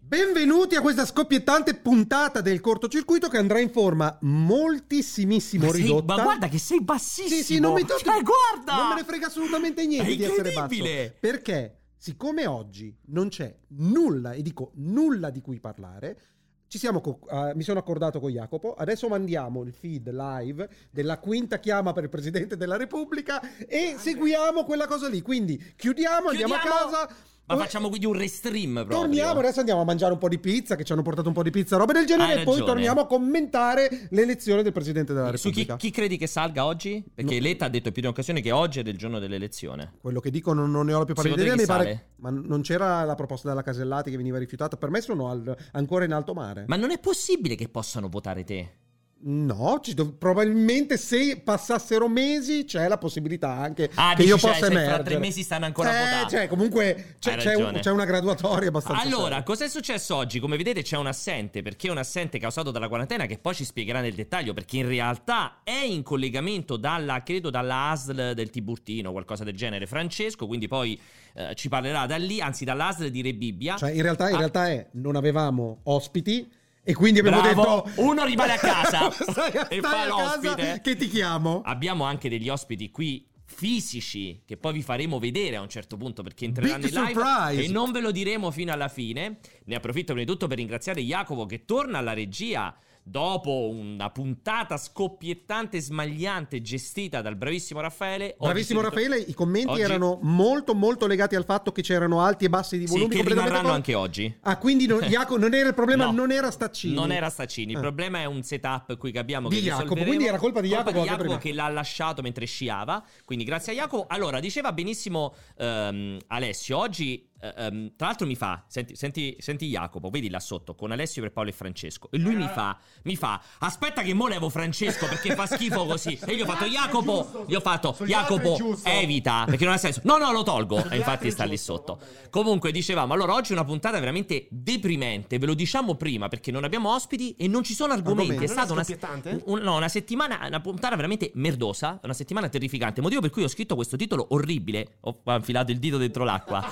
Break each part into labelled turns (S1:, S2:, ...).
S1: Benvenuti a questa scoppiettante puntata del cortocircuito che andrà in forma moltissimissimo
S2: Ma sei-
S1: ridotta.
S2: ma guarda che sei bassissimo.
S1: Sì, sì, non mi tocchi.
S2: Cioè, guarda!
S1: Non me ne frega assolutamente niente
S2: È
S1: di essere basso.
S2: incredibile!
S1: Perché siccome oggi non c'è nulla, e dico nulla di cui parlare, ci siamo co- eh, mi sono accordato con Jacopo, adesso mandiamo il feed live della quinta chiama per il Presidente della Repubblica e seguiamo quella cosa lì. Quindi chiudiamo, andiamo a
S2: Chiudiamo.
S1: casa.
S2: Ma
S1: Eh,
S2: facciamo quindi un restream proprio.
S1: Torniamo, adesso andiamo a mangiare un po' di pizza, che ci hanno portato un po' di pizza, roba del genere,
S2: Hai
S1: e poi
S2: ragione.
S1: torniamo a commentare l'elezione del Presidente della
S2: Su chi,
S1: Repubblica.
S2: chi credi che salga oggi? Perché
S1: No.
S2: Letta ha detto in più di un'occasione che oggi è del giorno dell'elezione.
S1: Quello che dico non, non ne ho la più pallida
S2: Secondo
S1: idea,
S2: te
S1: mi
S2: chi
S1: pare.
S2: sale?
S1: Ma non c'era la proposta della Casellati che veniva rifiutata. Per me sono al- ancora in alto mare.
S2: Ma non è possibile che possano votare te.
S1: No, ci dov- probabilmente se passassero mesi c'è la possibilità anche
S2: Ah,
S1: che
S2: dici,
S1: io
S2: cioè,
S1: possa
S2: se fra
S1: emergere.
S2: tre mesi stanno ancora
S1: eh,
S2: votando.
S1: Cioè, comunque c'è,
S2: Hai
S1: c'è un-
S2: ragione.
S1: c'è una graduatoria abbastanza.
S2: Allora,
S1: seria.
S2: cos'è successo oggi? Come vedete c'è un assente, perché è un assente causato dalla quarantena che poi ci spiegherà nel dettaglio, perché in realtà è in collegamento dalla, credo, dalla ASL del Tiburtino, qualcosa del genere, Francesco, quindi poi eh, ci parlerà da lì, anzi dall'ASL di Rebibbia.
S1: Cioè, in realtà, in
S2: Ah.
S1: realtà è non avevamo ospiti e quindi abbiamo
S2: Bravo,
S1: detto
S2: uno rimane a casa
S1: Stai a-
S2: e
S1: stai
S2: fa
S1: a casa
S2: l'ospite. Ah,
S1: che ti chiamo.
S2: Abbiamo anche degli ospiti qui fisici che poi vi faremo vedere a un certo punto perché entreranno
S1: Big
S2: in live
S1: surprise.
S2: e non ve lo diremo fino alla fine. Ne approfitto prima di tutto per ringraziare Jacopo che torna alla regia dopo una puntata scoppiettante e smagliante gestita dal bravissimo Raffaele. Oggi
S1: Bravissimo
S2: si ritro-
S1: Raffaele, i commenti
S2: Oggi-
S1: erano molto molto legati al fatto che c'erano alti e bassi di
S2: Sì,
S1: volumi
S2: che
S1: completamente
S2: rimarranno
S1: co-
S2: anche oggi.
S1: Ah, quindi non, Iaco- non era il problema,
S2: No.
S1: non era Staccini.
S2: Non era Staccini, il
S1: Ah.
S2: problema è un setup qui che abbiamo
S1: Di
S2: che
S1: Jacopo,
S2: risolveremo.
S1: quindi era colpa di Jacopo anche prima.
S2: che l'ha lasciato mentre sciava, quindi grazie a Jacopo. Allora, diceva benissimo ehm, Alessio, oggi ehm, tra l'altro mi fa, senti, senti, senti Jacopo, vedi là sotto, con Alessio per Paolo e Francesco, e lui mi fa, mi fa, aspetta che mo levo Francesco perché fa schifo così, e io ho fatto Jacopo, gli ho fatto
S3: Sugli altri è
S2: Jacopo,
S3: giusto.
S2: evita, perché non ha senso, no no lo tolgo, e
S3: altri
S2: infatti
S3: è
S2: sta lì
S3: giusto,
S2: sotto.
S3: va bene.
S2: Comunque dicevamo, allora oggi è una puntata veramente deprimente, ve lo diciamo prima perché non abbiamo ospiti e non ci sono argomenti,
S1: Argomenti.
S2: è
S3: Non è
S2: stata una,
S3: scoppiettante?
S2: un- no, una settimana, una puntata veramente merdosa, una settimana terrificante, motivo per cui ho scritto questo titolo orribile, ho infilato il dito dentro l'acqua,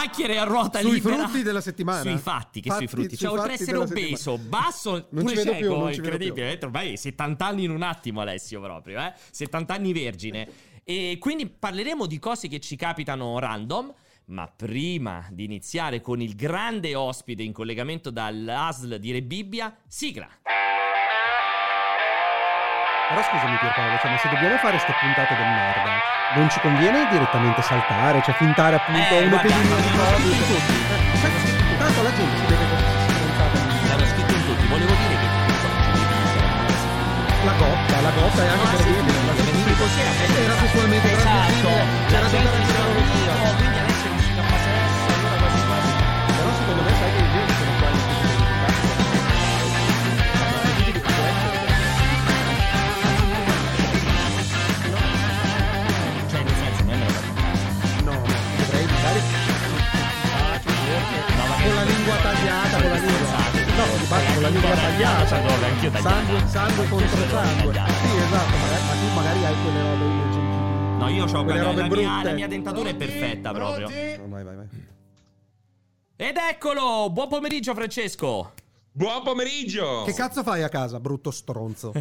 S2: chiacchiere a ruota
S1: Sui
S2: libera.
S1: frutti della settimana.
S2: Sui fatti, che
S1: Fatti-
S2: sui frutti,
S1: sui
S2: cioè oltre
S1: fatti
S2: ad essere
S1: della
S2: obeso,
S1: settimana.
S2: basso,
S1: Non
S2: pure
S1: ci vedo più,
S2: cieco,
S1: non ci vedo
S2: incredibile, Hai detto, ormai 70 anni in un attimo Alessio proprio, eh? 70 anni vergine. E quindi parleremo di cose che ci capitano random. Ma prima di iniziare con il grande ospite in collegamento dall'ASL di Rebibbia, sigla!
S1: Però scusami Pierpaolo, cioè, ma se dobbiamo fare queste puntate del merda, non ci conviene direttamente saltare, cioè fintare appunto
S2: Eh,
S1: uno
S2: guarda,
S1: che di Covid?
S2: guarda, tutti, tutti.
S1: Eh, sai che- Tanto la gente si deve confrontare.
S2: L'hanno scritto in tutti, volevo dire che
S1: La cotta, la cotta è
S2: Ah,
S1: anche credibile. la- Era sessualmente
S2: Esatto.
S1: trasmissibile, era tutta la sessualità. Però secondo me sai che io sono qua in
S2: Cioè, nel senso, non è vero.
S1: No, no, dovrei evitare Ah, ci vuole.
S2: No, ma che-
S1: con la lingua tagliata, con la lingua.
S2: Sforzate.
S1: No, di base con la lingua tagliata,
S2: cioè, no, anch'io tagliata.
S1: Sangue, sangue contro
S2: Anch'io sono
S1: sangue.
S2: tagliata.
S1: Sì, esatto, ma, ma tu magari hai quelle robe ineccepibili.
S2: No, io ho
S1: Quelle
S2: quella,
S1: robe
S2: la, mia,
S1: brutte.
S2: la mia dentatura è perfetta proprio.
S1: No, Oh, vai, vai, vai.
S2: Ed eccolo! Buon pomeriggio, Francesco!
S4: Buon pomeriggio!
S1: Che cazzo fai a casa, brutto stronzo?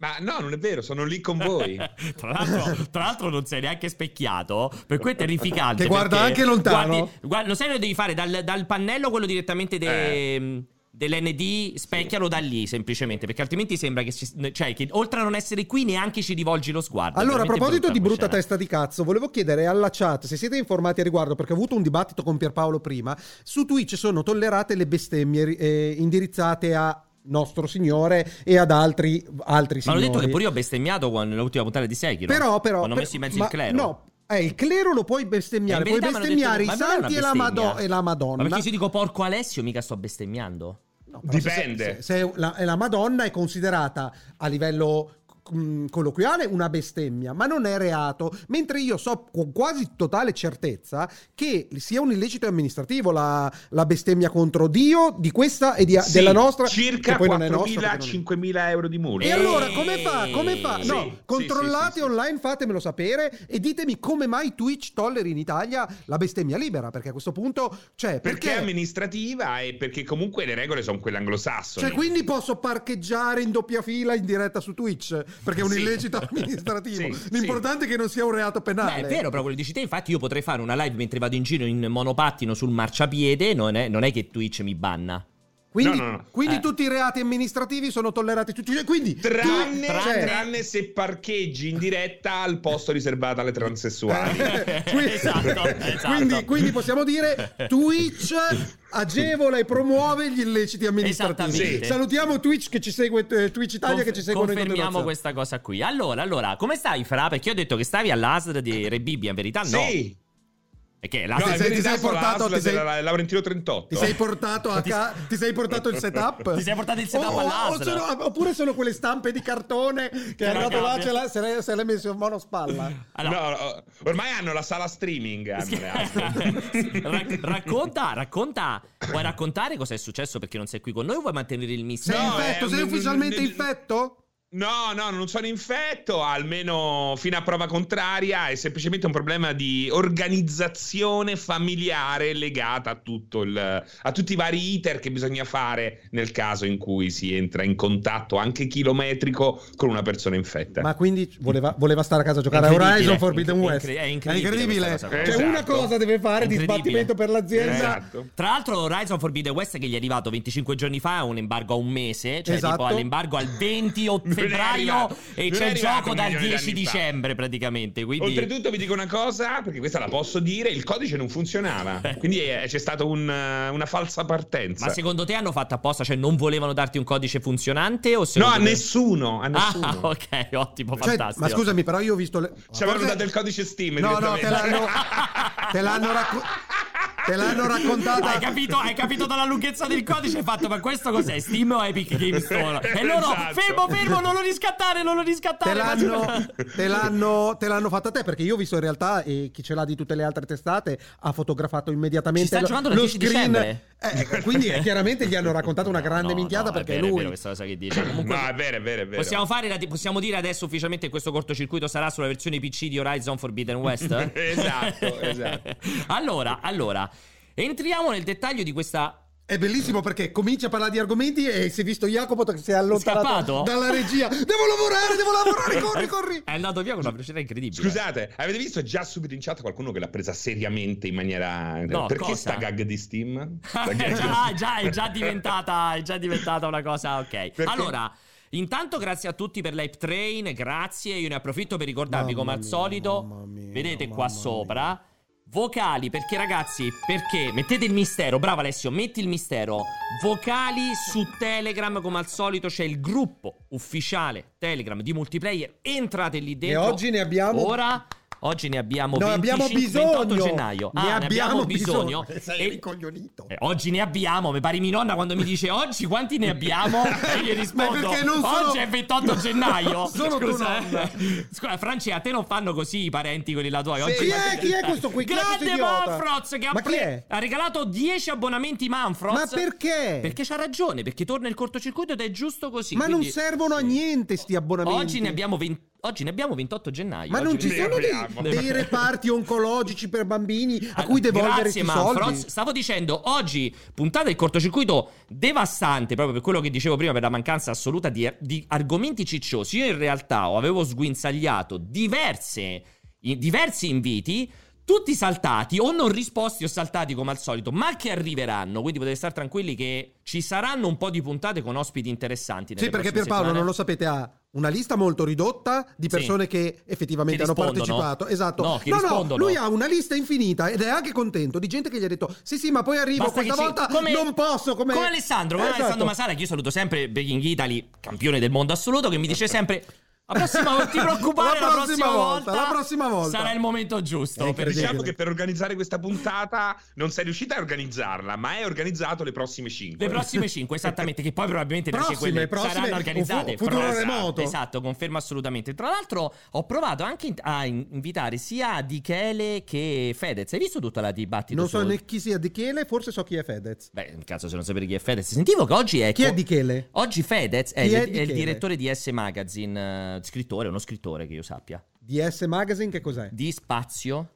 S4: Ma no, non è vero, sono lì con voi.
S2: tra, l'altro, tra l'altro non sei neanche specchiato, per cui è terrificante.
S1: Che guarda
S2: perché
S1: anche lontano.
S2: guardi- guarda- lo sai, lo devi fare dal, dal pannello, quello direttamente de- dell'ND, specchialo da lì semplicemente, perché altrimenti sembra che, ci- cioè, che oltre a non essere qui neanche ci rivolgi lo sguardo. È
S1: Allora, a
S2: veramente
S1: proposito di brutta
S2: quella
S1: testa
S2: scena.
S1: di cazzo, volevo chiedere alla chat se siete informati a riguardo, perché ho avuto un dibattito con Pierpaolo prima. Su Twitch sono tollerate le bestemmie eh, indirizzate a nostro signore e ad altri, altri
S2: Ma l'ho
S1: signori.
S2: detto che pure io ho bestemmiato quando- nell'ultima puntata di Sekiro.
S1: Però, però.
S2: Quando ho
S1: per-
S2: messo in mezzo
S1: ma-
S2: il clero.
S1: No. Eh, il clero lo puoi bestemmiare,
S2: Eh,
S1: puoi
S2: in verità mi hanno
S1: bestemmiare
S2: detto,
S1: i
S2: "Ma non è
S1: santi e
S2: una
S1: la,
S2: bestemmia".
S1: Mado- e la Madonna.
S2: Ma perché se dico porco Alessio, mica sto bestemmiando.
S1: No, però se-
S4: Dipende.
S1: Se, se la, la Madonna è considerata a livello mh, colloquiale una bestemmia, ma non è reato, mentre io so con quasi totale certezza che sia un illecito amministrativo la, la bestemmia contro Dio di questa e di-
S4: Sì,
S1: della nostra
S4: circa
S1: che poi non è nostra,
S4: 4.000
S1: perché non è-
S4: 5.000 euro di multa.
S1: e allora come fa? Come fa? No,
S4: Sì, sì,
S1: controllate
S4: sì, sì, sì.
S1: online, fatemelo sapere e ditemi come mai Twitch tolleri in Italia la bestemmia libera, perché a questo punto, cioè,
S4: Perché
S1: perché,
S4: è amministrativa e perché comunque le regole sono quelle anglosassone.
S1: cioè, quindi posso parcheggiare in doppia fila in diretta su Twitch, perché è un
S4: Sì.
S1: illecito amministrativo.
S4: Sì,
S1: L'importante è che non sia un reato
S2: Beh,
S1: penale.
S2: è vero, però quello che dici te, infatti io potrei fare una live mentre vado in giro in monopattino sul marciapiede, non è, non è che Twitch mi banna.
S1: Quindi,
S4: No, no, no.
S1: quindi
S2: Eh.
S1: tutti i reati amministrativi sono tollerati tutti. cioè, Quindi
S4: Tranne,
S1: tu- cioè-
S4: tranne se parcheggi in diretta al posto riservato alle transessuali.
S1: Eh, quindi-
S2: Esatto, esatto.
S1: Quindi, quindi possiamo dire Twitch agevola e promuove gli illeciti amministrativi.
S2: Esattamente.
S1: Salutiamo Twitch che ci segue, eh, Twitch Italia che ci
S2: Conf-
S1: segue
S2: Confermiamo questa cosa qui. Allora, allora, come stai, Fra? Perché io ho detto che stavi all'ASL di Re Bibbia, in verità no.
S4: Sì,
S2: Perché
S4: no,
S2: l'ASL
S1: Ti
S4: è
S1: Ah, sei- ti
S4: verità
S1: sei
S4: sono
S1: portato-
S4: l'ASL
S1: ti sei-
S4: della Laurentino 38.
S1: Ti sei portato a ca- ti sei portato il setup?
S2: Ti sei portato il setup
S1: O- o-
S2: all'ASL?
S1: o sono- oppure sono quelle stampe di cartone che è
S2: la
S1: andato là,
S2: cambia.
S1: ce l'ha- se l'è- se l'è messo in mano spalla.
S2: Allora,
S4: No, no, ormai hanno la sala streaming. hanno le ASL.
S2: Rac- racconta, racconta. Vuoi raccontare cosa è successo perché non sei qui con noi? o Vuoi mantenere il
S1: Sei
S2: mistero?
S4: No,
S1: infetto?
S4: eh,
S1: sei
S4: n- n-
S1: ufficialmente
S4: n-
S1: infetto?
S4: No, no, non sono infetto, almeno fino a prova contraria, è semplicemente un problema di organizzazione familiare legata a, tutto il, a tutti i vari iter che bisogna fare nel caso in cui si entra in contatto anche chilometrico con una persona infetta.
S1: Ma quindi voleva, voleva stare a casa a giocare a
S2: Incredibile.
S1: Horizon Forbidden
S2: Incre-
S1: West.
S2: incre- è
S1: È
S2: incredibile
S1: incredibile.
S2: questa cosa
S1: Cioè,
S4: qua.
S1: una
S4: Esatto.
S1: cosa deve fare di
S2: Incredibile.
S1: sbattimento per
S2: Eh,
S1: l'azienda.
S4: Esatto.
S2: Tra l'altro, Horizon Forbidden West che gli è arrivato 25 giorni fa è un embargo a un mese, cioè
S1: Esatto.
S2: tipo all'embargo al 20 o
S4: Non è
S2: febbraio
S4: arrivato.
S2: e
S4: Non
S2: c'è
S4: è
S2: il
S4: arrivato
S2: gioco
S4: un
S2: dal
S4: milione di
S2: 10
S4: anni fa.
S2: dicembre praticamente. Quindi...
S4: Oltretutto vi dico una cosa, perché questa la posso dire, il codice non funzionava, quindi eh, c'è stata un, eh, una falsa partenza.
S2: Ma secondo te hanno fatto apposta? Cioè, non volevano darti un codice funzionante? O
S4: No,
S2: secondo
S4: a
S2: te-
S4: nessuno, a nessuno.
S2: Ah, ok, ottimo,
S1: Cioè,
S2: fantastico.
S1: ma scusami, però io ho visto le.
S4: Ci avevano
S1: Forse-
S4: dato il codice Steam
S1: No, no, te
S4: direttamente.
S1: l'hanno. te l'hanno racco- te l'hanno raccontata.
S2: Hai capito, hai capito dalla lunghezza del codice hai fatto, ma questo cos'è? Steam o Epic Games Store? E loro,
S4: Esatto.
S2: fermo, fermo, non lo riscattare, non lo
S1: Te
S2: riscattare.
S1: l'hanno, te, l'hanno, te l'hanno fatta te perché io ho visto in realtà e chi ce l'ha di tutte le altre testate ha fotografato immediatamente
S2: Ci sta
S1: lo,
S2: giocando dal
S1: lo
S2: 10
S1: screen
S2: dicembre?
S1: Eh, quindi eh, chiaramente gli hanno raccontato una grande
S2: No,
S1: minchiata
S2: no,
S1: perché
S2: è vero, È
S1: lui
S2: vero questa cosa che dice. Comunque,
S4: No, è vero, è vero, è vero.
S2: possiamo, fare la- possiamo dire adesso ufficialmente che questo cortocircuito sarà sulla versione PC di Horizon Forbidden West?
S4: Esatto, esatto.
S2: allora, allora, entriamo nel dettaglio di questa
S1: È bellissimo perché comincia a parlare di argomenti e si è visto Jacopo che si è allontanato
S2: Scappato?
S1: dalla regia. Devo lavorare, devo lavorare, corri, Ah, corri.
S2: È andato via con una velocità incredibile.
S4: Scusate, avete visto già subito in chat qualcuno che l'ha presa seriamente in maniera...
S2: No,
S4: Perché
S2: cosa?
S4: sta gag di Steam? Sta gag-
S2: già, già, è già diventata, è già diventata una cosa, ok.
S4: Perché-
S2: Allora. Intanto grazie a tutti per l'hype train, grazie, io ne approfitto per ricordarvi
S1: Mamma
S2: come al
S1: mia,
S2: solito,
S1: mamma mia,
S2: vedete qua
S1: mamma
S2: sopra, vocali, perché ragazzi, perché mettete il mistero, bravo Alessio, metti il mistero, vocali su Telegram come al solito, c'è il gruppo ufficiale Telegram di multiplayer, entrate lì dentro.
S1: oggi ne abbiamo-
S2: Ora, oggi ne abbiamo
S1: No,
S2: 25,
S1: abbiamo bisogno.
S2: 28 gennaio.
S1: Ne
S2: Ah,
S1: abbiamo
S2: bisogno.
S1: bisogno. Sei
S2: E-
S1: ricoglionito.
S2: eh, oggi ne abbiamo, mi pare mia nonna quando mi dice oggi quanti ne abbiamo e gli
S1: Ma
S2: rispondo
S1: perché non sono-
S2: oggi è 28 gennaio.
S1: Sono tua nonna.
S2: eh. Scusa, Francia, a te non fanno così i parenti quelli là tuoi. Oggi
S1: Chi è, chi è questo qui? Chi è questo
S2: Grande
S1: idiota?
S2: Manfroz che ha,
S1: Ma chi
S2: pre-
S1: è?
S2: ha regalato 10 abbonamenti Manfroz.
S1: Ma perché?
S2: Perché c'ha ragione, perché torna il cortocircuito ed è giusto così.
S1: Ma non
S2: quindi-
S1: servono a niente sti abbonamenti.
S2: Oggi ne abbiamo, 20 oggi ne abbiamo 28 gennaio.
S1: Ma
S2: oggi
S1: non ci
S4: ne
S1: sono
S4: abbiamo.
S1: dei, dei reparti oncologici per bambini a cui devolvere
S2: Grazie
S1: i
S2: Manfroz.
S1: soldi?
S2: Stavo dicendo, oggi puntata del cortocircuito devastante, proprio per quello che dicevo prima, per la mancanza assoluta di, di argomenti cicciosi. Io in realtà ho- avevo sguinzagliato diverse, i- diversi inviti. Tutti saltati o non risposti o saltati come al solito, ma che arriveranno. Quindi potete stare tranquilli che ci saranno un po' di puntate con ospiti interessanti.
S1: Sì, perché Pierpaolo, non lo sapete, ha una lista molto ridotta di persone che effettivamente
S2: Che
S1: hanno
S2: rispondono.
S1: partecipato. Esatto.
S2: No, che
S1: no,
S2: rispondono.
S1: lui ha una lista infinita ed è anche contento di gente che gli ha detto "Sì, sì, ma poi arrivo
S2: Basta che
S1: questa
S2: ci-
S1: volta
S2: come-
S1: non posso come
S2: come Alessandro, come
S1: Esatto.
S2: Alessandro Masala, che io saluto sempre Breaking Italy, campione del mondo assoluto, che mi dice sempre La prossima volta, ti preoccupare, la prossima, volta,
S1: la prossima volta.
S2: sarà il momento giusto.
S1: È
S2: per-
S1: incredibile.
S4: Diciamo che per organizzare questa puntata non sei riuscita a organizzarla, ma hai organizzato le prossime 5.
S2: Le prossime 5, esattamente, che poi probabilmente perché
S1: Prossime,
S2: quelle
S1: prossime,
S2: saranno organizzate.
S1: o fu- futuro
S2: Esatto,
S1: remoto.
S2: Esatto, confermo assolutamente. Tra l'altro ho provato anche in- a in- invitare sia Dichele che Fedez. Hai visto tutta la dibattito?
S1: Non
S2: su-
S1: so né chi sia Di Chele, forse so chi è Fedez.
S2: Beh, in caso se non sapere chi è Fedez. Sentivo che oggi è...
S1: Chi è
S2: co-
S1: Di Chele?
S2: Oggi Fedez è,
S1: Chi
S2: il,
S1: è
S2: è
S1: Dichele?
S2: il direttore di S Magazine, eh, scrittore, uno scrittore che io sappia.
S1: DS Magazine, che cos'è?
S2: di Spazio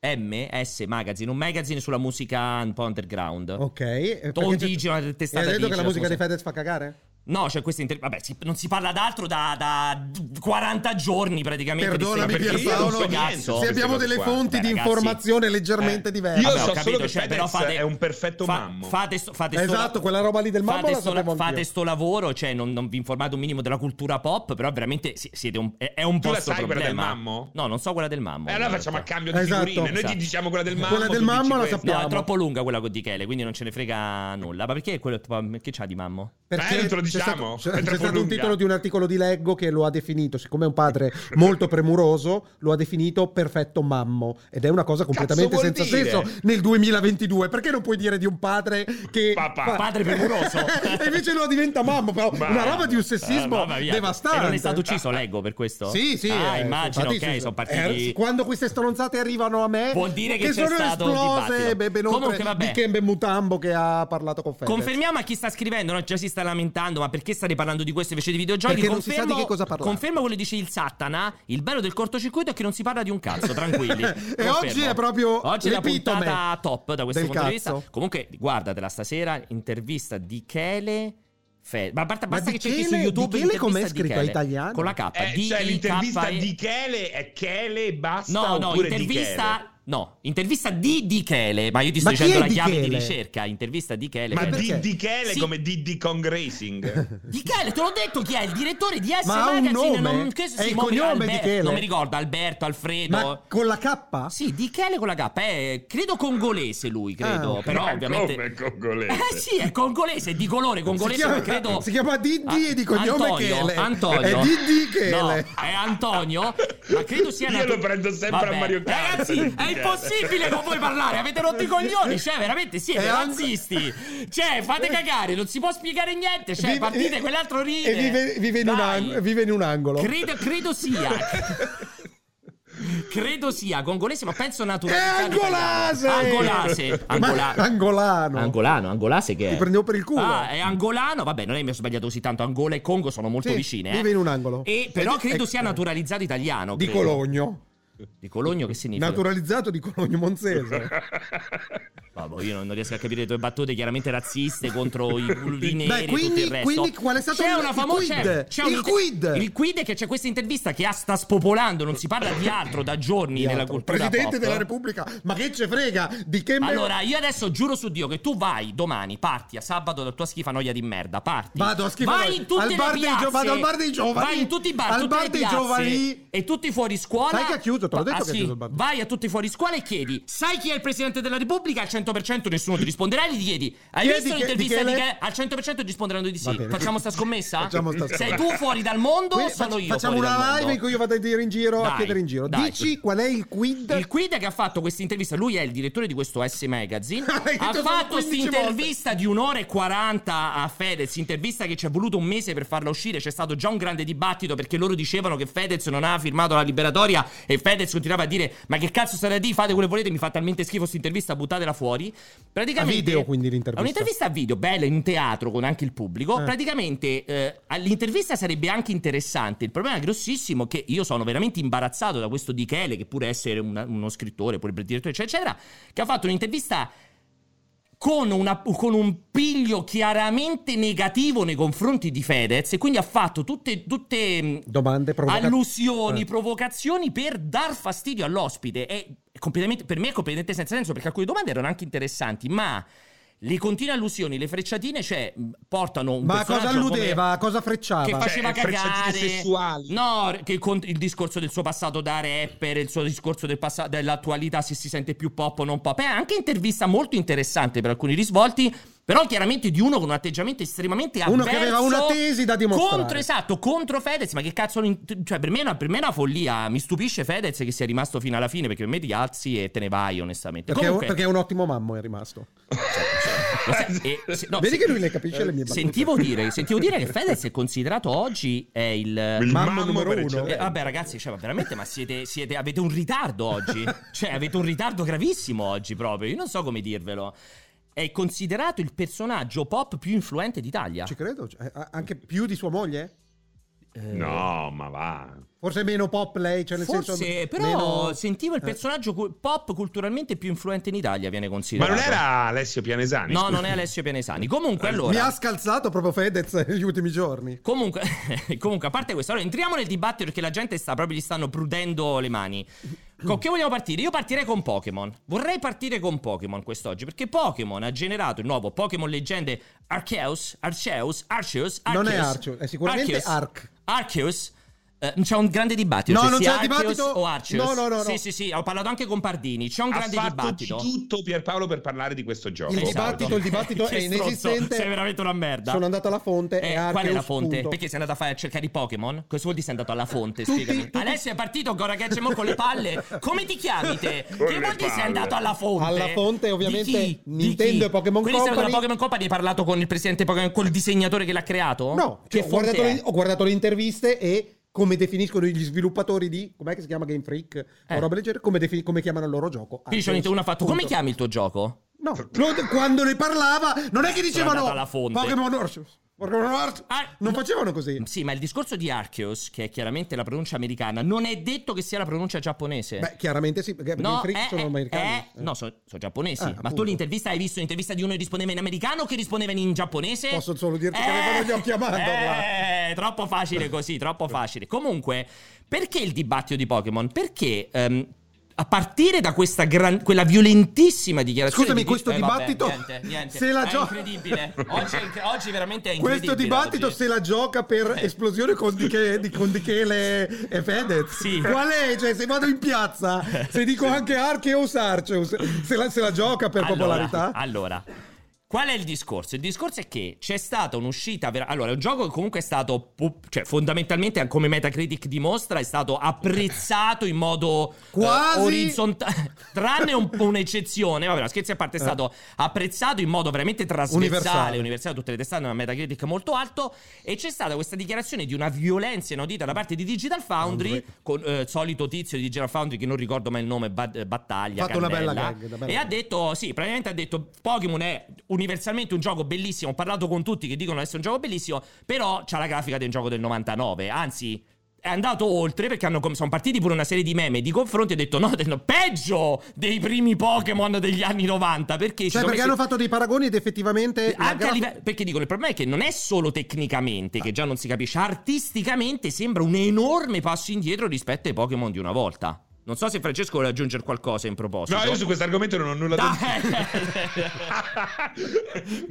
S2: MS Magazine, un magazine sulla musica un po' underground.
S1: Ok. eh,
S2: O
S1: perché c'è-
S2: Digi, una
S1: E hai
S2: testata
S1: detto
S2: Digi,
S1: che la
S2: non so
S1: musica
S2: se-
S1: di Fedez fa cagare?
S2: No, cioè questa inter- Vabbè, si- non si parla d'altro da, da 40 giorni praticamente. di
S1: Perdonami,
S2: sta-
S4: perché io non so
S1: Pierpaolo.
S4: niente
S2: cazzo.
S4: su
S1: se
S4: queste
S1: abbiamo
S4: cose
S1: delle
S4: qua.
S1: fonti
S2: Beh,
S1: di
S2: ragazzi,
S1: informazione leggermente
S2: eh,
S1: diverse.
S4: Io
S2: Vabbè, ho
S4: so solo che
S2: cioè,
S4: Fedez
S2: però fate-
S4: è un perfetto mammo.
S2: Fate, sto- fate sto-
S1: Esatto, quella roba lì del mambo
S2: fate
S1: la
S2: sto,
S1: sapevo
S2: fate
S1: anch'io.
S2: sto lavoro, cioè non, non vi informate un minimo della cultura pop, però veramente si- siete un, è, è un
S4: Tu
S2: po'
S4: la
S2: sto
S4: sai quella del
S2: problema.
S4: mammo?
S2: No, non so quella del mammo.
S4: E allora
S2: in
S4: facciamo a
S2: realtà.
S4: cambio di
S1: Esatto.
S4: figurine. Noi
S2: Esatto.
S4: gli diciamo quella del mammo.
S1: Quella del
S4: tu dici
S1: mammo la
S4: questa.
S1: sappiamo.
S2: No, è troppo lunga quella con Di Chele, quindi non ce ne frega nulla. Ma perché quello che c'ha di mammo?
S4: Eh, non te lo
S1: c'è
S4: diciamo,
S1: stato, c'è-
S4: è
S1: c'è
S4: troppo
S1: stato un
S4: lunga.
S1: titolo di un articolo di Leggo che lo ha definito, siccome è un padre molto premuroso, lo ha definito perfetto mammo. Ed è una cosa completamente
S4: vuol
S1: senza
S4: dire?
S1: senso nel 2022. Perché non puoi dire di un padre che...
S4: Papà.
S2: Padre premuroso.
S1: e invece lo diventa mammo, però
S4: Mamma.
S1: una roba di un
S2: Ah,
S1: sessismo
S2: mamma mia.
S1: devastante.
S2: E non è stato ucciso, leggo per questo?
S1: Sì, sì.
S2: Ah,
S1: eh,
S2: immagino,
S1: infatti,
S2: ok,
S1: sì,
S2: sono
S1: eh,
S2: partiti.
S1: quando queste stronzate arrivano a me,
S2: Vuol dire che c'è
S1: sono
S2: stato un
S1: esplose,
S2: dibattito.
S1: beh, ben oltre
S2: Comunque, vabbè.
S1: di Kembe Mutambo che ha parlato con Fedez.
S2: Confermiamo a chi sta scrivendo, no? già si sta lamentando, ma perché state parlando di questo invece di videogiochi?
S1: Perché non si
S2: confermo,
S1: sa di che cosa parlare.
S2: Confermo quello che dice il Satana, il bello del cortocircuito è che non si parla di un cazzo, tranquilli.
S1: E
S2: Confermo.
S1: oggi è proprio
S2: Oggi è la
S1: l'epitome
S2: puntata top da questo
S1: del
S2: punto di
S1: cazzo.
S2: vista. Comunque, guardatela stasera, intervista di Chele... Fe- ma basta,
S1: Ma
S2: basta
S1: di
S2: che cerchi
S1: Chele-
S2: su YouTube
S1: di Chele
S2: l'intervista
S1: com'è
S2: di
S1: scritto? È
S2: Chele.
S1: italiano?
S2: Con la K
S4: Eh,
S2: D-
S4: cioè
S2: I-
S4: l'intervista
S2: K- E-
S4: di Chele è Chele e basta
S2: No, no,
S4: oppure di
S2: intervista.
S4: Chele?
S2: No, intervista di Di Chele, ma io ti sto
S1: Ma chi
S2: dicendo
S1: è
S2: la
S1: Di
S2: chiave di
S1: Chele?
S2: ricerca, intervista di Chele. Cioè,
S4: Ma
S2: Fede.
S1: perché?
S4: di, di Chele
S2: Sì.
S4: come di, di Kong Racing.
S2: Di Chele, te l'ho detto chi è, il direttore di S
S1: Ma ha un
S2: Magazine.
S1: nome?
S2: non- che-
S1: È il
S2: mo-
S1: cognome
S2: Alber-
S1: Di Chele?
S2: Non mi ricordo, Alberto, Alfredo.
S1: Ma con la K?
S2: Sì, Di Chele con la K, è, credo congolese lui, credo,
S1: Ah, ok.
S2: però
S4: Ma
S2: ovviamente...
S4: Eh, Come congolese?
S2: Eh sì, è congolese, è di colore congolese,
S1: Si chiama-
S2: credo.
S1: si chiama Diddi e di cognome
S2: Antonio,
S1: Chele.
S2: Antonio.
S1: È Diddi Chele.
S2: No, è Antonio, ma credo sia
S4: Io
S2: natu-
S4: lo prendo sempre a Mario Kart,
S2: Ragazzi, è
S4: Diddi Chele.
S2: impossibile con voi parlare, avete rotto i coglioni, cioè veramente siete
S1: È An- Eh.
S2: razzisti. Cioè, fate cagare, non si può spiegare niente, cioè
S1: Vive-
S2: partite quell'altro ride.
S1: E vive, vive in un
S2: Dai.
S1: ang- vive in un angolo.
S2: Credo, credo sia. Credo sia congolese, ma penso
S1: è
S2: naturalmente.
S1: angolase!
S2: Angolase!
S1: Ma-
S2: Angola-
S1: angolano.
S2: Angolano, angolase che è?
S1: Ti prendevo per il culo.
S2: Ah, è angolano, vabbè, non è che mi ho sbagliato così tanto. Angola e Congo sono molto
S1: Sì,
S2: vicine. eh.
S1: Vive in un angolo.
S2: E, però
S1: Ed-
S2: credo
S1: ecco,
S2: sia naturalizzato italiano.
S1: Di
S2: credo.
S1: Cologno.
S2: Di Cologno che significa?
S1: Naturalizzato di Cologno
S4: Cioè,
S1: Monzese.
S2: Vabbè, io non non riesco a capire le tue battute chiaramente razziste contro i bulli
S1: Beh,
S2: neri e tutto
S1: quindi-
S2: il resto.
S1: quindi qual è stato
S2: c'è
S1: il-
S2: una
S1: il
S2: famo-
S1: quid?
S2: c'è- c'è un-
S1: Il quid!
S2: Il quid è che c'è questa intervista che ha- sta spopolando, non si parla di altro da giorni
S1: Di
S2: nella
S1: altro.
S2: cultura
S1: Presidente
S2: pop. eh?
S1: della Repubblica, ma che ce frega di che me-
S2: Allora, io adesso giuro su Dio che tu vai domani, parti a sabato dalla tua schifanoia di merda, parti.
S1: Vado a schifanoia.
S2: Vai in tutte
S1: Al
S2: le
S1: bar dei
S2: piazze.
S1: gio- vado al bar dei giovani.
S2: Vai in tutti i bar,
S1: Al
S2: tutte
S1: bar
S2: le
S1: dei
S2: piazze.
S1: giovani.
S2: E tutti fuori scuola. Ah,
S1: Sai che ha chiuso? Te l'ho detto che ha chiuso il bar.
S2: Vai a tutti fuori scuola e chiedi, sai chi è il Presidente della Repubblica? Al 100% nessuno ti risponderà e gli chiedi, hai
S1: Chi è
S2: visto
S1: di che-
S2: l'intervista
S1: di che-
S2: di che- Al 100% ti risponderanno di
S1: Va
S2: sì.
S1: bene.
S2: Facciamo sta scommessa?
S1: Facciamo sta
S2: Sei
S1: scommessa.
S2: tu fuori dal mondo o
S1: Quindi
S2: sono
S1: fac-
S2: io
S1: facciamo
S2: fuori dal
S1: una live
S2: mondo?
S1: in cui io vado a dire in giro a
S2: Dai,
S1: chiedere in giro.
S2: dai.
S1: Dici qual è il quid?
S2: Il quid che ha fatto questa intervista, lui è il direttore di questo S Magazine,
S1: Hai
S2: ha
S1: detto
S2: fatto
S1: 15
S2: questa intervista di un'ora e 40 a Fedez, intervista che ci è voluto un mese per farla uscire, c'è stato già un grande dibattito perché loro dicevano che Fedez non ha firmato la liberatoria e Fedez continuava a dire ma che cazzo sarà di, fate quello che volete, mi fa talmente schifo questa intervista, buttatela fuori. Praticamente,
S1: A video, quindi, l'intervista.
S2: È un'intervista a video, bella, in un teatro con anche il pubblico.
S1: Eh.
S2: Praticamente eh, all'intervista sarebbe anche interessante, il problema è grossissimo è che io sono veramente imbarazzato da questo Di Chele, che pure essere una- uno scrittore, pure direttore, eccetera, eccetera, che ha fatto un'intervista con, una- con un piglio chiaramente negativo nei confronti di Fedez e quindi ha fatto tutte, tutte mh,
S1: Domande provocative.
S2: allusioni,
S1: Eh.
S2: provocazioni per dar fastidio all'ospite. È completamente- per me è completamente senza senso perché alcune domande erano anche interessanti, ma le continue allusioni, le frecciatine, cioè, mh, portano un
S1: Ma
S2: personaggio
S1: cosa alludeva? A Cosa frecciava?
S2: Come, che faceva
S4: Cioè, frecciatine
S2: cagare
S4: sessuali.
S2: No, che con- il discorso del suo passato da rapper, il suo discorso del passa- Eh, dell'attualità, se si sente più pop o non pop. È anche intervista molto interessante per alcuni risvolti. Però chiaramente di uno con un atteggiamento estremamente avverso.
S1: Uno che aveva una tesi da dimostrare.
S2: Contro, esatto, contro Fedez, ma che cazzo... lo in- Cioè, per me, è una, per me è una follia. Mi stupisce Fedez che sia rimasto fino alla fine, perché per me ti alzi e te ne vai, onestamente.
S1: Perché,
S2: Comunque,
S1: perché è un ottimo mammo è rimasto.
S4: cioè.
S2: lo sai- e se- no,
S1: Vedi
S2: se-
S1: che lui le capisce le mie battute.
S2: Sentivo dire, sentivo dire che Fedez è considerato oggi è il...
S4: Il
S1: mammo
S4: mammo
S1: numero
S4: per
S1: uno.
S4: eccellenza.
S2: Eh, vabbè ragazzi, cioè, ma veramente, ma siete, siete- avete un ritardo oggi? Cioè, avete un ritardo gravissimo oggi proprio, io non so come dirvelo. È considerato il personaggio pop più influente d'Italia.
S1: Ci credo. cioè, eh, anche più di sua moglie?
S2: Eh,
S4: No, ma va.
S1: Forse meno pop lei, cioè nel
S2: Forse,
S1: senso...
S2: però
S1: meno-
S2: sentivo il
S1: eh.
S2: personaggio cu- pop culturalmente più influente in Italia viene
S4: Ma
S2: considerato.
S4: non era Eh, Alessio Pianesani?
S2: No,
S4: scusa.
S2: non è Alessio Pianesani. Comunque, allora...
S1: Mi ha scalzato proprio Fedez negli ultimi giorni.
S2: Comunque, comunque, a parte questo, allora entriamo nel dibattito perché la gente sta proprio gli stanno prudendo le mani. Con che vogliamo partire? Io partirei con Pokémon. Vorrei partire con Pokémon quest'oggi perché Pokémon ha generato il nuovo Pokémon Leggende Arceus, Arceus, Arceus, Arceus.
S1: Non è Arceus, è sicuramente
S2: Arceus.
S1: Arc.
S2: Arceus. Eh, c'è un grande dibattito.
S1: No,
S2: se
S1: non
S2: sia
S1: c'è il
S2: Arceus
S1: dibattito.
S2: O Arceus.
S1: No, no, no, no.
S2: Sì, sì, sì, ho parlato anche con Pardini. C'è un
S4: Ha
S2: grande
S4: fatto
S2: dibattito.
S4: di tutto Pierpaolo per parlare di questo gioco.
S1: Il
S2: Esatto.
S1: dibattito, il dibattito
S2: Che
S1: è
S2: stronzo,
S1: inesistente.
S2: sei veramente una merda.
S1: Sono andato alla fonte.
S2: Eh,
S1: è Arceus,
S2: qual è la fonte?
S1: punto.
S2: Perché sei andato a, fare, a cercare i Pokémon? Cosa vuol dire sei andato alla fonte?
S1: Tutti-
S2: Spiegami.
S1: tutti-
S2: Adesso è partito Goragaccio mo con le palle. Come ti chiami te?
S4: Con
S2: che
S4: le
S2: vuol dire sei
S4: palle.
S2: andato alla fonte?
S1: Alla fonte,
S2: Di
S1: ovviamente,
S2: chi? Di
S1: Nintendo
S2: chi?
S1: e Pokémon
S2: Quindi sei andato
S1: Company.
S2: alla Pokémon Company e hai parlato con il presidente Pokémon, col disegnatore che l'ha creato?
S1: No,
S2: che
S1: cioè, ho, guardato
S2: fonte
S1: le, ho guardato le interviste e come definiscono gli sviluppatori di... Com'è che si chiama Game Freak?
S2: Eh.
S1: O roba del genere, come, defini- come chiamano il loro gioco.
S2: Quindi c'è
S1: Arceus,
S2: uno ha fatto, come
S1: punto.
S2: chiami il tuo gioco?
S1: No, Claude, quando ne parlava non è che dicevano
S2: andato alla fonte.
S1: Pokémon Arceus. Pokémon Arceus.
S2: Ah,
S1: non
S2: no.
S1: facevano così.
S2: Sì, ma il discorso di Arceus, che è chiaramente la pronuncia americana, non è detto che sia la pronuncia giapponese.
S1: Beh, chiaramente sì, perché Game
S2: No,
S1: Freak
S2: eh,
S1: sono
S2: eh,
S1: americani.
S2: eh, no, sono giapponesi.
S1: Ah,
S2: ma
S1: appunto.
S2: tu l'intervista hai visto l'intervista di uno che rispondeva in americano o che rispondeva in giapponese?
S1: Posso solo dirti che avevano gli occhi a mandorla.
S2: Eh, troppo facile così, troppo facile. Comunque, perché il dibattito di Pokémon? Perché ehm, a partire da questa gran- quella violentissima dichiarazione
S1: Scusami,
S2: di-
S1: questo
S2: Eh, vabbè,
S1: dibattito-
S2: niente, niente.
S1: se la
S2: È
S1: gio-
S2: incredibile. Oggi, è inc- oggi veramente è incredibile.
S1: Questo dibattito
S2: oggi.
S1: se la gioca per
S2: Eh.
S1: esplosione con, di che, di- con Dichele e Fedez.
S2: Sì.
S1: Qual è? Cioè, se vado in piazza, se dico anche Arceus Arceus, se la, se la gioca per popolarità?
S2: Allora, qual è il discorso? Il discorso è che c'è stata un'uscita. vera- allora, è un gioco che comunque è stato. pu- cioè, fondamentalmente, come Metacritic dimostra, è stato apprezzato in modo
S1: Quasi.
S2: orizzontale. Tranne un po' un'eccezione. Vabbè, no, scherzi a parte, è stato apprezzato in modo veramente
S1: Eh.
S2: trasversale,
S1: Universale.
S2: universale. tutte le testate hanno una Metacritic molto alto. E c'è stata questa dichiarazione di una violenza inaudita da parte di Digital Foundry, con eh, il solito tizio di Digital Foundry, che non ricordo mai il nome, Bad- Battaglia.
S1: Fatto una bella
S2: Cannella,
S1: gag, una bella
S2: e ha
S1: gag.
S2: detto detto, sì, praticamente ha detto Pokémon è universalmente un gioco bellissimo, ho parlato con tutti che dicono essere un gioco bellissimo, però c'ha la grafica di un gioco del 99, anzi è andato oltre perché hanno, com- sono partiti pure una serie di meme di confronti e ho detto no, no, peggio dei primi Pokémon degli anni 90 perché
S1: Cioè,
S2: ci sono
S1: perché
S2: messi-
S1: hanno fatto dei paragoni ed effettivamente... la
S2: anche
S1: graf-
S2: a live- perché dico, il problema è che non è solo tecnicamente, che già non si capisce, artisticamente sembra un enorme passo indietro rispetto ai Pokémon di una volta. Non so se Francesco vuole aggiungere qualcosa in proposito.
S4: No, io su questo argomento non ho nulla da dire.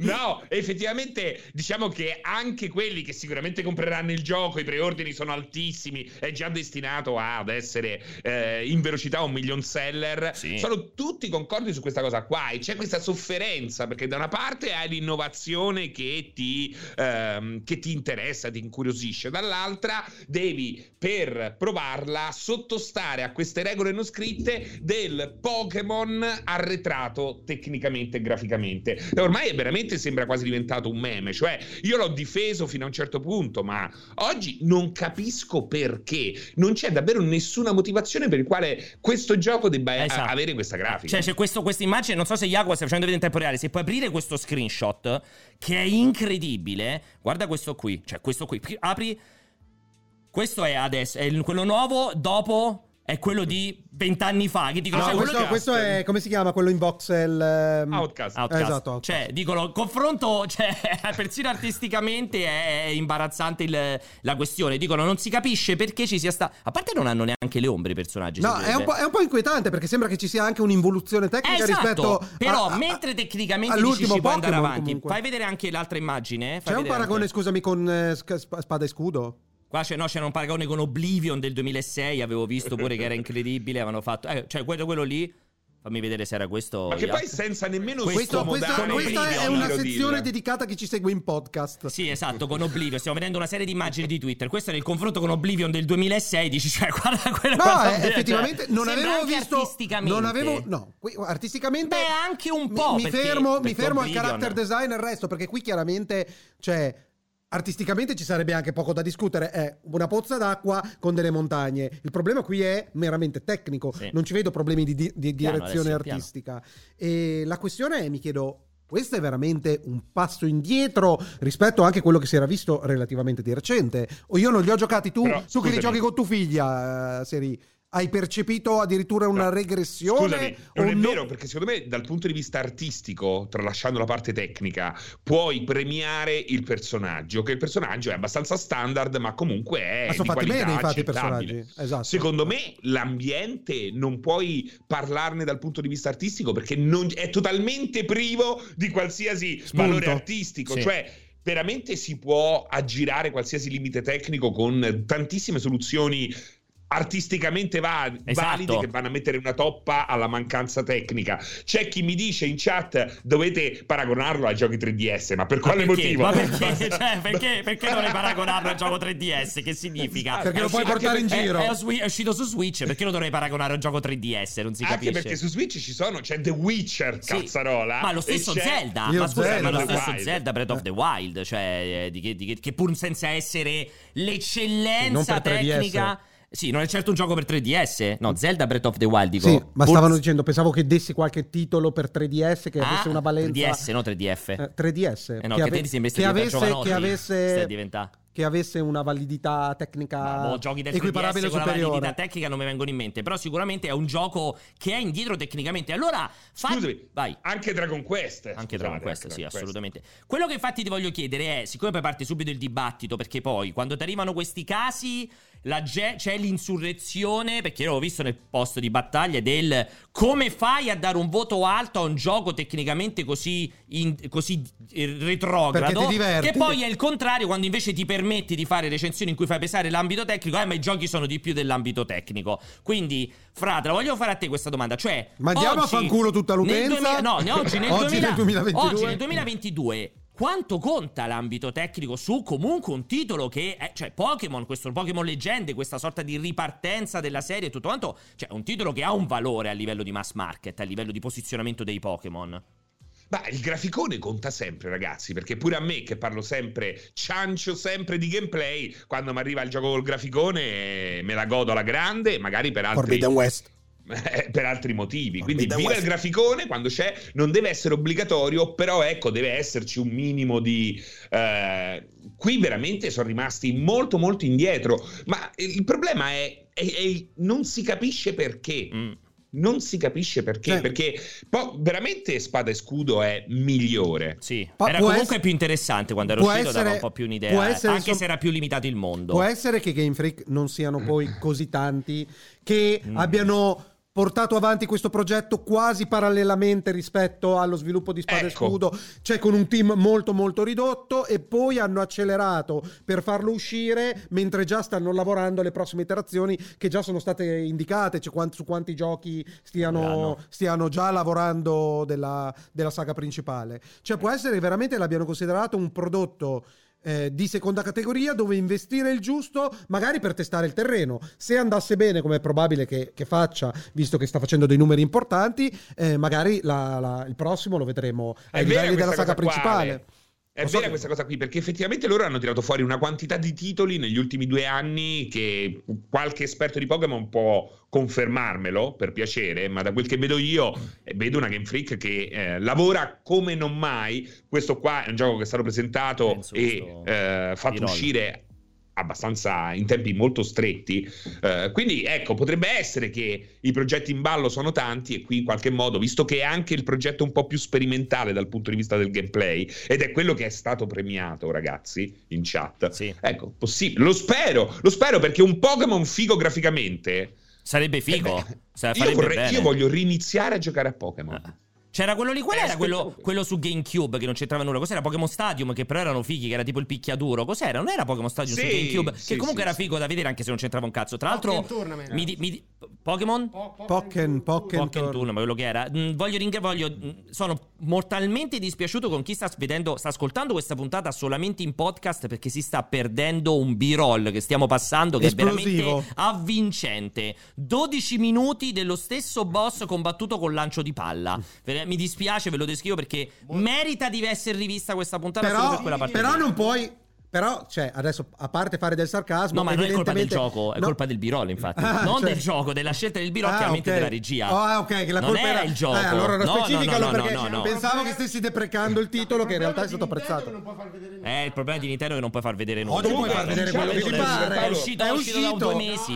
S4: no, effettivamente diciamo che anche quelli che sicuramente compreranno il gioco, i preordini sono altissimi, è già destinato ad essere eh, in velocità un million seller.
S2: Sì.
S4: Sono tutti concordi su questa cosa qua e c'è questa sofferenza perché da una parte hai l'innovazione che ti, ehm, che ti interessa, ti incuriosisce, dall'altra devi per provarla sottostare a queste regole non scritte del Pokémon arretrato tecnicamente e graficamente. E ormai è veramente sembra quasi diventato un meme, cioè io l'ho difeso fino a un certo punto, ma oggi non capisco perché non c'è davvero nessuna motivazione per il quale questo gioco debba
S1: Eh,
S4: a-
S2: Esatto.
S4: avere questa grafica.
S2: Cioè, c'è questo- questa immagine. Non so se Jacopo sta facendo vedere in tempo reale. Se puoi aprire questo screenshot, che è incredibile. Guarda questo qui. Cioè, questo qui. Pi- Apri. Questo è adesso. È il- quello nuovo. Dopo è quello di vent'anni fa. Che dicono.
S1: No,
S2: sai, quello
S1: questo,
S4: di-
S1: questo è... come si chiama? Quello in voxel... ehm,
S4: Outcast.
S2: Outcast.
S1: Esatto, Outcast.
S2: Cioè, dicono, il confronto, cioè, persino artisticamente è imbarazzante il- la questione. Dicono, non si capisce perché ci sia sta. A parte non hanno neanche le ombre i personaggi.
S1: No,
S2: si
S1: è un,
S2: direbbe.
S1: po', è un po' inquietante perché sembra che ci sia anche un'involuzione tecnica
S2: Eh, esatto,
S1: rispetto a-
S2: però
S1: a- a-
S2: mentre tecnicamente dici
S1: all'ultimo
S2: ci può andare
S1: Pokémon,
S2: avanti
S1: comunque.
S2: fai vedere anche l'altra immagine eh? Fai
S1: C'è un
S2: vedere
S1: paragone,
S2: anche-
S1: scusami, con eh, sc- sp- Spada e Scudo?
S2: qua c'è, no, c'era un paragone con Oblivion del 2006 avevo visto pure che era incredibile avevano fatto eh, cioè quello, quello lì Fammi vedere se era questo.
S4: Ma che
S2: Jacopo.
S4: poi senza nemmeno
S1: Questo-
S4: scomodare
S1: questo- questa è
S4: Oblivion,
S1: una
S4: voglio
S1: sezione
S4: dirla.
S1: dedicata a chi ci segue in podcast.
S2: Sì, esatto, con Oblivion. Stiamo vedendo una serie di immagini di Twitter. Questo era il confronto con Oblivion del 2006. Dici, cioè, guarda quello.
S1: No,
S2: guarda,
S1: eh,
S2: cioè,
S1: effettivamente non
S2: sembra
S1: avevo
S2: anche
S1: visto.
S2: Artisticamente.
S1: Non avevo. No, qui- artisticamente.
S2: Beh, anche un
S1: mi-
S2: po',
S1: Mi,
S2: perché-
S1: fermo, mi
S2: perché
S1: fermo al
S2: Oblivion-
S1: character design e il resto, perché qui chiaramente Cioè, Artisticamente ci sarebbe anche poco da discutere, è una pozza d'acqua con delle montagne. Il problema qui è meramente tecnico,
S2: Sì.
S1: non ci vedo problemi di, di- di
S2: Piano,
S1: direzione
S2: Alessio, piano.
S1: artistica. E la questione è, mi chiedo, questo è veramente un passo indietro rispetto anche a quello che si era visto relativamente di recente? O io non li ho giocati tu,
S4: Però,
S1: tu che li
S4: scusami.
S1: giochi con tu figlia, eh, Seri, hai percepito addirittura una
S4: No.
S1: regressione?
S4: Scusami,
S1: o
S4: non è
S1: no?
S4: vero perché secondo me dal punto di vista artistico, tralasciando la parte tecnica, puoi premiare il personaggio, che il personaggio è abbastanza standard ma comunque è
S1: Ma
S4: di
S1: sono fatti
S4: qualità
S1: bene infatti i
S4: accettabile.
S1: personaggi. Esatto.
S4: Secondo me l'ambiente non puoi parlarne dal punto di vista artistico perché non- è totalmente privo di qualsiasi
S2: Spunto.
S4: valore artistico,
S2: Sì.
S4: cioè veramente si può aggirare qualsiasi limite tecnico con tantissime soluzioni artisticamente va-
S2: Esatto.
S4: valide che vanno a mettere una toppa alla mancanza tecnica. C'è chi mi dice in chat dovete paragonarlo ai giochi 3DS, ma per
S2: Ma
S4: quale
S2: perché?
S4: motivo?
S2: Ma perché? Cioè, perché, perché dovrei paragonarlo al gioco 3DS? Che
S4: Ah, Esatto.
S2: significa? Eh,
S1: Perché lo
S2: È
S1: puoi
S2: uscito-
S1: portare in
S2: è-
S1: giro.
S2: È, usci- è uscito su Switch, perché lo dovrei paragonare al gioco 3DS? Non si
S4: Anche
S2: capisce.
S4: perché su Switch ci sono, c'è The Witcher,
S2: Sì,
S4: cazzarola.
S2: Ma lo stesso
S4: e c'è-
S2: Zelda,
S1: Io
S2: ma scusa,
S1: Zelda.
S2: ma lo stesso
S4: Wild.
S2: Zelda Breath of the Wild, cioè eh, di che, di che- che pur senza essere
S1: Sì, non
S2: l'eccellenza
S1: per 3DS.
S2: tecnica Sì, non è certo un gioco per 3DS. No, Zelda Breath of the Wild dico.
S1: Sì, ma
S2: pur-
S1: stavano dicendo, pensavo che dessi qualche titolo per 3DS che
S2: Ah,
S1: avesse una valenza
S2: 3DS, no 3DF.
S1: Eh, 3DS
S2: Eh no, che, a te
S1: ave-
S2: ti sembra
S1: che avesse, che avesse-
S2: diventata
S1: che avesse una validità
S2: Ma,
S1: tecnica
S2: boh, giochi del 3DS
S1: equiparabile o
S2: con la validità
S1: superiore.
S2: tecnica non mi vengono in mente, però sicuramente è un gioco che è indietro tecnicamente. Allora, fa-
S4: Scusami,
S2: vai.
S4: Anche Dragon Quest.
S2: Anche
S4: scusate, ecco,
S2: Dragon Quest,
S4: anche
S2: sì,
S4: Dragon Quest.
S2: assolutamente. Quello che infatti ti voglio chiedere è, siccome poi parte subito il dibattito, perché poi quando ti arrivano questi casi la ge- c'è l'insurrezione, perché io l'ho visto nel posto di battaglia, del come fai a dare un voto alto a un gioco tecnicamente così, in- così eh,
S1: Perché
S2: retrogrado,
S1: ti diverti.
S2: che poi è il contrario quando invece ti permetti di fare recensioni in cui fai pesare l'ambito tecnico, eh ma i giochi sono di più dell'ambito tecnico. Quindi, Fra, te la voglio fare a te questa domanda, cioè...
S1: Ma andiamo
S2: oggi,
S1: a fanculo tutta
S2: nel
S1: l'utenza?
S2: duemila- no, ne- oggi nel,
S1: Oggi nel 2022.
S2: Oggi nel 2022. Quanto conta l'ambito tecnico su comunque un titolo che è, cioè Pokémon, questo Pokémon Leggende, questa sorta di ripartenza della serie e tutto quanto, cioè è un titolo che ha un valore a livello di mass market, a livello di posizionamento dei Pokémon.
S4: Ma il graficone conta sempre, ragazzi, perché pure a me che parlo sempre, ciancio sempre di gameplay, quando mi arriva il gioco col graficone eh, me la godo alla grande, magari per altri, Eh,
S1: Forbidden West.
S4: per altri motivi. Quindi
S1: Forbidden
S4: viva il
S1: West.
S4: graficone quando c'è, non deve essere obbligatorio, però ecco, deve esserci un minimo di... eh, qui veramente sono rimasti molto molto indietro, ma il problema è... è- è- non si capisce perché.
S2: Mm.
S4: Non si capisce perché,
S1: Sì.
S4: perché po- veramente Spada e Scudo è migliore.
S2: Sì,
S1: Pa-
S2: era
S1: può
S2: comunque
S1: essere-
S2: più interessante quando era
S1: può
S2: uscito, dava
S1: essere-
S2: un po' più
S1: può
S2: un'idea, eh,
S1: essere
S2: anche
S1: som-
S2: se era più limitato il mondo.
S1: Può essere che Game Freak non siano poi così tanti che
S2: Mm.
S1: abbiano portato avanti questo progetto quasi parallelamente rispetto allo sviluppo di Spada e
S4: Ecco.
S1: Scudo, cioè con un team molto molto ridotto e poi hanno accelerato per farlo uscire mentre già stanno lavorando alle prossime iterazioni che già sono state indicate, cioè quant- su quanti giochi stiano,
S2: Verranno.
S1: stiano già lavorando della, della saga principale. Cioè può essere veramente l'abbiano considerato un prodotto eh, di seconda categoria dove investire il giusto magari per testare il terreno se andasse bene come è probabile che, che faccia visto che sta facendo dei numeri importanti eh, magari la- la- il prossimo lo vedremo ai
S4: vera
S1: livelli della
S4: questa
S1: saga
S4: cosa qua,
S1: principale
S4: Ale. È
S1: Lo so
S4: vera
S1: che-
S4: questa cosa qui, perché effettivamente loro hanno tirato fuori una quantità di titoli negli ultimi due anni che qualche esperto di Pokémon può confermarmelo, per piacere, ma da quel che vedo io, eh, vedo una Game Freak che eh, lavora come non mai. Questo qua è un gioco che è stato presentato
S2: Penso
S4: e
S2: questo
S4: eh, fatto
S2: Pirolo.
S4: uscire abbastanza in tempi molto stretti. Eh, quindi ecco, potrebbe essere che i progetti in ballo sono tanti e qui in qualche modo, visto che è anche il progetto un po' più sperimentale dal punto di vista del gameplay ed è quello che è stato premiato, ragazzi, in chat.
S2: Sì.
S4: Ecco, possibile. Lo spero, lo spero perché un Pokémon figo graficamente.
S2: Sarebbe figo.
S4: Eh beh,
S2: sa-
S4: Io,
S2: farebbe
S4: vorrei-
S2: bene.
S4: io voglio riniziare a giocare a Pokémon.
S2: Ah. C'era quello lì, qual
S4: Eh,
S2: era quello,
S4: spettacolo.
S2: quello su GameCube che non c'entrava nulla? Cos'era Pokémon Stadium che però erano fighi, che era tipo il picchiaduro? Cos'era? Non era Pokémon Stadium
S4: Sì,
S2: su GameCube?
S4: sì,
S2: che comunque
S4: sì,
S2: era
S4: sì.
S2: figo da vedere anche se non c'entrava un cazzo. Tra l'altro,
S3: Pokémon Tournament.
S2: mi, di- mi di- P- Pokémon?
S1: Pokken, Pokken,
S2: Pokémon Turno, ma quello che era. Mm, voglio ringra- voglio- mm, sono mortalmente dispiaciuto con chi sta vedendo, sta ascoltando questa puntata solamente in podcast perché si sta perdendo un B-roll che stiamo passando che è
S3: Esplosivo.
S2: veramente avvincente. 12 minuti dello stesso boss combattuto col lancio di
S1: Mm.
S2: palla. Ve- Mi dispiace, ve lo descrivo perché merita di essere rivista questa puntata solo per quella
S1: però,
S2: partita.
S1: però non puoi. Però, cioè, adesso a parte fare del sarcasmo,
S2: No, ma non è colpa del
S1: evidentemente-
S2: gioco, è
S1: no.
S2: colpa del B-roll, infatti.
S1: Ah,
S2: non
S1: cioè-
S2: del gioco, della scelta del B-roll,
S1: Ah,
S2: chiaramente
S1: ok.
S2: della regia.
S1: Ah, ok, che la
S2: non
S1: colpa
S2: era il gioco.
S1: Eh, allora
S2: no,
S1: era specificalo
S2: no, no, no,
S1: perché
S2: no, no.
S1: pensavo che stessi deprecando il titolo, che in realtà è stato apprezzato.
S2: Eh, il problema di Nintendo è che non puoi far vedere nulla.
S1: Oggi puoi
S4: Comunque,
S1: far vedere quello che ti
S4: diciamo,
S1: pare.
S2: È uscito, è uscito da due mesi.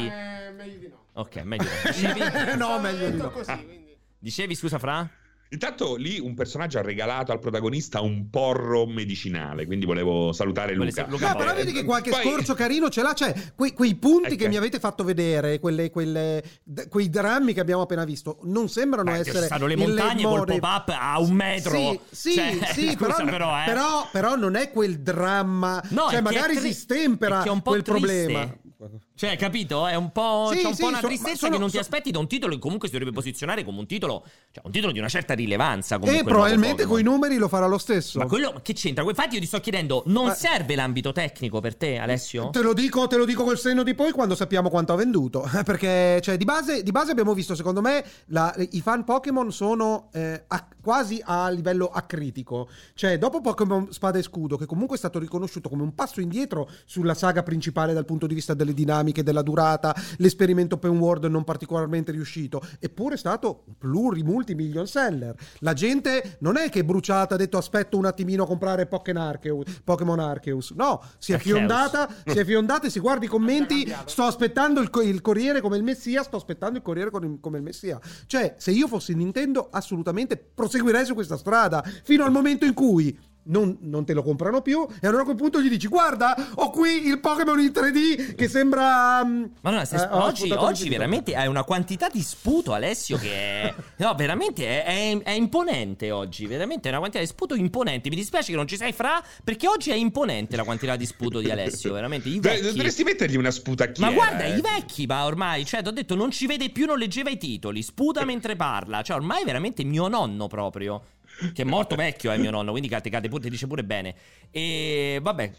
S5: meglio di no.
S2: Ok, meglio. Dicevi,
S1: no, meglio di
S5: Detto
S1: no. Ah.
S5: così, quindi.
S2: dicevi, scusa, Fra?
S4: Intanto lì un personaggio ha regalato al protagonista un porro medicinale, quindi volevo salutare
S2: Vuole
S4: Luca.
S2: sa- Luca
S1: No, Ah, però
S2: Poi- Eh,
S1: vedi che qualche
S4: Poi-
S1: scorcio carino ce l'ha, cioè quei, quei punti
S4: Ok.
S1: che mi avete fatto vedere, quelle- quelle- d- quei drammi che abbiamo appena visto, non sembrano
S2: Beh,
S1: essere...
S2: ci stanno le
S1: il
S2: montagne col
S1: mode-
S2: pop-up a un metro.
S1: Sì, sì,
S2: Cioè,
S1: sì,
S2: scusa,
S1: però,
S2: però, eh.
S1: però- però non è quel dramma,
S2: No, è che
S1: cioè
S2: è
S1: magari
S2: tri-
S1: si stempera
S2: è che è un po'
S1: quel
S2: triste.
S1: problema. Eh,
S2: Cioè, capito? È un po',
S1: Sì,
S2: c'è un
S1: sì,
S2: po una
S1: so-
S2: tristezza
S1: ma sono-
S2: che non ti
S1: so-
S2: aspetti da un titolo che comunque si dovrebbe posizionare come un titolo, cioè un titolo di una certa rilevanza.
S1: E
S2: Comunque, il nuovo
S1: Eh, probabilmente
S2: Pokémon.
S1: coi numeri lo farà lo stesso.
S2: Ma quello ma che c'entra? Infatti, io ti sto chiedendo, non
S1: Ma-
S2: serve l'ambito tecnico per te, Alessio?
S1: Eh. Te lo dico, te lo dico col senno di poi quando sappiamo quanto ha venduto. Eh, Perché cioè, di, base, di base abbiamo visto, secondo me, la- i fan Pokémon sono eh, a- quasi a livello acritico. Cioè, dopo Pokémon Spada e Scudo, che comunque è stato riconosciuto come un passo indietro sulla saga principale dal punto di vista delle dinamiche, della durata, l'esperimento open world non particolarmente riuscito, eppure è stato un pluri multimillion seller. La gente non è che è bruciata, ha detto aspetto un attimino a comprare Pokémon Arceus, Pokémon Arceus. No, si è
S2: Arceus.
S1: fiondata si è fiondata e si guarda i commenti. Sto aspettando il, co- il corriere come il messia. Sto aspettando il corriere con il- come il messia. Cioè, se io fossi Nintendo, assolutamente proseguirei su questa strada fino al momento in cui. Non, non te lo comprano più e allora a quel punto gli dici guarda ho qui il Pokémon in 3D che sembra mm,
S2: Ma no, se-
S1: eh, ho
S2: oggi,
S1: spuntato
S2: oggi
S1: il video.
S2: veramente hai una quantità di sputo, Alessio, che è... No, veramente è, è- è imponente oggi, veramente è una quantità di sputo imponente. Mi dispiace che non ci sei fra, perché oggi è imponente la quantità di sputo di Alessio, veramente. I
S4: Dov-
S2: vecchi-
S4: Dovresti mettergli una sputacchiera.
S2: Ma guarda,
S4: eh.
S2: i vecchi, ma ormai, cioè, ti ho detto, non ci vede più, non leggeva i titoli, sputa mentre parla, cioè, ormai è veramente mio nonno proprio. Che è morto vecchio, è mio nonno, quindi cate, cate pure, ti dice pure bene. E vabbè,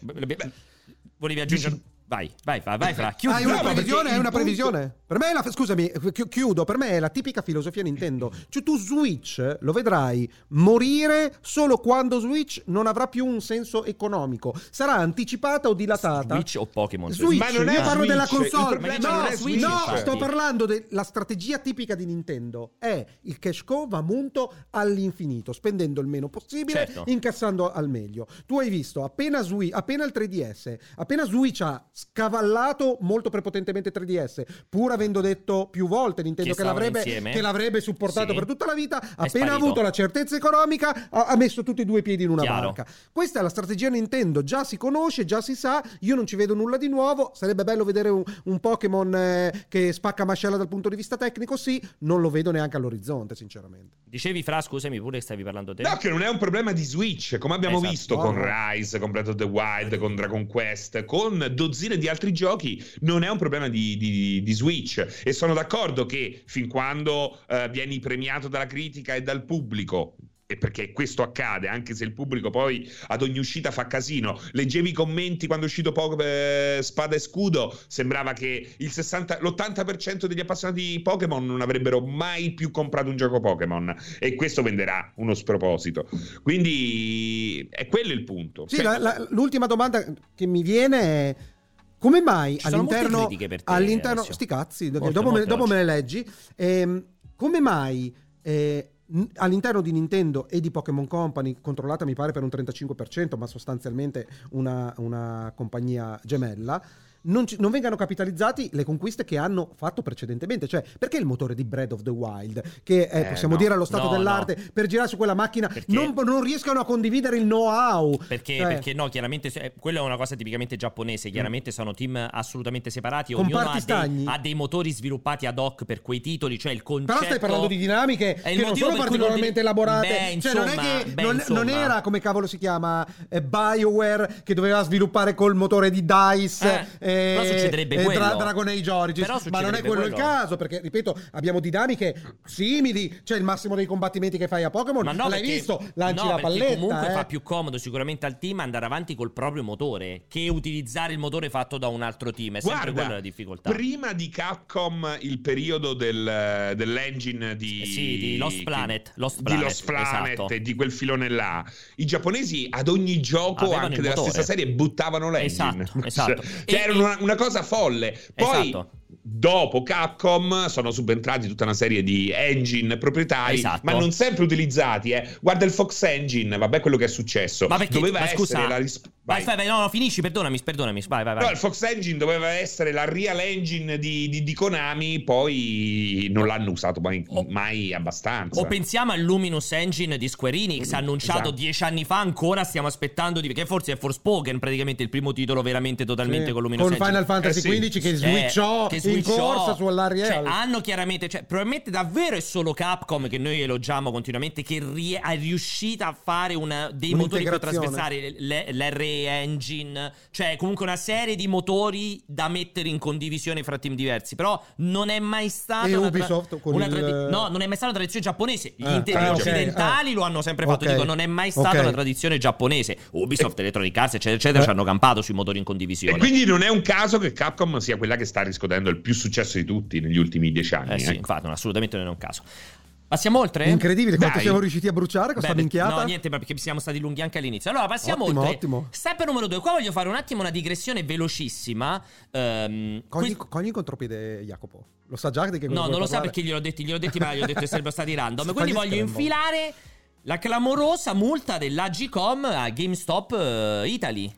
S2: volevi aggiungere... Vai, vai, vai, vai, fra, chiudi.
S1: Hai Ah, una
S4: No, ma perché
S1: previsione? Hai
S4: il
S1: una
S4: punto-
S1: previsione? Per me è la. Scusami, eh, chi- chiudo. Per me è la tipica filosofia Nintendo. Cioè, tu Switch lo vedrai morire solo quando Switch non avrà più un senso economico. Sarà anticipata o dilatata.
S2: Switch o Pokémon?
S1: Switch,
S4: Ma non è
S1: io parlo
S4: Switch,
S1: della
S4: il
S1: console.
S4: problema
S1: No,
S2: non è Switch,
S1: no,
S4: Cioè,
S2: infatti.
S1: sto parlando della strategia tipica di Nintendo. È il cash cow va munto all'infinito, spendendo il meno possibile,
S2: Certo.
S1: incassando al meglio. Tu hai visto, appena, Swi- appena il 3DS, appena Switch ha scavallato molto prepotentemente 3DS, pur avendo detto più volte Nintendo
S2: Che
S1: che,
S2: stavano
S1: l'avrebbe,
S2: insieme.
S1: che l'avrebbe supportato
S2: Sì.
S1: per tutta la vita, appena
S2: sparito.
S1: ha avuto la certezza economica, ha, ha messo tutti e due i piedi in una
S2: Chiaro.
S1: barca. Questa è la strategia Nintendo, già si conosce, già si sa, io non ci vedo nulla di nuovo, sarebbe bello vedere un, un Pokémon eh, che spacca mascella dal punto di vista tecnico, sì, non lo vedo neanche all'orizzonte, sinceramente.
S2: Dicevi fra, scusami pure che stavi parlando te.
S4: No, che non è un problema di Switch, come abbiamo
S2: Esatto.
S4: visto con Rise, con Breath of the Wild, con Dragon Quest, con dozzine di altri giochi, non è un problema di, di- di Switch. E sono d'accordo che fin quando eh, vieni premiato dalla critica e dal pubblico. E perché questo accade, anche se il pubblico poi ad ogni uscita fa casino. Leggevi i commenti quando è uscito po- eh, Spada e Scudo, sembrava che il 60, l'80% degli appassionati di Pokémon non avrebbero mai più comprato un gioco Pokémon. E questo venderà uno sproposito. Quindi è quello il punto.
S2: Certo.
S1: Sì, la-
S4: Cioè,
S1: la- l'ultima domanda che mi viene è... Come mai
S2: Ci sono molte
S1: all'interno...
S2: critiche per te,
S1: all'interno
S2: Alessio.
S1: sti cazzi,
S2: Molte,
S1: dopo, me,
S2: molte
S1: dopo
S2: oggi.
S1: me le leggi. Ehm, come mai eh, n- all'interno di Nintendo e di Pokémon Company, controllata mi pare per un 35%, ma sostanzialmente una, una compagnia gemella, non, ci- non vengano capitalizzati le conquiste che hanno fatto precedentemente. Cioè, perché il motore di Breath of the Wild, che è,
S4: Eh,
S1: possiamo
S4: no.
S1: dire allo stato
S2: No,
S1: dell'arte, per girare su quella macchina,
S2: Perché-
S1: non, non riescono a condividere il know-how.
S2: Perché,
S1: Cioè- Mm.
S2: perché no, chiaramente eh, quella è una cosa tipicamente giapponese. Chiaramente sono team assolutamente separati.
S1: Con
S2: Ognuno
S1: parti
S2: ha dei,
S1: stagni.
S2: ha dei motori sviluppati ad hoc per quei titoli. Cioè il concetto.
S1: Però stai parlando di dinamiche
S2: È il
S1: che non
S2: motivo
S1: sono
S2: per cui non
S1: particolarmente
S2: devi-
S1: elaborate.
S2: Beh,
S1: cioè, non
S2: insomma,
S1: è che
S2: beh,
S1: non, non
S2: insomma.
S1: era come cavolo si chiama eh, BioWare che doveva sviluppare col motore di DICE
S2: Eh,
S1: e,
S2: Però succederebbe
S1: e
S2: quello.
S1: Dra- Dragon Age Origins,
S2: Però
S1: ma non è
S2: succederebbe
S1: quello, il
S2: quello.
S1: caso perché ripeto abbiamo dinamiche simili, cioè il massimo dei combattimenti che fai a Pokémon,
S2: Ma no,
S1: l'hai
S2: perché-
S1: visto, lanci
S2: no,
S1: la
S2: perché
S1: palletta,
S2: comunque
S1: eh.
S2: fa più comodo sicuramente al team andare avanti col proprio motore che utilizzare il motore fatto da un altro team. È sempre
S4: Guarda,
S2: quella la difficoltà.
S4: Prima di Capcom, il periodo del- dell'engine di,
S2: Eh sì, di Lost Planet. Lost
S4: di
S2: Planet,
S4: Lost Planet
S2: esatto.
S4: e di quel filone là. I giapponesi ad ogni gioco,
S2: Avevano
S4: anche
S2: il
S4: della
S2: motore.
S4: stessa serie, buttavano l'engine.
S2: Esatto, esatto.
S4: Cioè,
S2: E-
S4: era
S2: e-
S4: una, una cosa folle. Poi,
S2: Esatto.
S4: dopo Capcom, sono subentrati tutta una serie di engine proprietari,
S2: Esatto.
S4: ma non sempre utilizzati. eh. Guarda il Fox Engine, vabbè quello che è successo.
S2: Ma perché-
S4: Doveva
S2: ma
S4: essere
S2: scusa,
S4: la risposta.
S2: Vai, vai, vai, no, no, finisci, perdonami, perdonami. Vai, vai, vai.
S4: No, il Fox Engine doveva essere la real engine di, di- di Konami, poi non l'hanno usato mai,
S2: O-
S4: mai abbastanza.
S2: O pensiamo al Luminous Engine di Square Enix, annunciato
S4: esatto.
S2: dieci anni fa, ancora stiamo aspettando di... Che forse è Forspoken praticamente il primo titolo veramente totalmente
S1: Sì,
S2: con Luminous Engine.
S1: Final Fantasy
S4: Eh
S1: XV
S4: sì.
S1: che
S2: Eh,
S1: switchò
S2: che
S1: in
S2: switchò.
S1: corsa sull'Ariel.
S2: Cioè, hanno chiaramente, cioè, probabilmente davvero è solo Capcom che noi elogiamo continuamente, che rie- è riuscita a fare una- dei motori più
S1: Un'integrazione.
S2: trasversali, le- l'RE Engine, cioè comunque una serie di motori da mettere in condivisione fra team diversi, però non è mai stata
S1: E
S2: una
S1: Ubisoft con
S2: una
S1: il-
S2: no, non è mai stata una tradizione giapponese, gli
S1: Eh,
S2: inter-
S1: ah,
S2: gli
S1: ok,
S2: occidentali
S1: eh.
S2: lo hanno sempre fatto,
S1: Ok.
S2: dico, non è mai stata
S1: Ok.
S2: una tradizione giapponese, Ubisoft, Electronic Arts, eccetera, eccetera,
S1: Eh.
S2: ci hanno campato sui motori in
S4: E
S2: condivisione.
S4: quindi non è un caso che Capcom sia quella che sta riscuotendo il più successo di tutti negli ultimi dieci anni.
S2: Eh sì,
S4: ecco.
S2: infatti, no, assolutamente non è un caso. Passiamo oltre?
S1: Incredibile quanto
S4: Dai.
S1: siamo riusciti a bruciare con
S2: eh. Beh,
S1: sta
S2: beh,
S1: minchiata.
S2: No, niente, ma perché siamo stati lunghi anche all'inizio. Allora, passiamo
S1: Ottimo,
S2: oltre.
S1: ottimo.
S2: Step numero due. Qua voglio fare un attimo una digressione velocissima. Ehm,
S1: Cogni,
S2: que-
S1: cogni contropiede Jacopo. Lo sa già di che cosa
S2: No,
S1: vuoi
S2: non lo sa
S1: parlare?
S2: perché gliel'ho detto, gliel'ho detto, ma gli ho detto che sarebbero stati random.
S1: Si
S2: Quindi
S1: fa gli
S2: voglio
S1: scramble.
S2: infilare la clamorosa multa dell'Agicom a GameStop eh, Italy.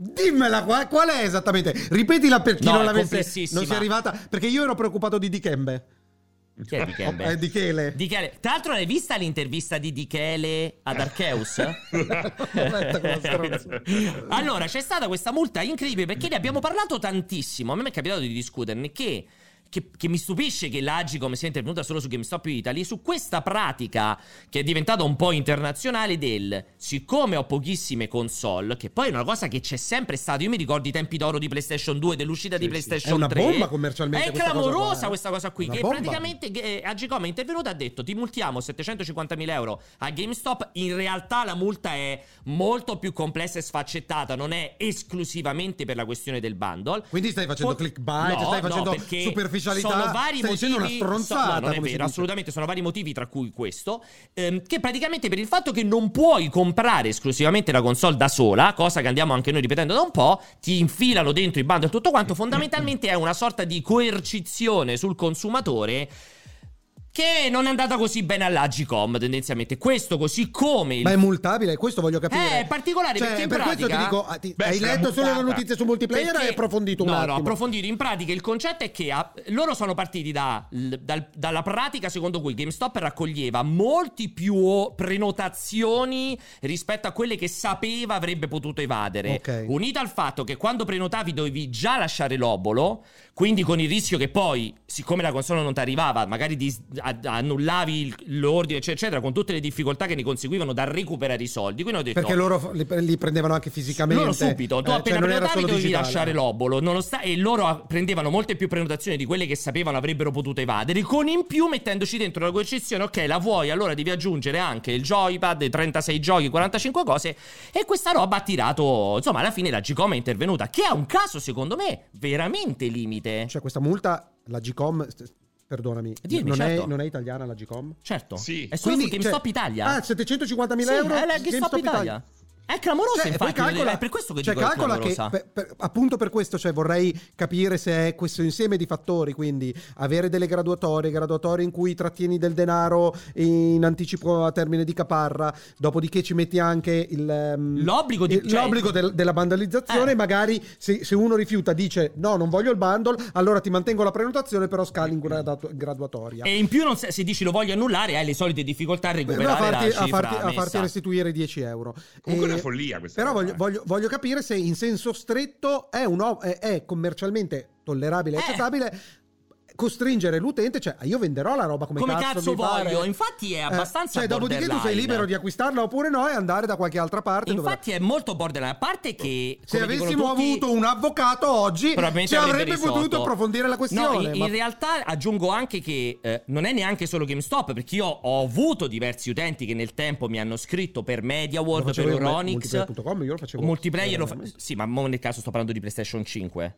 S1: Dimmela qua- qual è esattamente? Ripetila per chi
S2: No,
S1: non
S2: è
S1: l'avesse
S2: complessissima.
S1: non sia arrivata perché io ero preoccupato di Dikembe.
S2: Chi è Di Chele?
S1: Oh, eh, di Chele.
S2: Di Chele. Tra l'altro, l'hai vista l'intervista di Di Chele ad Arceus?
S1: Aspetta, come stronzo.
S2: allora, c'è stata questa multa incredibile perché ne abbiamo parlato tantissimo. A me mi è capitato di discuterne che. Che, che mi stupisce che l'Agicom sia intervenuta solo su GameStop Italy su questa pratica che è diventata un po' internazionale del siccome ho pochissime console che poi è una cosa che c'è sempre stata io mi ricordo i tempi d'oro di PlayStation 2 dell'uscita
S4: Sì,
S2: di
S1: È
S4: sì.
S2: PlayStation
S1: una
S2: 3
S1: bomba commercialmente
S2: è
S1: questa cosa
S2: clamorosa
S1: qua, eh.
S2: questa cosa qui.
S1: Una
S2: Che
S1: bomba.
S2: praticamente eh, Agicom è intervenuta e ha detto: Ti multiamo 750.000 euro a GameStop. In realtà la multa è molto più complessa e sfaccettata, non è esclusivamente per la questione del bundle.
S1: Quindi stai facendo
S2: Po-
S1: clickbait,
S2: No,
S1: stai
S2: no,
S1: facendo
S2: perché
S1: superficialità,
S2: Sono vari
S1: stai dicendo una
S2: motivi-
S1: stronzata,
S2: no, non è
S1: come si
S2: vero,
S1: dice.
S2: assolutamente sono vari motivi, tra cui questo. ehm, che praticamente per il fatto che non puoi comprare esclusivamente la console da sola, cosa che andiamo anche noi ripetendo da un po', ti infilano dentro i bundle e tutto quanto. Fondamentalmente è una sorta di coercizione sul consumatore. Che non è andata così bene all'Agicom, tendenzialmente. Questo così come il
S1: Ma è multabile, questo voglio capire.
S2: Eh, è particolare,
S1: Cioè,
S2: perché in
S1: per questo ti
S2: pratica-
S1: dico, ah, ti-
S4: Beh,
S1: hai
S4: sarà
S1: letto solo le
S4: buttata.
S1: notizie su multiplayer o
S2: Perché-
S1: hai approfondito un
S2: no,
S1: attimo?
S2: No, approfondito. In pratica il concetto è che ah, loro sono partiti da- l- dal- dalla pratica secondo cui GameStop raccoglieva molti più o- prenotazioni rispetto a quelle che sapeva avrebbe potuto evadere.
S1: Ok.
S2: Unita al fatto che quando prenotavi dovevi già lasciare l'obolo, quindi con il rischio che poi, siccome la console non ti arrivava, magari dis- a- annullavi il- l'ordine, eccetera, eccetera, con tutte le difficoltà che ne conseguivano da recuperare i soldi. Quindi ho detto,
S1: Perché loro li, li prendevano anche fisicamente.
S2: loro subito, tu
S1: Eh,
S2: appena
S1: cioè, non era
S2: prenotavi
S1: solo
S2: dovevi
S1: digitale.
S2: lasciare l'obolo nonostan- e loro a- prendevano molte più prenotazioni di quelle che sapevano avrebbero potuto evadere, con in più mettendoci dentro la coercizione, ok la vuoi, allora devi aggiungere anche il joypad, i 36 giochi, 45 cose e questa roba ha tirato, insomma alla fine la Gcom è intervenuta, che è un caso secondo me veramente limite.
S1: Cioè, questa multa, la Gcom, st- perdonami,
S2: Dimmi,
S1: non,
S2: certo.
S1: è, non è italiana la Gcom?
S2: Certo,
S4: Sì.
S2: è solo su
S1: Quindi,
S2: GameStop
S1: cioè,
S2: Italia.
S1: Ah, 750.000
S2: Sì,
S1: euro?
S2: è la GameStop Italia. È clamorosa
S1: Cioè, e poi
S2: infatti,
S1: calcola-
S2: è per questo che
S1: cioè,
S2: dico che è
S1: calcola che
S2: clamorosa.
S1: per- per- appunto per questo cioè, vorrei capire se è questo insieme di fattori, quindi avere delle graduatorie, graduatorie in cui trattieni del denaro in anticipo a termine di caparra, dopodiché ci metti anche il, ehm,
S2: L'obbligo di-
S1: il-
S2: cioè-
S1: l'obbligo del- della bandalizzazione,
S2: Eh.
S1: magari se, se uno rifiuta dice no non voglio il bundle, allora ti mantengo la prenotazione però scali in gradu- graduatoria.
S2: E in più, non se, se dici lo voglio annullare, hai le solite difficoltà a
S1: Però a
S2: recuperare
S1: farti,
S2: la
S1: a
S2: cifra
S1: farti- a
S2: messa.
S1: farti restituire 10 euro.
S4: Comunque è
S1: E-
S4: una follia questa.
S1: Però
S4: roba,
S1: voglio,
S4: eh.
S1: voglio- voglio capire se in senso stretto è, un o- è- è commercialmente tollerabile e
S2: Eh.
S1: accettabile. costringere l'utente, cioè io venderò la roba come,
S2: Come
S1: cazzo,
S2: cazzo
S1: mi pare.
S2: voglio? Infatti è
S1: Eh,
S2: abbastanza
S1: Cioè, dopodiché tu sei
S2: borderline.
S1: libero di acquistarla oppure no e andare da qualche altra parte. dove-
S2: Infatti è molto borderline, a parte che...
S1: Se
S2: come dicono
S1: avessimo
S2: tutti,
S1: avuto un avvocato oggi,
S2: probabilmente
S1: ci avrebbe
S2: avrebbe
S1: potuto
S2: risolto.
S1: approfondire la
S2: No,
S1: questione.
S2: in,
S1: ma-
S2: in realtà aggiungo anche che eh, non è neanche solo GameStop, perché io ho avuto diversi utenti che nel tempo mi hanno scritto per
S1: Lo
S2: MediaWorld, per
S1: facevo io,
S2: Euronix.
S1: multiplayer.com, io lo facevo
S2: Multiplayer lo fa-
S1: veramente.
S2: Sì, ma mo nel caso sto parlando di PlayStation 5.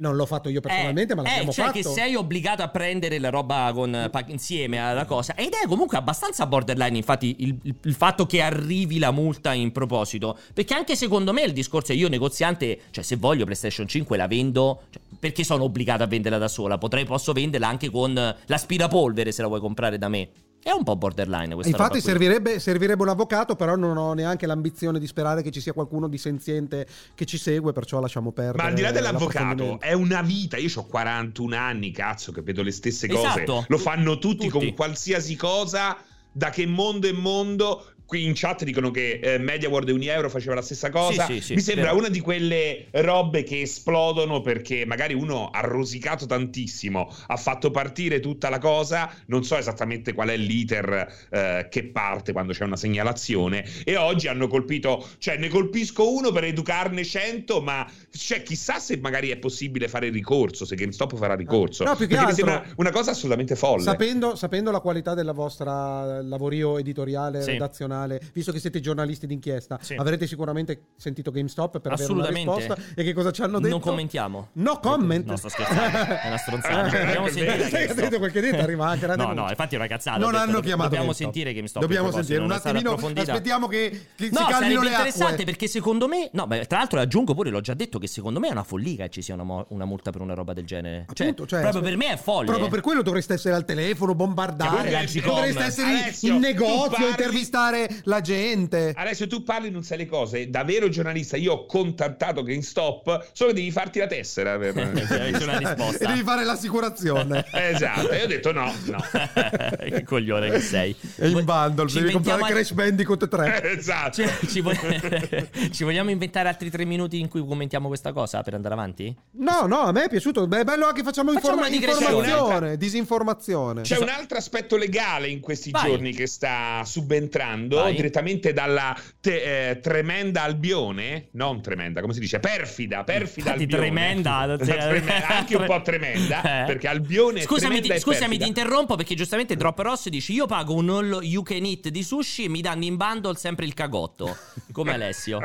S1: Non l'ho fatto io personalmente,
S2: Eh,
S1: ma
S2: eh,
S1: l'abbiamo
S2: cioè
S1: fatto.
S2: che sei obbligato a prendere la roba con, eh, pack- insieme alla cosa. Ed è comunque abbastanza borderline, infatti, il, il- il fatto che arrivi la multa in proposito. Perché anche secondo me il discorso è io negoziante, cioè se voglio PlayStation 5 la vendo, cioè, perché sono obbligato a venderla da sola? Potrei, posso venderla anche con eh, l'aspirapolvere se la vuoi comprare da me. È un po' borderline questa roba
S1: Infatti
S2: qui.
S1: servirebbe, servirebbe un avvocato, però non ho neanche l'ambizione di sperare che ci sia qualcuno di senziente che ci segue, perciò lasciamo perdere.
S4: Ma al di là dell'avvocato,
S1: eh, l'approfondimento.
S4: è una vita. Io ho 41 anni, cazzo, che vedo le stesse cose.
S2: Esatto.
S4: Lo fanno
S2: Tutti.
S4: tutti, con qualsiasi cosa, da che mondo è mondo. Qui in chat dicono che eh, MediaWorld e Unieuro faceva la stessa cosa.
S2: Sì, sì, sì,
S4: Mi sembra
S2: vero.
S4: una di quelle robe che esplodono perché magari uno ha rosicato tantissimo, ha fatto partire tutta la cosa. Non so esattamente qual è l'iter eh, che parte quando c'è una segnalazione. E oggi hanno colpito, cioè ne colpisco uno per educarne 100, ma cioè, chissà se magari è possibile fare ricorso, se GameStop farà ricorso.
S1: No, più che
S4: Perché mi
S1: altro-
S4: sembra una cosa assolutamente folle.
S1: Sapendo, sapendo la qualità della vostra eh, lavorio editoriale,
S2: Sì.
S1: redazionale, visto che siete giornalisti d'inchiesta,
S2: Sì.
S1: avrete sicuramente sentito GameStop per avere una
S2: Assolutamente.
S1: risposta e che cosa ci hanno detto.
S2: Non commentiamo.
S1: No comment.
S2: No, sto scherzando. È una stronzata. Ah, Dobbiamo
S4: Sai
S2: sentire
S1: che ha
S2: GameStop.
S1: detto quel che ha detto, arriva anche la
S2: No,
S1: denuncia.
S2: no, infatti è una cazzata. ho
S1: non
S2: detto,
S1: hanno
S2: dobb-
S1: chiamato
S2: Dobbiamo
S1: GameStop.
S2: sentire GameStop.
S1: Dobbiamo
S2: per
S1: sentire
S2: proposito,
S1: un
S2: non è stata
S1: attimino.
S2: approfondita.
S1: Aspettiamo che, che si
S2: No,
S1: calmino
S2: sarebbe
S1: le
S2: interessante
S1: acque.
S2: perché secondo me. No, ma tra l'altro aggiungo pure, l'ho già detto, che secondo me è una follia che ci sia una, mo- una multa per una roba del genere. Cioè,
S1: Appunto, cioè,
S2: proprio per me è folle.
S1: Proprio per quello dovreste essere al telefono, bombardare,
S2: Che poi è-
S1: dovreste essere
S4: Alessio,
S1: in
S4: tu
S1: negozio,
S4: parli-
S1: intervistare la gente.
S2: Eh,
S4: Adesso tu parli non sai le cose, da vero giornalista io ho contattato GameStop, solo che devi farti la tessera. Per...
S2: C'è una risposta.
S1: e devi fare l'assicurazione.
S4: esatto, e ho detto no, no.
S2: che coglione che sei.
S1: È in bundle,
S2: Ci
S1: devi comprare
S2: inventiamo-
S1: Crash Bandicoot 3.
S4: esatto.
S2: Cioè, ci, vo- ci vogliamo inventare altri tre minuti in cui commentiamo questa cosa per andare avanti?
S1: No, no, a me è piaciuto. Beh, è bello anche facciamo
S2: Facciamo
S1: informa-
S2: una digressione.
S1: informazione, disinformazione.
S4: C'è un altro aspetto legale in questi
S2: Vai.
S4: giorni che sta subentrando
S2: Vai.
S4: direttamente dalla te- eh, tremenda Albione, non tremenda, come si dice? Perfida, perfida
S2: Infatti,
S4: Albione.
S2: tremenda, cioè,
S4: Tremenda, anche un po' tremenda,
S2: Eh.
S4: perché Albione è
S2: Scusami, ti,
S4: tremenda e
S2: scusami
S4: perfida.
S2: ti interrompo perché giustamente Drop Ross dice io pago un all you can eat di sushi e mi danno in bundle sempre il cagotto, come Alessio.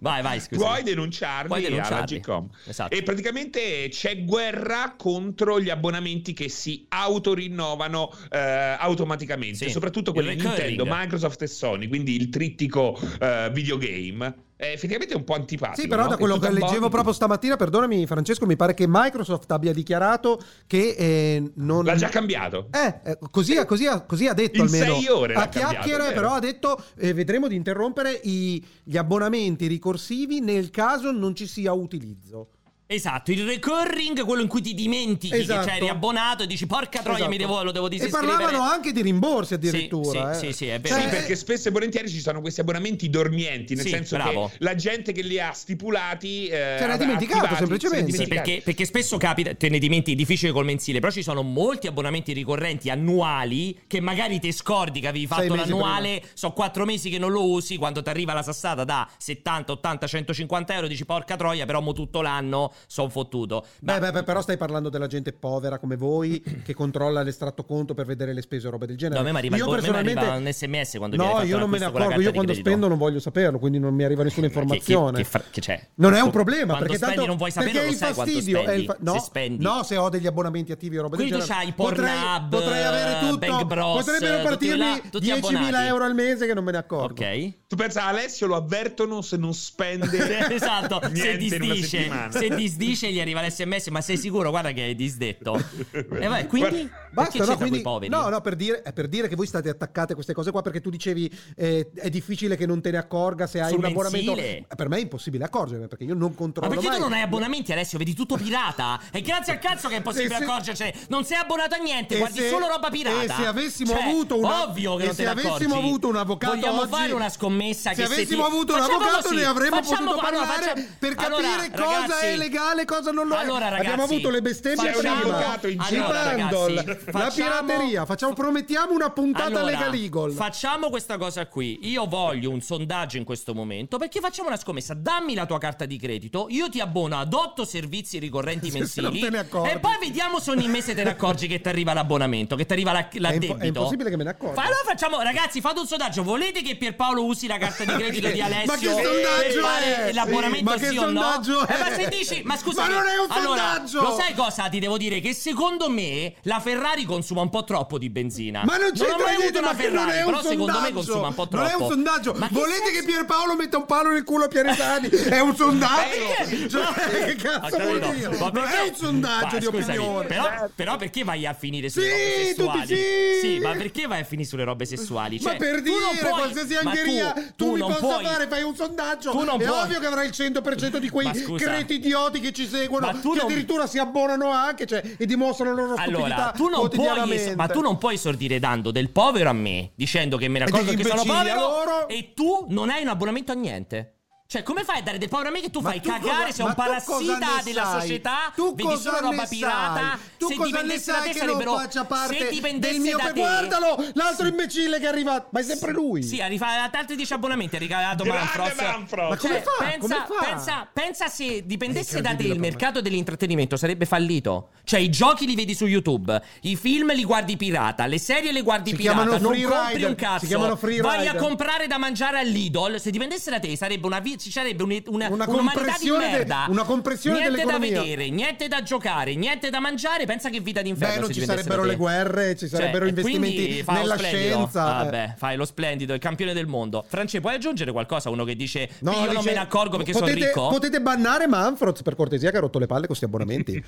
S2: Vai, vai, scusa.
S4: Puoi denunciarli,
S2: Puoi denunciarli.
S4: alla Gcom.
S2: Esatto.
S4: E praticamente c'è guerra contro gli abbonamenti che si autorinnovano eh, automaticamente,
S2: Sì.
S4: soprattutto quelli
S2: Il
S4: di
S2: recurring.
S4: Nintendo, Microsoft e Sony, quindi il trittico eh, videogame. È effettivamente un po' antipatico.
S1: Sì, però
S4: no?
S1: da quello
S4: È
S1: che
S4: tutto un po'
S1: leggevo proprio stamattina, perdonami Francesco, mi pare che Microsoft abbia dichiarato che eh, non...
S4: L'ha già cambiato.
S1: Eh, eh, così, ha- così ha- così ha detto
S4: In
S1: almeno.
S4: sei ore l'ha
S1: a chiacchiere,
S4: cambiato,
S1: però
S4: vero.
S1: ha detto eh, vedremo di interrompere i- gli abbonamenti ricorsivi nel caso non ci sia utilizzo.
S2: Esatto, il recurring, quello in cui ti dimentichi
S1: Esatto.
S2: che c'eri abbonato e dici porca troia,
S1: Esatto.
S2: mi devo, lo devo
S1: E
S2: disiscrivere.
S1: parlavano anche di rimborsi addirittura. eh.
S2: Sì, sì, sì, è
S4: Sì,
S2: vero.
S1: Cioè,
S4: perché spesso e volentieri ci sono questi abbonamenti dormienti, nel
S2: Sì,
S4: senso
S2: bravo.
S4: che la gente che li ha stipulati... Eh,
S1: Se l'ha
S4: ha-
S1: dimenticato,
S4: attivati,
S1: semplicemente.
S4: se l'ha
S2: Sì,
S4: dimenticato.
S2: perché, perché spesso capita, te ne dimentichi, è difficile col mensile, però ci sono molti abbonamenti ricorrenti annuali che magari ti scordi che avevi
S1: Sei
S2: fatto
S1: mesi
S2: l'annuale, so quattro mesi che non lo usi, quando ti arriva la sassata da 70, 80, 150 euro dici porca troia, però mo tutto l'anno sono fottuto.
S1: Beh, beh, beh, però stai parlando della gente povera come voi che controlla l'estratto conto per vedere le spese e robe del genere.
S2: No, a me mi arriva- a me mi arriva un SMS quando viene
S1: No,
S2: fatto
S1: io non me ne
S2: l'acquisto con
S1: accorgo,
S2: la
S1: io
S2: carta
S1: quando
S2: credito.
S1: spendo non voglio saperlo, quindi non mi arriva nessuna
S2: che-
S1: informazione.
S2: che- che fra- che c'è?
S1: Non è un
S2: Quando-
S1: problema,
S2: quando
S1: perché
S2: spendi
S1: tanto
S2: non vuoi saperlo,
S1: perché
S2: lo
S1: il
S2: sai quanto
S1: fastidio è il
S2: spendi,
S1: no,
S2: se spendi.
S1: no, se ho degli abbonamenti attivi e roba
S2: Quindi
S1: del
S2: tu
S1: genere.
S2: c'hai
S1: potrei,
S2: Pornhub,
S1: potrei avere tutto,
S2: Bang Bros,
S1: potrebbero
S2: tutti là,
S1: partirmi
S2: tutti
S1: 10.000
S2: abbonati.
S1: euro al mese che non me ne accorgo.
S2: Ok.
S4: Tu pensa, Alessio lo avvertono se non spende
S2: esatto, se
S4: niente in una
S2: disdice,
S4: settimana.
S2: se disdice gli arriva l'SMS, ma sei sicuro? Guarda che hai disdetto. E vai, Eh, quindi
S4: Guarda-
S2: perché
S1: Basta,
S2: c'entra
S1: no, quindi,
S2: quei poveri?
S1: no, no, per dire, è per dire che voi state attaccate a queste cose qua perché tu dicevi eh, è difficile che non te ne accorga se hai
S2: Sul
S1: un abbonamento.
S2: mensile.
S1: Per me è impossibile accorgermi perché io non
S2: Ma
S1: controllo
S2: perché
S1: mai.
S2: tu non hai abbonamenti Alessio? Vedi tutto pirata. E grazie al cazzo che è possibile
S1: E se-
S2: accorgercene. Non sei abbonato a niente,
S1: E
S2: guardi
S1: se-
S2: solo roba pirata.
S1: e se avessimo
S2: Cioè,
S1: avuto una-
S2: Ovvio che
S1: e
S2: non te
S1: se
S2: ne
S1: avessimo
S2: accorgi.
S1: avuto un avvocato
S2: Vogliamo
S1: oggi
S2: fare una scommessa
S1: Se
S2: che se
S1: avessimo
S2: ti-
S1: avuto un
S2: Facciamo
S1: avvocato
S2: così,
S1: ne avremmo
S2: facciamo-
S1: potuto
S2: allora,
S1: parlare
S2: facciamo-
S1: per capire
S2: allora,
S1: cosa
S2: ragazzi,
S1: è legale, cosa non lo è.
S2: allora, ragazzi,
S1: Abbiamo avuto le bestemmie
S4: facciamo-
S1: prima,
S4: avvocato in
S1: il
S4: giro.
S1: bundle,
S2: ragazzi,
S1: la
S2: facciamo-
S1: pirateria. Facciamo, promettiamo una puntata
S2: Allora,
S1: Lega Legal.
S2: Facciamo questa cosa qui. Io voglio un sondaggio in questo momento perché facciamo una scommessa. Dammi la tua carta di credito, io ti abbono ad 8 servizi ricorrenti
S1: Se
S2: mensili.
S1: non te ne accorgi.
S2: e poi vediamo se ogni mese te ne accorgi che ti arriva l'abbonamento, che ti arriva la, la
S1: È impo-
S2: debito.
S1: è impossibile che me ne accorgi.
S2: Fa- allora facciamo, ragazzi, fate un sondaggio. Volete che Pierpaolo usi la carta di credito di
S1: Ma
S2: Alessio?
S1: che
S2: per
S1: sondaggio
S2: fare
S1: è?
S2: l'abbonamento
S1: Ma che
S2: sì o no?
S1: sondaggio è?
S2: Eh, ma se dici, ma scusa,
S1: Ma non è un
S2: allora,
S1: sondaggio!
S2: Lo sai cosa ti devo dire? Che secondo me la Ferrari consuma un po' troppo di benzina.
S1: Ma non
S2: ho
S1: c'entra
S2: mai
S1: niente,
S2: avuto una
S1: ma che non
S2: Ferrari,
S1: è un
S2: però secondo me
S1: sondaggio.
S2: consuma un po' troppo.
S1: Non è un sondaggio.
S2: Ma che
S1: Volete
S2: senso-
S1: che Pierpaolo metta un palo nel culo a Pianesani? è un sondaggio.
S2: Perché?
S1: Cioè, che cazzo
S2: Ah,
S1: vuol
S2: capito.
S1: dire? Non
S2: Ma
S1: è
S2: perché-
S1: un sondaggio
S2: Ma,
S1: di
S2: scusami,
S1: opinione.
S2: Però, però perché vai a finire sulle
S1: Sì,
S2: robe sessuali?
S1: tutti sì.
S2: ma perché vai a finire sulle robe sessuali? Cioè,
S1: ma per
S2: tu non
S1: dire
S2: puoi-
S1: qualsiasi
S2: ma
S1: angheria tu, mi
S2: non
S1: possa
S2: puoi-
S1: fare fai un sondaggio
S2: Tu non
S1: è
S2: puoi-
S1: ovvio che avrai il 100% di quei
S2: Ma scusa.
S1: creti idioti che ci seguono
S2: Ma
S1: che
S2: tu non-
S1: addirittura si abbonano anche cioè, e dimostrano la loro
S2: Allora,
S1: stupidità
S2: tu non puoi,
S1: quotidianamente
S2: es- ma tu non puoi esordire dando del povero a me, dicendo che me ne
S1: E
S2: accorgo
S1: degli
S2: che sono
S1: imbecilli a
S2: povero
S1: loro.
S2: e tu non hai un abbonamento a niente. Cioè, come fai a dare del povero a me che tu
S1: Ma
S2: fai
S1: tu
S2: cagare?
S1: cosa-
S2: sei un
S1: ma tu cosa
S2: parassita
S1: ne
S2: della
S1: sai?
S2: società,
S1: Tu
S2: vedi solo
S1: cosa
S2: roba
S1: ne
S2: pirata.
S1: sai? Tu
S2: se
S1: cosa ne
S2: dipendesse da
S1: sai
S2: te
S1: che
S2: sarebbero
S1: non faccia parte
S2: se dipendesse
S1: del mio
S2: da
S1: pe-
S2: te.
S1: guardalo l'altro imbecille che è arrivato ma è sempre lui
S2: Sì, ha rifatto altri 10 abbonamenti, ha regalato
S4: Grande
S2: Manfros.
S4: Manfros.
S1: Ma come fa?
S2: Cioè, pensa,
S1: Come fa?
S2: Pensa, pensa se dipendesse
S1: È
S2: da te il
S1: incredibile, eh.
S2: mercato dell'intrattenimento sarebbe fallito. Cioè, i giochi li vedi su YouTube, i film li guardi pirata, le serie le guardi
S1: Si
S2: pirata,
S1: chiamano
S2: non
S1: free
S2: compri
S1: rider,
S2: un cazzo.
S1: si chiamano free
S2: vai
S1: rider.
S2: a comprare da mangiare all'Idol. Se dipendesse da te, sarebbe una vi- ci sarebbe un- una,
S1: Una
S2: un'umanità
S1: compressione
S2: di
S1: de-
S2: merda.
S1: una compressione
S2: niente da
S1: dell'economia.
S2: vedere, niente da giocare, niente da mangiare. Pensa che vita d'inferno
S1: Beh, non
S2: se
S1: ci
S2: dipendesse
S1: sarebbero
S2: da te.
S1: le guerre, ci
S2: Cioè,
S1: sarebbero
S2: e quindi
S1: investimenti
S2: fa Ah, lo
S1: nella
S2: splendido.
S1: scienza. eh.
S2: Vabbè, fai lo splendido, il campione del mondo. France, puoi aggiungere qualcosa? Uno che dice: Io non
S1: dice-
S2: me ne accorgo perché
S1: potete,
S2: sono ricco.
S1: Potete bannare Manfroz per cortesia che ha rotto le palle con questi abbonamenti.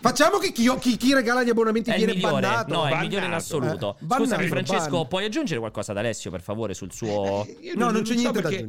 S1: Facciamo che chi, chi- chi regala gli abbonamenti
S2: È il
S1: viene
S2: migliore,
S1: bannato.
S2: no, è il
S4: Bannato.
S2: migliore in assoluto.
S1: Eh, bannato,
S2: Scusami, Francesco,
S1: bannato. Eh,
S2: puoi aggiungere qualcosa ad Alessio, per favore, sul suo.
S4: Io
S1: No, non c'è niente da
S4: perché- Eh,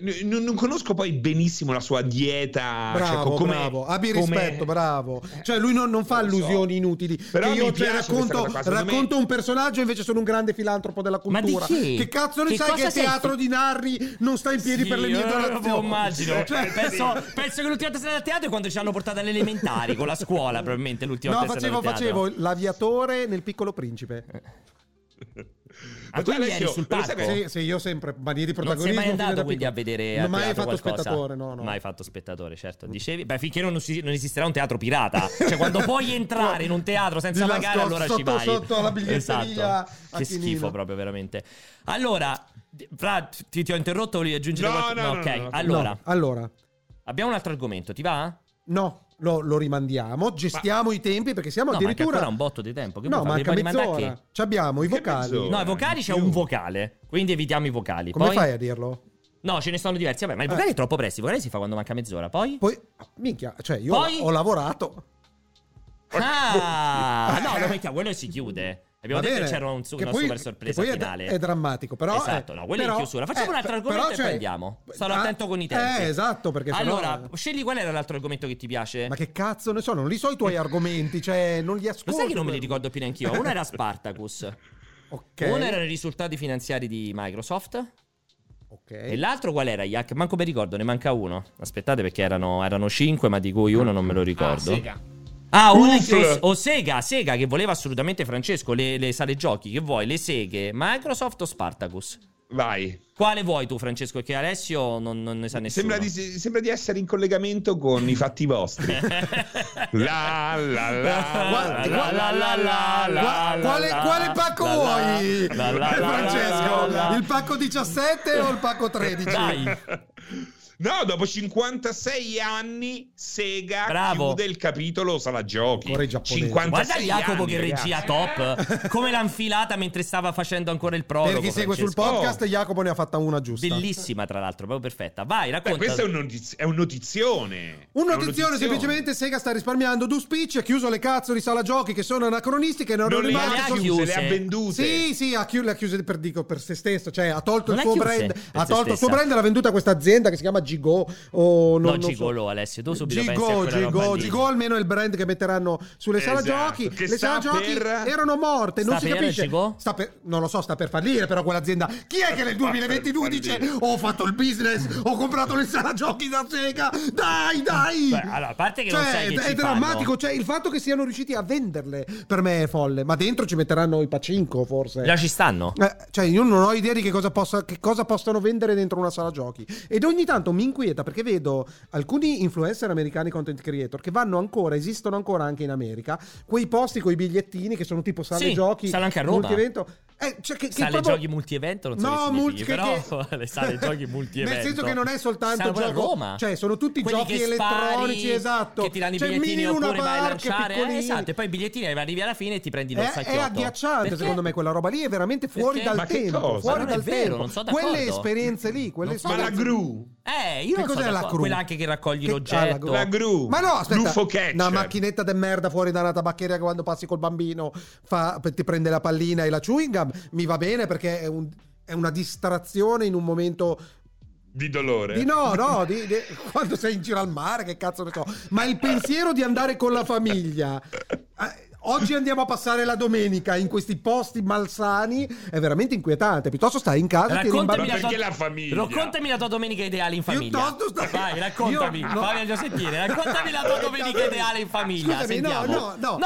S1: aggiungere.
S4: N- Non, non conosco poi benissimo la sua dieta.
S1: Bravo,
S4: cioè, come,
S1: bravo, abbi
S4: come- Eh,
S1: rispetto, bravo. Cioè, lui non, non fa
S4: Non lo so.
S1: allusioni inutili.
S4: Però
S1: che
S4: mi
S1: io te
S4: piace questa
S1: racconto,
S4: cosa, secondo me-
S1: racconto un personaggio, invece sono un grande filantropo della
S2: Ma di
S1: cultura.
S2: chi?
S1: Che cazzo ne
S2: Che
S1: sai che
S2: cosa
S1: il
S2: sei
S1: teatro
S2: tu?
S1: di Narri non sta in piedi
S2: Sì,
S1: per le mie
S2: io lo
S1: donazioni?
S2: immagino.
S1: Cioè-
S2: penso, penso che l'ultima volta stata al teatro è quando ci hanno portato alle elementari con la scuola, probabilmente l'ultima
S1: No,
S2: volta
S1: facevo,
S2: che sono andato al
S1: facevo l'aviatore nel piccolo principe.
S2: Ma
S4: Ma
S2: tu
S4: tu,
S2: ieri
S4: Alessio,
S2: sul
S4: lo sai
S2: palco?
S4: che-
S1: Sì, sì, io sempre maniera di
S2: Eh. Non sei
S1: protagonismo.
S2: mai
S1: fin da
S2: andato quindi a
S1: piccolo.
S2: vedere
S1: Non
S2: a
S1: ho mai
S2: teatro
S1: fatto
S2: qualcosa?
S1: spettatore, no, Mm. no.
S2: Mai fatto spettatore, certo. Dicevi, beh, finché non, si- non esisterà un teatro pirata, cioè quando puoi entrare in un teatro senza
S1: Di
S2: pagare
S1: nascosto,
S2: allora ci
S1: sotto-
S2: vai. Esatto.
S1: sotto alla biglietteria a
S2: Che
S1: Chinino.
S2: schifo proprio veramente. Allora, di- Fra, ti, ti ho interrotto, volevi aggiungere
S4: No,
S2: qualcosa?
S4: no, no,
S2: ok.
S4: no, no.
S2: allora,
S1: No, allora,
S2: abbiamo un altro argomento, ti va?
S1: no, lo, lo rimandiamo, gestiamo i tempi perché siamo
S2: No, manca
S1: addirittura...
S2: ancora un botto di tempo, che
S1: no,
S2: vuoi fare?
S1: manca
S2: Devi mandare
S1: mezz'ora. Ci abbiamo i
S4: Che
S1: vocali.
S4: mezz'ora?
S2: No, ai vocali c'è
S4: Più.
S2: un vocale, quindi evitiamo i vocali.
S1: Come
S2: Poi-
S1: fai a dirlo?
S2: No, ce ne sono diversi, vabbè, ma il
S1: Eh.
S2: vocale è troppo presto, il vocale si fa quando manca mezz'ora, poi...
S1: Poi, minchia, cioè io
S2: Poi?
S1: ho lavorato.
S2: Ah, no, lo mettiamo, quello si chiude. Abbiamo
S1: Va
S2: detto
S1: bene,
S2: che c'era un, su-
S1: che
S2: una
S1: poi-
S2: super
S1: che
S2: sorpresa
S1: poi è-
S2: finale.
S1: È, drammatico, però.
S2: Esatto,
S1: eh,
S2: no, quello è in
S1: però-
S2: chiusura. Facciamo un altro
S1: per-
S2: argomento
S1: però,
S2: e
S1: cioè,
S2: prendiamo. Sarò
S1: ah,
S2: attento con i tempi.
S1: Eh, esatto, perché sennò-
S2: Allora, scegli qual era l'altro argomento che ti piace.
S1: Ma che cazzo ne so, non li so i tuoi argomenti, cioè non li ascolto.
S2: Eh. Lo sai che non me li ricordo più neanch'io? Uno era Spartacus,
S1: Ok.
S2: uno erano i risultati finanziari di Microsoft
S1: Ok.
S2: e l'altro qual era? Yak? Manco mi ricordo, ne manca uno. Aspettate perché erano, erano cinque, ma di cui uno non me lo ricordo. Ah, Sega. uno
S4: Uff.
S2: che- o, o Sega, Sega che voleva assolutamente Francesco, le, le sale giochi, che vuoi, le seghe, Microsoft o Spartacus?
S4: Vai.
S2: Quale vuoi tu, Francesco? Che Alessio non, non ne sa nessuno.
S4: Sembra di, sembra di essere in collegamento con i fatti vostri. la la la
S1: Guarda,
S4: la la la la la
S1: Qua- quale,
S2: la,
S1: quale pacco
S2: la,
S1: vuoi,
S2: la, la, la,
S1: Francesco?
S2: la, la.
S1: Il pacco 17 o il pacco 13?
S2: Dai,
S4: No, dopo 56 anni Sega
S2: Bravo.
S4: chiude il capitolo sala giochi.
S1: Ancora i giapponesi.
S4: 56
S2: guarda Jacopo
S4: anni,
S2: che
S4: ragazzi.
S2: regia top. Come l'ha infilata mentre stava facendo ancora il prologo.
S1: Per chi segue sul
S2: Francesco.
S1: podcast, Jacopo ne ha fatta una giusta.
S2: Bellissima, tra l'altro, proprio perfetta. Vai,
S4: Beh,
S2: racconta.
S4: questa è un, notiz- è un notizione.
S1: Un
S4: È
S1: notizione, semplicemente Sega sta risparmiando due speech, ha chiuso le cazzo di sala giochi che sono anacronistiche e non,
S4: Non
S1: è
S4: le
S2: rimasto-
S4: ha
S1: rimasto
S2: chiuse.
S4: chiuse, le ha vendute.
S1: Sì, sì, ha chiu- le ha chiuse per, dico, per se stesso, cioè ha tolto
S2: Non
S1: il
S2: le ha
S1: suo
S2: chiuse
S1: brand,
S2: per
S1: ha
S2: se
S1: tolto il suo
S2: stessa.
S1: brand e l'ha venduta a questa azienda che si chiama Gigo o non,
S2: no,
S1: non so.
S2: gigolo, Alessio. Tu subito pensi a
S1: Gigo,
S2: quella roba
S1: Gigo,
S2: lì.
S1: Gigo almeno è il brand che metteranno sulle sale
S4: Esatto,
S1: giochi.
S4: che
S1: Le sale
S4: sta
S1: giochi
S4: per-
S1: erano morte, non
S2: Sta
S1: si
S2: per,
S1: capisce.
S2: Gigo?
S1: Sta per- non lo so, sta per fallire però quell'azienda. Chi è che nel 2022 dice
S4: fallire.
S1: ho fatto il business, ho comprato le sale giochi da Sega, dai, dai!
S2: Beh, allora, a parte che
S1: Cioè,
S2: non sai che
S1: è
S2: ci
S1: drammatico,
S2: fanno.
S1: cioè il fatto che siano riusciti a venderle per me è folle, ma dentro ci metteranno i pacinco forse.
S2: Già ci stanno.
S1: Eh, cioè, io non ho idea di che cosa, possa- che cosa possano vendere dentro una sala giochi. Ed ogni tanto mi inquieta perché vedo alcuni influencer americani content creator che vanno ancora, esistono ancora anche in America, quei posti con i bigliettini che sono tipo sale
S2: Sì,
S1: giochi,
S2: sale anche a Roma.
S1: multievento. Eh, cioè, che, che
S2: Sale
S1: proprio-
S2: giochi multievento, non so che
S1: No,
S2: significhi,
S1: multi- che-
S2: però
S1: che-
S2: le sale giochi multievento.
S1: Nel senso che non è soltanto
S2: Stanno pure a
S1: gioco-
S2: Roma.
S1: cioè, sono tutti
S2: Quelli
S1: giochi
S2: che spari,
S1: elettronici, esatto.
S2: Che ti danno i
S1: Cioè,
S2: bigliettini
S1: mini una
S2: oppure vai a
S1: barca,
S2: lanciare.
S1: piccolini.
S2: Eh, esatto, e poi i bigliettini arrivi alla fine e ti prendi
S1: È,
S2: l'orsacchiotto.
S1: è agghiacciante,
S2: Perché?
S1: secondo me, quella roba lì è veramente fuori
S2: Perché?
S1: dal
S4: Ma che
S1: tempo.
S4: cosa?
S1: Fuori
S4: Ma non
S2: è
S1: dal
S2: vero,
S1: tempo.
S2: non sono d'accordo.
S1: quelle esperienze lì, quelle
S2: Non sono
S4: Ma la
S1: esperienze
S4: gru,
S2: Eh, io
S1: Che
S2: non so
S1: cos'è la
S2: d'accordo.
S1: gru?
S2: Quella anche che raccogli
S1: Che- ah, la gru.
S2: l'oggetto.
S4: la gru,
S1: Ma no, aspetta,
S4: Gruffo catcher.
S1: una macchinetta de merda fuori da una tabaccheria che quando passi col bambino fa- ti prende la pallina e la chewing gum, mi va bene perché è, un- è una distrazione in un momento
S4: di dolore.
S1: di no, no, di- di- quando sei in giro al mare, che cazzo ne so, ma il pensiero di andare con la famiglia. eh, Oggi andiamo a passare la domenica in questi posti malsani, è veramente inquietante. Piuttosto stai in casa e ti
S2: Raccontami
S4: Ma
S1: rimbalzi.
S2: la, tua...
S4: perché la famiglia?
S2: raccontami la tua domenica ideale in famiglia.
S1: Piuttosto stai-
S2: Vai, raccontami.
S1: Io- no.
S2: Fammi già sentire. Raccontami la tua domenica ideale in famiglia.
S1: Scusami,
S2: Sentiamo.
S1: no, no, no.
S2: no,
S1: Io-
S2: no,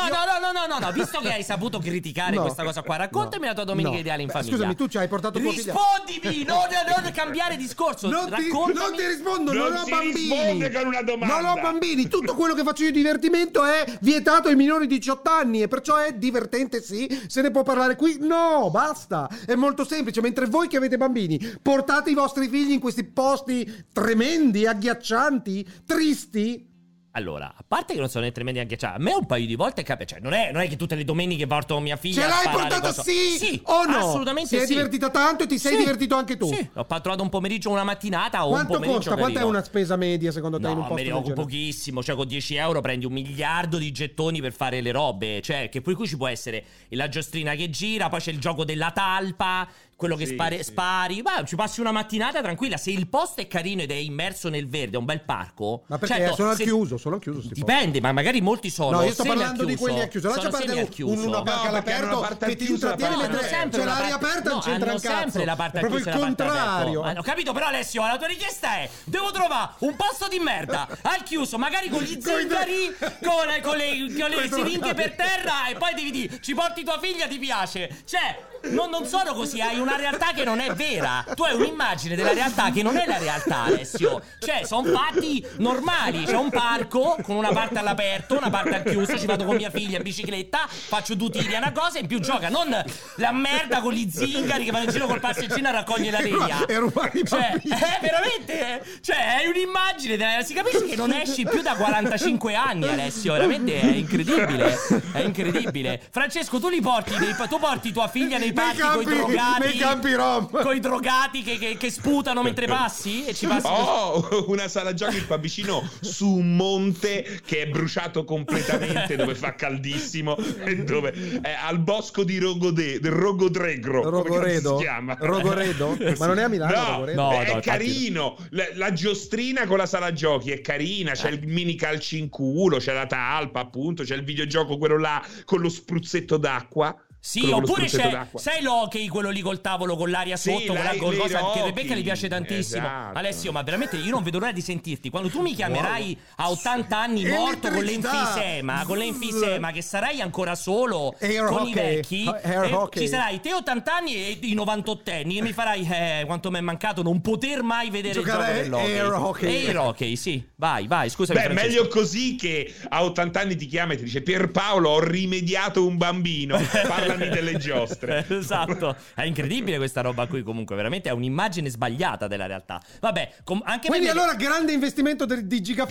S2: no, no, no, no. Visto che hai saputo criticare
S1: No.
S2: questa cosa qua, raccontami
S1: No.
S2: la tua domenica
S1: No.
S2: ideale in
S1: Beh,
S2: famiglia.
S1: scusami, tu ci hai portato tuo figlio-
S2: Rispondimi, non, non, non cambiare discorso.
S1: Non ti,
S2: raccontami.
S1: non ti rispondo, non,
S4: Non
S1: ho
S4: si
S1: bambini.
S4: risponde con una domanda.
S1: Non ho bambini. Tutto quello che faccio io di divertimento è vietato ai minori di 18 anni e perciò è divertente, sì. Se ne può parlare qui? No, basta. È molto semplice. Mentre voi che avete bambini, portate i vostri figli in questi posti tremendi, agghiaccianti, tristi.
S2: Allora, a parte che non sono né tremendi neanche cioè, a me un paio di volte capita, cioè non è, non è che tutte le domeniche porto mia figlia
S1: Ce
S2: a
S1: l'hai
S2: sparare
S1: portata
S2: contro-
S1: sì,
S2: Sì,
S1: o no?
S2: Assolutamente
S1: Ti
S2: sì.
S1: sei divertita tanto e ti sei
S2: Sì.
S1: divertito anche tu?
S2: Sì, ho trovato un pomeriggio, una mattinata o un
S1: Quanto
S2: pomeriggio
S1: costa? Quanto è
S2: carino.
S1: una spesa media secondo te in un
S2: No,
S1: posto
S2: me ne
S1: del
S2: occupo
S1: genere?
S2: pochissimo. Cioè, con 10 euro prendi un miliardo di gettoni per fare le robe. Cioè, che poi qui ci può essere la giostrina che gira, poi c'è il gioco della talpa, quello che
S4: Sì,
S2: spari,
S4: sì.
S2: spari. Ma ci passi una mattinata tranquilla. Se il posto è carino ed è immerso nel verde, è un bel parco.
S1: Ma perché
S2: certo,
S1: sono al
S2: se-
S1: chiuso, sono al chiuso sti posti.
S2: Dipende, ma magari molti sono.
S1: No, io sto
S2: semi
S1: parlando
S2: al
S1: di
S2: chiuso.
S1: quelli al chiuso. Là c'è
S2: Sono
S1: parte
S2: semi al
S1: un-
S2: chiuso.
S1: una barca
S4: No, perché hanno
S1: all'aperto
S4: la
S1: che
S4: parte al
S1: ti
S4: chiuso e la
S1: intrattiene
S4: parte
S1: mentre
S2: hanno
S4: aperta.
S1: c'è
S2: sempre una
S1: l'aria
S2: parte-
S1: aperta e
S2: no,
S1: non c'entra
S2: hanno
S1: un cazzo.
S2: sempre la parte
S1: È proprio il
S2: chiusa e la parte aperta.
S1: contrario.
S2: Ma- Ho capito, però Alessio, la tua richiesta è: devo trovare un posto di merda al chiuso, magari con gli
S1: Coi
S2: zingari,
S1: due-
S2: con, eh, con le, con le
S1: Coi due
S2: siringhe
S1: cavi.
S2: per terra, e poi devi dire: ci porti tua figlia, ti piace. Cioè, non, non sono così, hai una realtà che non è vera. Tu hai un'immagine della realtà che non è la realtà, Alessio. Cioè, sono fatti normali. C'è un parco con una parte all'aperto, una parte al chiuso. Ci vado con mia figlia in bicicletta, faccio due tiri a una cosa, in più gioca. Non la merda con gli zingari che vanno in giro col passeggino a raccogliere la legna.
S1: E rubare i
S2: Cioè,
S1: bambini.
S2: eh, veramente? Cioè, è un'immagine. della- Si capisce che non esci più da 45 anni, Alessio. Veramente è incredibile. È incredibile. Francesco, tu li porti. nei- tu porti tua figlia nei parchi con i
S1: campi-
S2: drogati.
S1: nei campi rom.
S2: Coi drogati che, che- che sputano mentre passi? E ci passi.
S4: Oh, una sala giochi qua vicino su un monte che è bruciato completamente, dove fa caldissimo e dove è al bosco di Rogode, Rogodregro. come
S1: Rogoredo?
S4: cazzo si chiama?
S1: Rogoredo? Ma non è a Milano,
S4: No,
S1: Rogoredo?
S2: No, no,
S4: è
S2: infatti-
S4: carino. La, la giostrina con la sala giochi è carina.
S2: Eh.
S4: C'è il mini calci in culo, c'è la talpa, appunto. C'è il videogioco, quello là con lo spruzzetto d'acqua.
S2: Sì,
S4: Quello con lo
S2: oppure
S4: spruzzetto
S2: c'è.
S4: d'acqua.
S2: Sai l'hockey, quello lì col tavolo, con l'aria
S4: Sì,
S2: sotto, con la
S4: l'hai-
S2: con
S4: le
S2: cosa che
S4: hockey.
S2: Rebecca le piace tantissimo.
S4: Esatto.
S2: Alessio, ma veramente io non vedo l'ora di sentirti. Quando tu mi chiamerai a 80 anni morto con
S1: Elettricità.
S2: l'enfisema, con l'enfisema, che sarai ancora solo
S1: Air
S2: con
S1: hockey.
S2: i vecchi,
S1: Air
S2: e
S1: hockey.
S2: ci sarai te 80 anni e i 98 anni e mi farai, eh, quanto mi è mancato non poter mai vedere
S1: Giocare
S2: il gioco dell'hockey.
S1: air hockey.
S2: Air hockey, sì. Vai, vai, scusami.
S4: Beh,
S2: Francesco.
S4: meglio così che a 80 anni ti chiama e ti dice Pierpaolo, ho rimediato un bambino, parlami delle giostre.
S2: esatto. È incredibile questa roba qui. Comunque, veramente è un'immagine sbagliata della realtà. Vabbè, com- anche
S1: Quindi
S2: perché-
S1: allora grande investimento del- di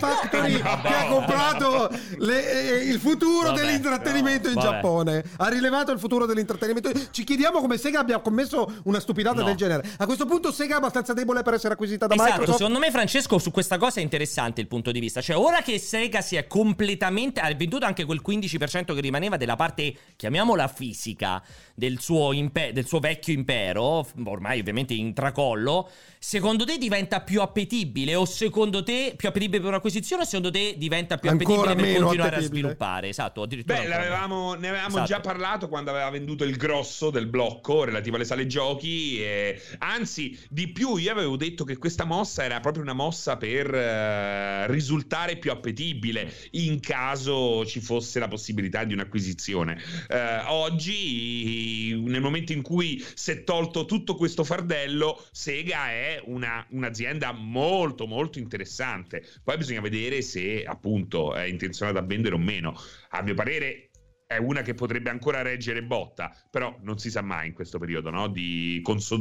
S1: Gigafactory
S2: No, no,
S1: che ha
S2: no.
S1: comprato le- eh, il futuro
S2: Vabbè,
S1: dell'intrattenimento in
S2: no, vabbè.
S1: Giappone. Ha rilevato il futuro dell'intrattenimento. Ci chiediamo come Sega abbia commesso una stupidata
S2: No.
S1: del genere. A questo punto Sega è abbastanza debole per essere acquisita da
S2: Esatto,
S1: Microsoft.
S2: secondo me Francesco su questa cosa è interessante il punto di vista. Cioè, ora che Sega si è completamente ha venduto anche quel 15% che rimaneva della parte chiamiamola fisica del suo, impe- del suo vecchio impero, f- ormai ovviamente in tracollo, secondo te diventa più appetibile o secondo te più appetibile per un'acquisizione o secondo te diventa più
S1: Ancora
S2: appetibile per
S1: meno
S2: continuare
S1: appetibile.
S2: a sviluppare? Esatto, addirittura
S4: Beh,
S2: ancora meno.
S4: l'avevamo- ne avevamo
S2: Esatto.
S4: già parlato quando aveva venduto il grosso del blocco relativo alle sale giochi. e- Anzi, di più, io avevo detto che questa mossa era proprio una mossa per eh, risultare più appetibile in caso ci fosse la possibilità di un'acquisizione. Eh, oggi, nel momento in cui si è tolto tutto questo fardello, Sega è una- un'azienda molto, molto interessante. Poi bisogna vedere se appunto è intenzionata a vendere o meno a mio parere è una che potrebbe ancora reggere botta, però non si sa mai in questo periodo no? di conso-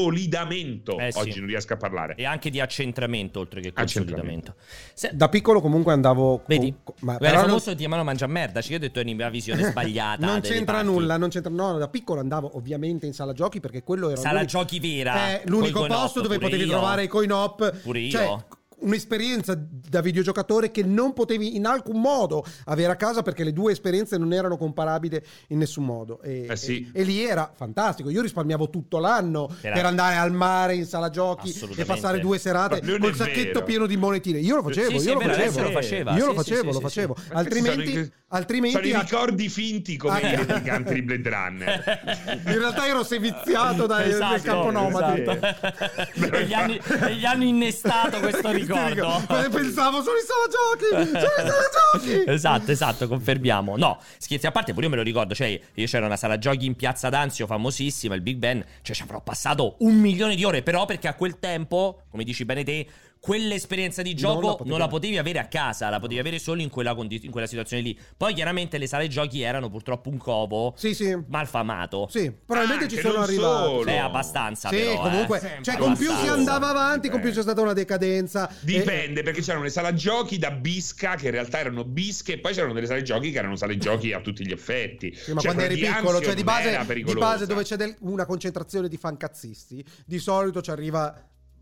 S4: consolidamento.
S2: Eh sì.
S4: Oggi non riesco a parlare.
S2: E anche di accentramento oltre che
S4: Accentramento.
S2: consolidamento. Se-
S1: Da piccolo comunque andavo... con-
S2: Vedi?
S1: con- ma
S2: Era
S1: però non-
S2: famoso ti chiamano mangia merda, ci ho detto è una visione sbagliata.
S1: non
S2: delle
S1: c'entra
S2: parti.
S1: nulla, non c'entra no, da piccolo andavo ovviamente in sala giochi perché quello era
S2: Sala
S1: l'unico-
S2: giochi vera.
S1: è l'unico
S2: col
S1: posto
S2: Coinop,
S1: dove
S2: pure
S1: potevi
S2: io.
S1: trovare i coin-op,
S2: Pure io.
S1: cioè un'esperienza da videogiocatore che non potevi in alcun modo avere a casa perché le due esperienze non erano comparabili in nessun modo e,
S4: Eh sì.
S1: e- e lì era fantastico io risparmiavo tutto l'anno
S2: Era-
S1: per andare al mare in sala giochi e
S2: Assolutamente.
S1: passare due serate
S4: Proprio non
S1: col
S4: è
S1: sacchetto
S4: vero.
S1: pieno di monetine io lo facevo
S2: Sì, sì,
S1: io lo
S2: è vero, adesso
S1: facevo
S2: lo faceva.
S1: io lo
S2: Sì, sì,
S1: facevo
S2: sì,
S1: lo
S2: sì,
S1: facevo
S2: sì.
S4: Ma questi
S1: altrimenti
S4: sono i-
S1: altrimenti
S4: sono i
S1: a-
S4: ricordi finti come
S1: Ah.
S4: i replicanti di Blade Runner.
S1: in realtà ero seviziato dal dal campo nomadi
S2: esatto. e, gli hanno, e gli hanno innestato questo
S1: Ti dico,
S2: ricordo.
S1: ma pensavo sono i solo giochi, sono i solo giochi.
S2: Esatto, esatto, confermiamo. No, scherzi a parte, pure io me lo ricordo. Cioè, io c'era una sala giochi in piazza d'Anzio famosissima, il Big Ben. Cioè, ci avrò passato un milione di ore, però, perché a quel tempo, come dici bene te, quell'esperienza di gioco non la potevi, avere a casa, la potevi avere solo in quella, condi- in quella situazione lì. Poi, chiaramente, le sale giochi erano purtroppo un covo
S1: Sì, sì.
S2: malfamato.
S1: Sì, probabilmente ci
S4: Anche,
S1: sono
S4: Ah, non
S1: arrivati.
S4: solo.
S2: Beh, Cioè, abbastanza,
S1: Sì,
S2: però, eh.
S1: comunque, cioè, con più si
S2: abbastanza.
S1: andava avanti, con più c'è
S4: Dipende.
S1: stata una decadenza. E- eh,
S4: Dipende, perché c'erano le sale giochi da bisca, che in realtà erano bische, e poi c'erano delle sale giochi che erano sale giochi a tutti gli effetti.
S1: Sì, ma quando
S4: Cioè, quella
S1: eri
S4: di
S1: piccolo,
S4: Anzio
S1: cioè di
S4: non era
S1: base, di
S4: pericolosa.
S1: base dove c'è del- una concentrazione di fancazzisti, di solito ci arriva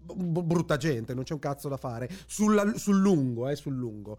S1: b- b- brutta gente, non c'è un cazzo da fare. Sulla- sul lungo, eh, sul lungo.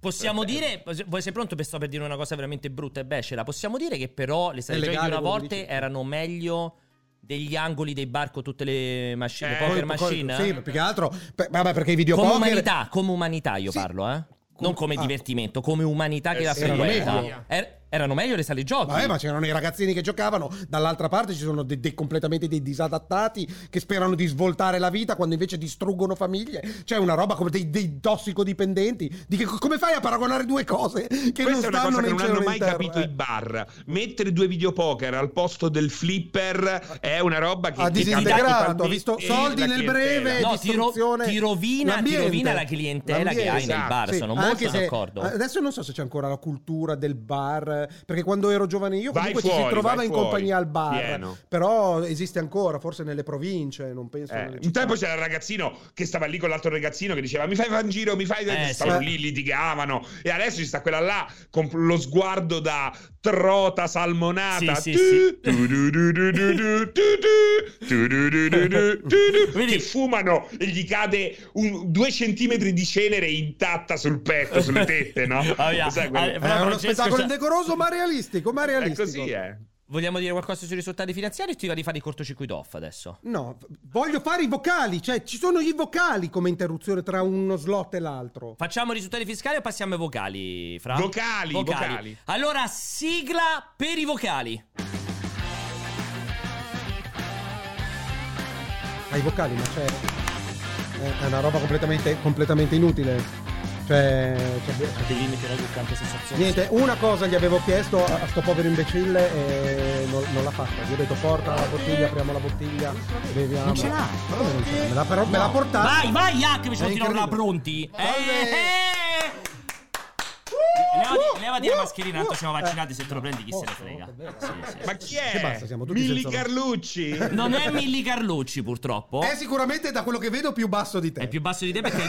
S2: Possiamo dire, pos- voi sei pronto per sto per dire una cosa veramente brutta e becera, possiamo dire che però le sale
S1: È
S2: giochi di
S1: legale
S2: una
S1: quello che
S2: volta
S1: dici.
S2: erano meglio degli angoli dei bar con tutte le machine,
S4: Eh,
S2: le poker
S1: Poi- poi-
S2: machine?
S1: Sì, ma più che altro, per- vabbè, perché i
S2: come
S1: videopoker...
S2: umanità, come umanità io
S1: Sì.
S2: parlo, eh?
S1: Come-
S2: non come
S1: ah.
S2: divertimento, come umanità che
S4: Eh
S2: la
S4: sì, erano
S2: frequenta.
S1: meglio.
S2: Er- erano meglio le sale giochi?
S1: Vabbè, ma c'erano i ragazzini che giocavano, dall'altra parte ci sono dei, dei- completamente dei disadattati che sperano di svoltare la vita quando invece distruggono famiglie. C'è una roba come dei, dei tossicodipendenti. Di che- come fai a paragonare due cose che non
S4: Questa è una
S1: stanno
S4: cosa
S1: né
S4: che
S1: in
S4: non
S1: cielo
S4: hanno
S1: né in
S4: mai
S1: terra,
S4: capito
S1: eh.
S4: i bar. Mettere due videopoker al posto del flipper è una roba che
S1: Ha
S4: che cambia
S1: disintegrato,
S4: totalmente
S1: ha visto soldi
S4: la
S1: nel
S4: clientela.
S1: breve,
S2: No, ti ro-
S1: distruzione.
S2: ti rovina- ti
S1: l'ambiente.
S2: rovina la clientela
S1: L'ambiente,
S2: che hai nel bar, sono molto
S1: Anche se-
S2: d'accordo.
S1: Adesso non so se c'è ancora la cultura del bar, eh, perché quando ero giovane io
S4: Vai
S1: comunque ci si
S4: fuori,
S1: trovava
S4: vai
S1: in
S4: fuori.
S1: compagnia al bar.
S4: Pieno.
S1: Però esiste ancora, forse nelle province, non penso.
S4: Eh,
S1: nelle
S4: un
S1: città.
S4: tempo c'era il ragazzino che stava lì con l'altro ragazzino che diceva mi fai fare un giro, mi fai...
S2: Eh,
S4: Stavano
S1: sì.
S4: lì, litigavano. E adesso ci sta quella là con lo sguardo da trota salmonata.
S2: Sì, sì,
S4: Tu,
S2: sì.
S4: tu, du, du, du, du, du, tu, du, tu, du, du, du, du, du,
S2: Vedi?
S4: Che fumano e gli cade un- due centimetri di cenere intatta sul petto, sulle tette, no?
S2: Ah, via.
S4: Sai, quelle-
S2: Ah,
S1: È uno
S2: Francesco,
S1: spettacolo
S2: cioè-
S1: indecoroso ma realistico, ma
S4: È
S1: realistico.
S4: così, eh.
S2: Vogliamo dire qualcosa sui risultati finanziari o ti va di fare il cortocircuito off adesso?
S1: No, v- voglio fare i vocali, cioè ci sono i vocali come interruzione tra uno slot e l'altro.
S2: Facciamo i risultati fiscali o passiamo ai vocali, Fra?
S4: Vocali, vocali.
S2: Allora, sigla per i vocali.
S1: Ai vocali, ma c'è è- è una roba completamente, completamente inutile. Cioè, cioè,
S2: Devi mettere tante sensazioni.
S1: niente, una cosa gli avevo chiesto a, a sto povero imbecille e non, non l'ha fatta. Gli ho detto porta la bottiglia, apriamo la bottiglia, beviamo.
S2: Non ce l'ha.
S1: Ma come non ce l'ha? Me l'ha, però, me l'ha portata.
S2: Vai, vai, Hack, mi
S1: È
S2: sono tirato la
S1: incredibile.
S2: pronti. Eh,
S1: Vabbè.
S2: eh. Levati, levati la mascherina, tanto siamo
S1: Eh.
S2: vaccinati, se te lo prendi chi se
S1: Oh,
S2: ne frega.
S1: oh, che bello.
S2: Sì, sì.
S4: Ma chi
S1: E
S4: è?
S1: basta, siamo tutti
S4: Milli
S1: senza-
S4: Carlucci?
S2: Non è Milli Carlucci, purtroppo.
S1: eh, È sicuramente da quello che vedo più basso di te.
S2: È più basso di te perché il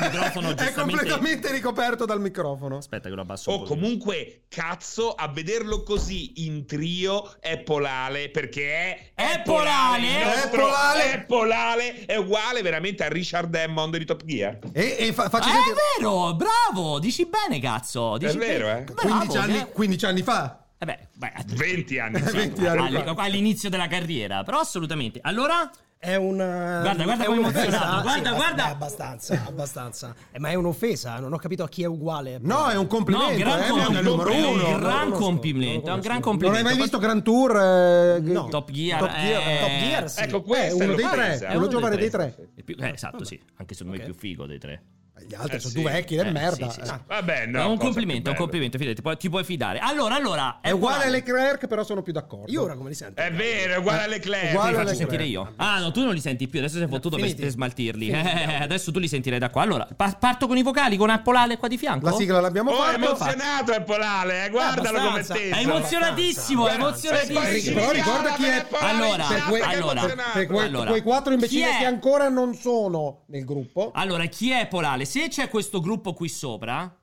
S2: microfono
S1: È
S2: giustamente...
S1: completamente ricoperto dal microfono.
S2: Aspetta che lo abbasso
S4: O
S2: un
S4: oh,
S2: po'.
S4: comunque, cazzo, a vederlo così in trio è polale perché è.
S2: È polale!
S4: il nostro
S1: È polale!
S4: È polale! È uguale veramente a Richard Hammond di Top Gear.
S1: E, e fa- facci
S2: Ah,
S1: sentire-
S2: è vero, bravo, dici bene, cazzo. Dici
S4: È vero,
S2: bene.
S4: eh.
S2: Bravo,
S1: 15 anni,
S2: eh.
S1: 15 anni fa.
S2: Eh beh, beh,
S4: 20 anni fa.
S1: 20 anni
S2: all- all'inizio della carriera, però assolutamente. Allora,
S1: Eh,
S3: È una.
S2: Guarda, guarda
S3: è
S2: come
S3: un'offesa.
S2: emozionato,
S3: Sì,
S2: guarda,
S3: abbast-
S2: guarda.
S3: eh, Abbastanza, abbastanza. Eh, ma è un'offesa, non ho capito a chi è uguale.
S1: No, è un
S2: no,
S1: complimento.
S2: gran
S1: eh,
S2: complimento,
S1: è il numero
S2: un
S1: uno.
S3: non lo
S2: gran
S3: conosco,
S2: complimento,
S3: non
S2: è un
S3: lo
S2: gran
S3: conosco.
S1: Non hai
S2: complimento.
S1: mai visto Gran Tour? eh,
S3: No.
S2: Top Gear?
S3: Top Gear,
S2: eh,
S3: Top Gear, sì.
S4: Ecco,
S1: Eh,
S4: questo
S1: uno dei tre,
S2: È
S1: quello
S2: uno
S1: giovane dei tre.
S2: Il più- eh, esatto, sì, anche secondo me
S3: Ok.
S2: il più figo dei tre.
S1: Gli altri
S4: Eh,
S1: sono
S4: sì.
S1: due vecchi del
S2: Eh,
S1: merda.
S2: sì, sì, sì.
S1: eh.
S4: Vabbè, no.
S2: è un
S4: cosa
S2: complimento, è
S4: più
S2: un
S4: bella.
S2: complimento, fidati, puoi- ti puoi fidare. Allora, allora,
S1: È uguale a Leclerc, però sono più d'accordo.
S3: Io ora come li sento?
S4: È vero, è uguale alle Leclerc.
S1: Uguale
S2: Li faccio
S1: Leclerc.
S2: sentire io. Ah, no, tu non li senti più. Adesso sei fottuto per
S3: finiti.
S2: per smaltirli.
S3: Finiti,
S2: Eh,
S3: andiamo.
S2: adesso tu li sentirai da qua. Allora, pa- parto con i vocali con Appolale qua di fianco.
S1: La sigla l'abbiamo
S4: Oh, è
S1: fatta.
S4: emozionato il Polale, eh, guardalo come
S3: Abbastanza.
S4: teso.
S2: È emozionatissimo, è
S3: Guarda,
S2: emozionatissimo.
S1: poi ci Però ricorda chi è-
S2: Allora, allora, Eh,
S1: Per que-
S2: Allora,
S1: quei quattro
S2: chi
S1: imbecilli
S2: è? Ah,
S1: che ancora non sono nel gruppo.
S2: Allora, chi è Polale? Se c'è questo gruppo qui sopra,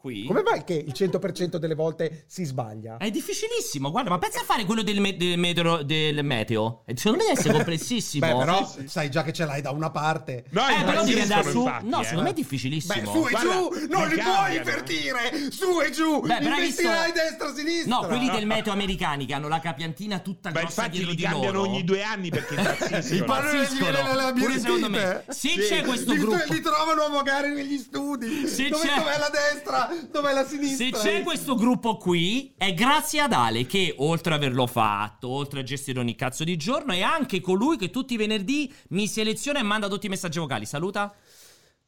S2: qui.
S1: Come mai che il 100% delle volte si sbaglia?
S2: È difficilissimo, guarda, ma pensa a fare quello del, me- del meteo, del meteo. E Secondo me deve essere complessissimo.
S1: Beh, però sai già che ce l'hai da una parte.
S4: No,
S2: eh, però devi andare su. no, secondo me è
S1: eh. Beh,
S2: difficilissimo.
S1: su e
S4: eh. Guarda,
S1: giù, non
S4: li
S1: li puoi
S4: cambiano.
S1: invertire! Su e giù,
S2: Beh, però hai
S1: investirai
S2: visto-
S1: destra sinistra.
S2: No, quelli del meteo americani che hanno la capiantina tutta
S4: Ma
S2: grossa
S4: infatti
S2: dietro
S4: li
S2: di
S4: cambiano
S2: loro.
S4: ogni due anni perché
S1: Il
S4: impazziscono.
S1: pallone gli viene dalla
S2: Pure secondo me.
S1: birrita.
S2: Se c'è questo
S1: li,
S2: gruppo
S1: Li trovano magari negli studi.
S2: Se
S1: dove,
S2: c'è-
S1: Dov'è la destra? Dov'è la sinistra?
S2: Se c'è questo gruppo qui, è grazie ad Ale che, oltre ad averlo fatto, oltre a gestire ogni cazzo di giorno, è anche colui che tutti i venerdì mi seleziona e manda tutti i messaggi vocali. Saluta.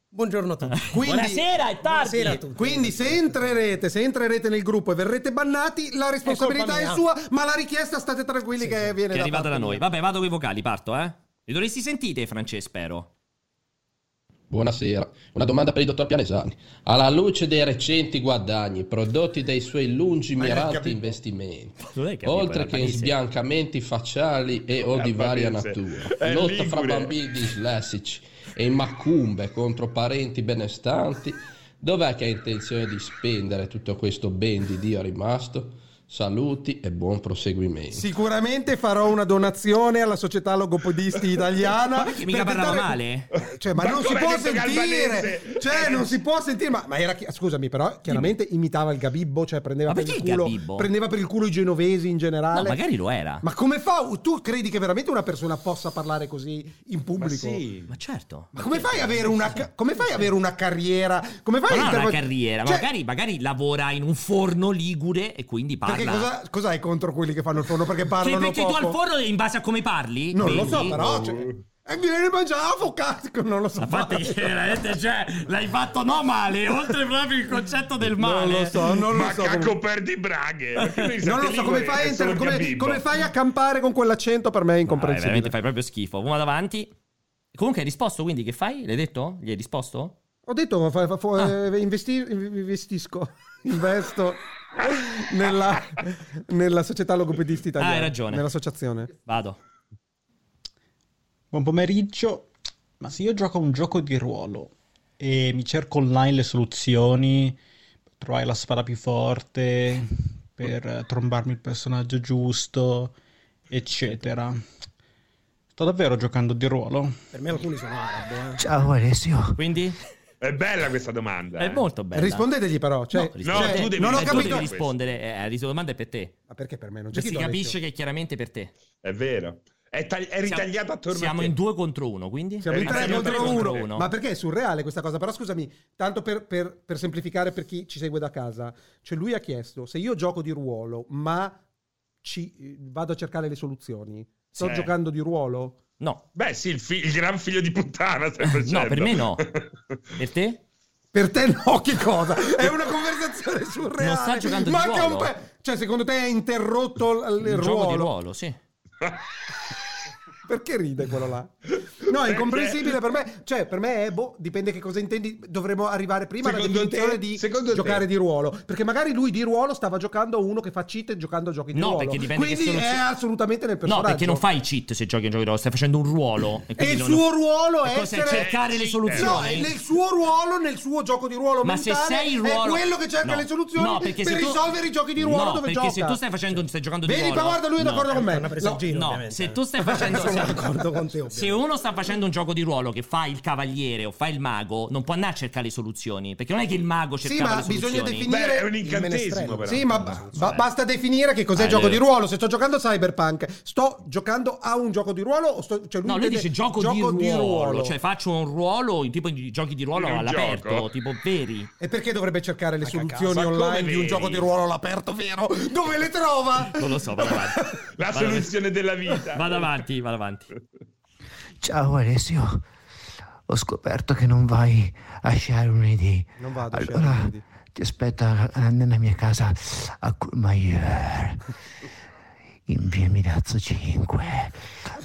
S3: Buongiorno a tutti.
S1: Quindi-
S2: Buonasera, è tardi.
S3: Buonasera a tutti.
S1: Quindi se entrerete, se entrerete nel gruppo e verrete bannati, la responsabilità
S3: colpa
S1: è
S3: mia.
S1: sua, ma la richiesta state tranquilli che viene
S2: Che è
S1: da
S2: arrivata
S1: parte
S2: da noi.
S1: mia.
S2: Vabbè, vado con i vocali, parto, eh. Li dovresti sentite, Francesco, spero.
S5: Buonasera, una domanda per il dottor Pianesani. Alla luce dei recenti guadagni prodotti dai suoi
S1: Ma hai
S5: lungimiranti
S1: capito?
S5: investimenti,
S2: Non è che
S5: oltre
S2: arriva
S5: che
S2: la
S5: in
S2: Tanise.
S5: sbiancamenti facciali e o di varia
S4: Albanese.
S5: natura,
S4: È
S5: lotta fra
S4: ligure.
S5: bambini dislessici e macumbe contro parenti benestanti, dov'è che ha intenzione di spendere tutto questo ben di Dio rimasto? Saluti e buon proseguimento.
S1: Sicuramente farò una donazione alla società logopodisti italiana.
S2: Ma perché mica
S1: per
S2: parlava
S1: tentare-
S2: male?
S1: Cioè, ma,
S4: Ma
S1: non si
S4: come
S1: può
S4: ha detto
S1: sentire,
S4: Galvanese?
S1: cioè, non si può sentire. Ma, ma era chi- scusami, però, chiaramente imitava il Gabibbo, cioè prendeva
S2: Ma
S1: per
S2: perché
S1: il
S2: il
S1: culo,
S2: Gabibbo?
S1: prendeva per il culo i genovesi in generale.
S2: No, magari lo era. Ma,
S1: Ma come fa? Tu credi che veramente una persona possa parlare così in
S4: Ma
S1: pubblico?
S4: sì.
S2: certo.
S1: Ma come fai ad avere una, ca- come fai ad avere una carriera? Come fai
S2: Ma
S1: a
S2: non ha una
S1: intervo-
S2: carriera, ma
S1: Cioè,
S2: magari, magari lavora in un forno ligure e quindi parla.
S1: Perché cosa, cosa hai contro quelli che fanno il forno? Perché
S2: Cioè,
S1: parlano
S2: perché
S1: poco?
S2: tu al forno in base a come parli?
S1: Non lo
S2: Quindi-
S1: so, però... Cioè, e mi viene mangiato la focaccia, non lo so.
S2: A parte che veramente, cioè, l'hai fatto no male, oltre proprio il concetto del male.
S1: Non lo so, non lo
S4: Ma
S1: so.
S4: cacco
S1: come-
S4: perdi braghe. perché noi
S1: Non
S4: siamo
S1: lo so come
S4: liguri,
S1: fai, a
S4: è
S1: entrare-
S4: solo
S1: come,
S4: Gabibbo.
S1: come fai a campare con quell'accento per me è
S2: Dai, veramente
S1: incomprensibile.
S2: fai proprio schifo. Vado avanti. Comunque hai risposto, quindi che fai? L'hai detto? Gli hai risposto?
S1: Ho detto, ma fa- fa- fa-
S2: Ah.
S1: eh, investi- investisco, investo nella, nella società logopedisti italiana.
S2: Ah, hai ragione.
S1: Nell'associazione.
S2: Vado.
S6: Buon pomeriggio, ma se io gioco a un gioco di ruolo e mi cerco online le soluzioni per trovare la spada più forte, per eh, trombarmi il personaggio giusto, eccetera, sto davvero giocando di ruolo?
S3: Per me alcuni sono arabo. eh.
S2: Quindi?
S4: È bella questa domanda.
S2: È
S4: eh.
S2: molto bello.
S1: Rispondetegli però, cioè,
S2: No,
S1: cioè,
S4: No, tu devi-
S1: non ho
S4: eh, tu
S1: capito.
S2: devi rispondere. Eh, la tua domanda è per te.
S1: Ma perché per me non c'è chi
S2: Cioè, si
S1: dona
S2: capisce
S1: i
S2: che è chiaramente per te.
S4: È vero. È, tagli- è
S2: Siamo-
S4: ritagliata attorno
S2: Siamo
S4: a te.
S2: in due contro uno, quindi?
S1: Siamo in
S4: Eh,
S1: tre
S2: Anzi,
S4: siamo
S1: contro,
S4: tre
S1: uno.
S4: contro
S2: uno.
S1: Ma perché è surreale questa cosa? Però scusami, tanto per, per- per semplificare per chi ci segue da casa, cioè lui ha chiesto se io gioco di ruolo, ma ci, vado a cercare le soluzioni. Sto
S4: Sì.
S1: giocando di ruolo?
S2: No,
S4: Beh, sì, il, fi- il gran figlio di puttana. certo. stai
S2: No,
S4: facendo.
S2: per me no. per te?
S1: Per te no, che cosa? È una conversazione surreale.
S2: Non sta giocando di
S1: Manca
S2: ruolo.
S1: un pe- Cioè, secondo te ha interrotto l- il,
S2: Un gioco di
S1: ruolo?
S2: ruolo, sì.
S1: Perché ride quello là? No, è
S4: Perché?
S1: incomprensibile per me. Cioè, per me è boh, dipende che cosa intendi. Dovremmo arrivare prima alla
S4: Secondo
S1: definizione
S4: te?
S1: di
S4: Secondo te?
S1: giocare di ruolo. Perché magari lui di ruolo stava giocando a uno che fa cheat e giocando a giochi di
S2: No,
S1: ruolo.
S2: perché dipende che
S1: Quindi
S2: sono-
S1: è assolutamente nel
S2: No,
S1: personaggio.
S2: perché non fai cheat se giochi un gioco di ruolo, stai facendo un ruolo.
S1: E
S2: quindi
S1: il
S2: non-
S1: suo ruolo è
S2: E cosa è
S1: essere...
S2: cercare le
S4: No,
S1: No,
S2: soluzioni.
S1: è nel suo ruolo, nel suo gioco di ruolo
S2: Ma se
S1: mentale,
S2: sei il ruolo
S1: è quello che cerca
S2: No.
S1: le soluzioni
S2: No,
S1: per
S2: perché se tu-
S1: risolvere i giochi di ruolo
S2: No,
S1: dove
S2: perché
S1: gioca.
S2: se tu stai facendo stai giocando di
S1: Vedi,
S2: ruolo.
S1: ma guarda, lui è
S2: No. cioè,
S1: d'accordo con
S3: È
S1: me.
S3: una presa in
S1: No,
S3: giro,
S2: No,
S3: ovviamente.
S2: se tu stai facendo
S3: Sono d'accordo con te,
S2: Se
S3: ovviamente.
S2: uno sta sta facendo un gioco di ruolo che fa il cavaliere o fa il mago, non può andare a cercare le soluzioni. Perché non è che il mago
S1: Sì,
S2: cercava
S1: ma
S2: le soluzioni.
S1: bisogna definire-
S4: Beh, è un
S1: il
S4: incantesimo,
S3: menestrello.
S4: però.
S1: Sì, ma ba- ba- basta definire che cos'è
S2: Eh,
S1: gioco
S2: eh.
S1: di ruolo. Se sto giocando a Cyberpunk, sto giocando a un gioco di ruolo? O sto, cioè,
S2: No, lui
S1: vede
S2: dice gioco, di, ruolo, cioè faccio un ruolo, tipo di giochi di ruolo
S4: In un
S2: all'aperto,
S4: gioco.
S2: tipo veri.
S1: E perché dovrebbe cercare le
S3: Ma
S1: soluzioni
S4: cacao, ma come
S1: online di un
S4: vedi?
S1: gioco di ruolo all'aperto, vero? Dove le trova?
S2: Non lo so, vado avanti.
S4: La
S2: Vado avanti.
S4: soluzione della vita.
S2: Vado avanti, vado avanti.
S7: Ciao Alessio, ho scoperto che non vai a Sharonidi.
S1: Non vado a
S7: allora,
S1: Sharonidi.
S7: Ti aspetta eh, nella mia casa a Courmayeur, in via Milazzo 5.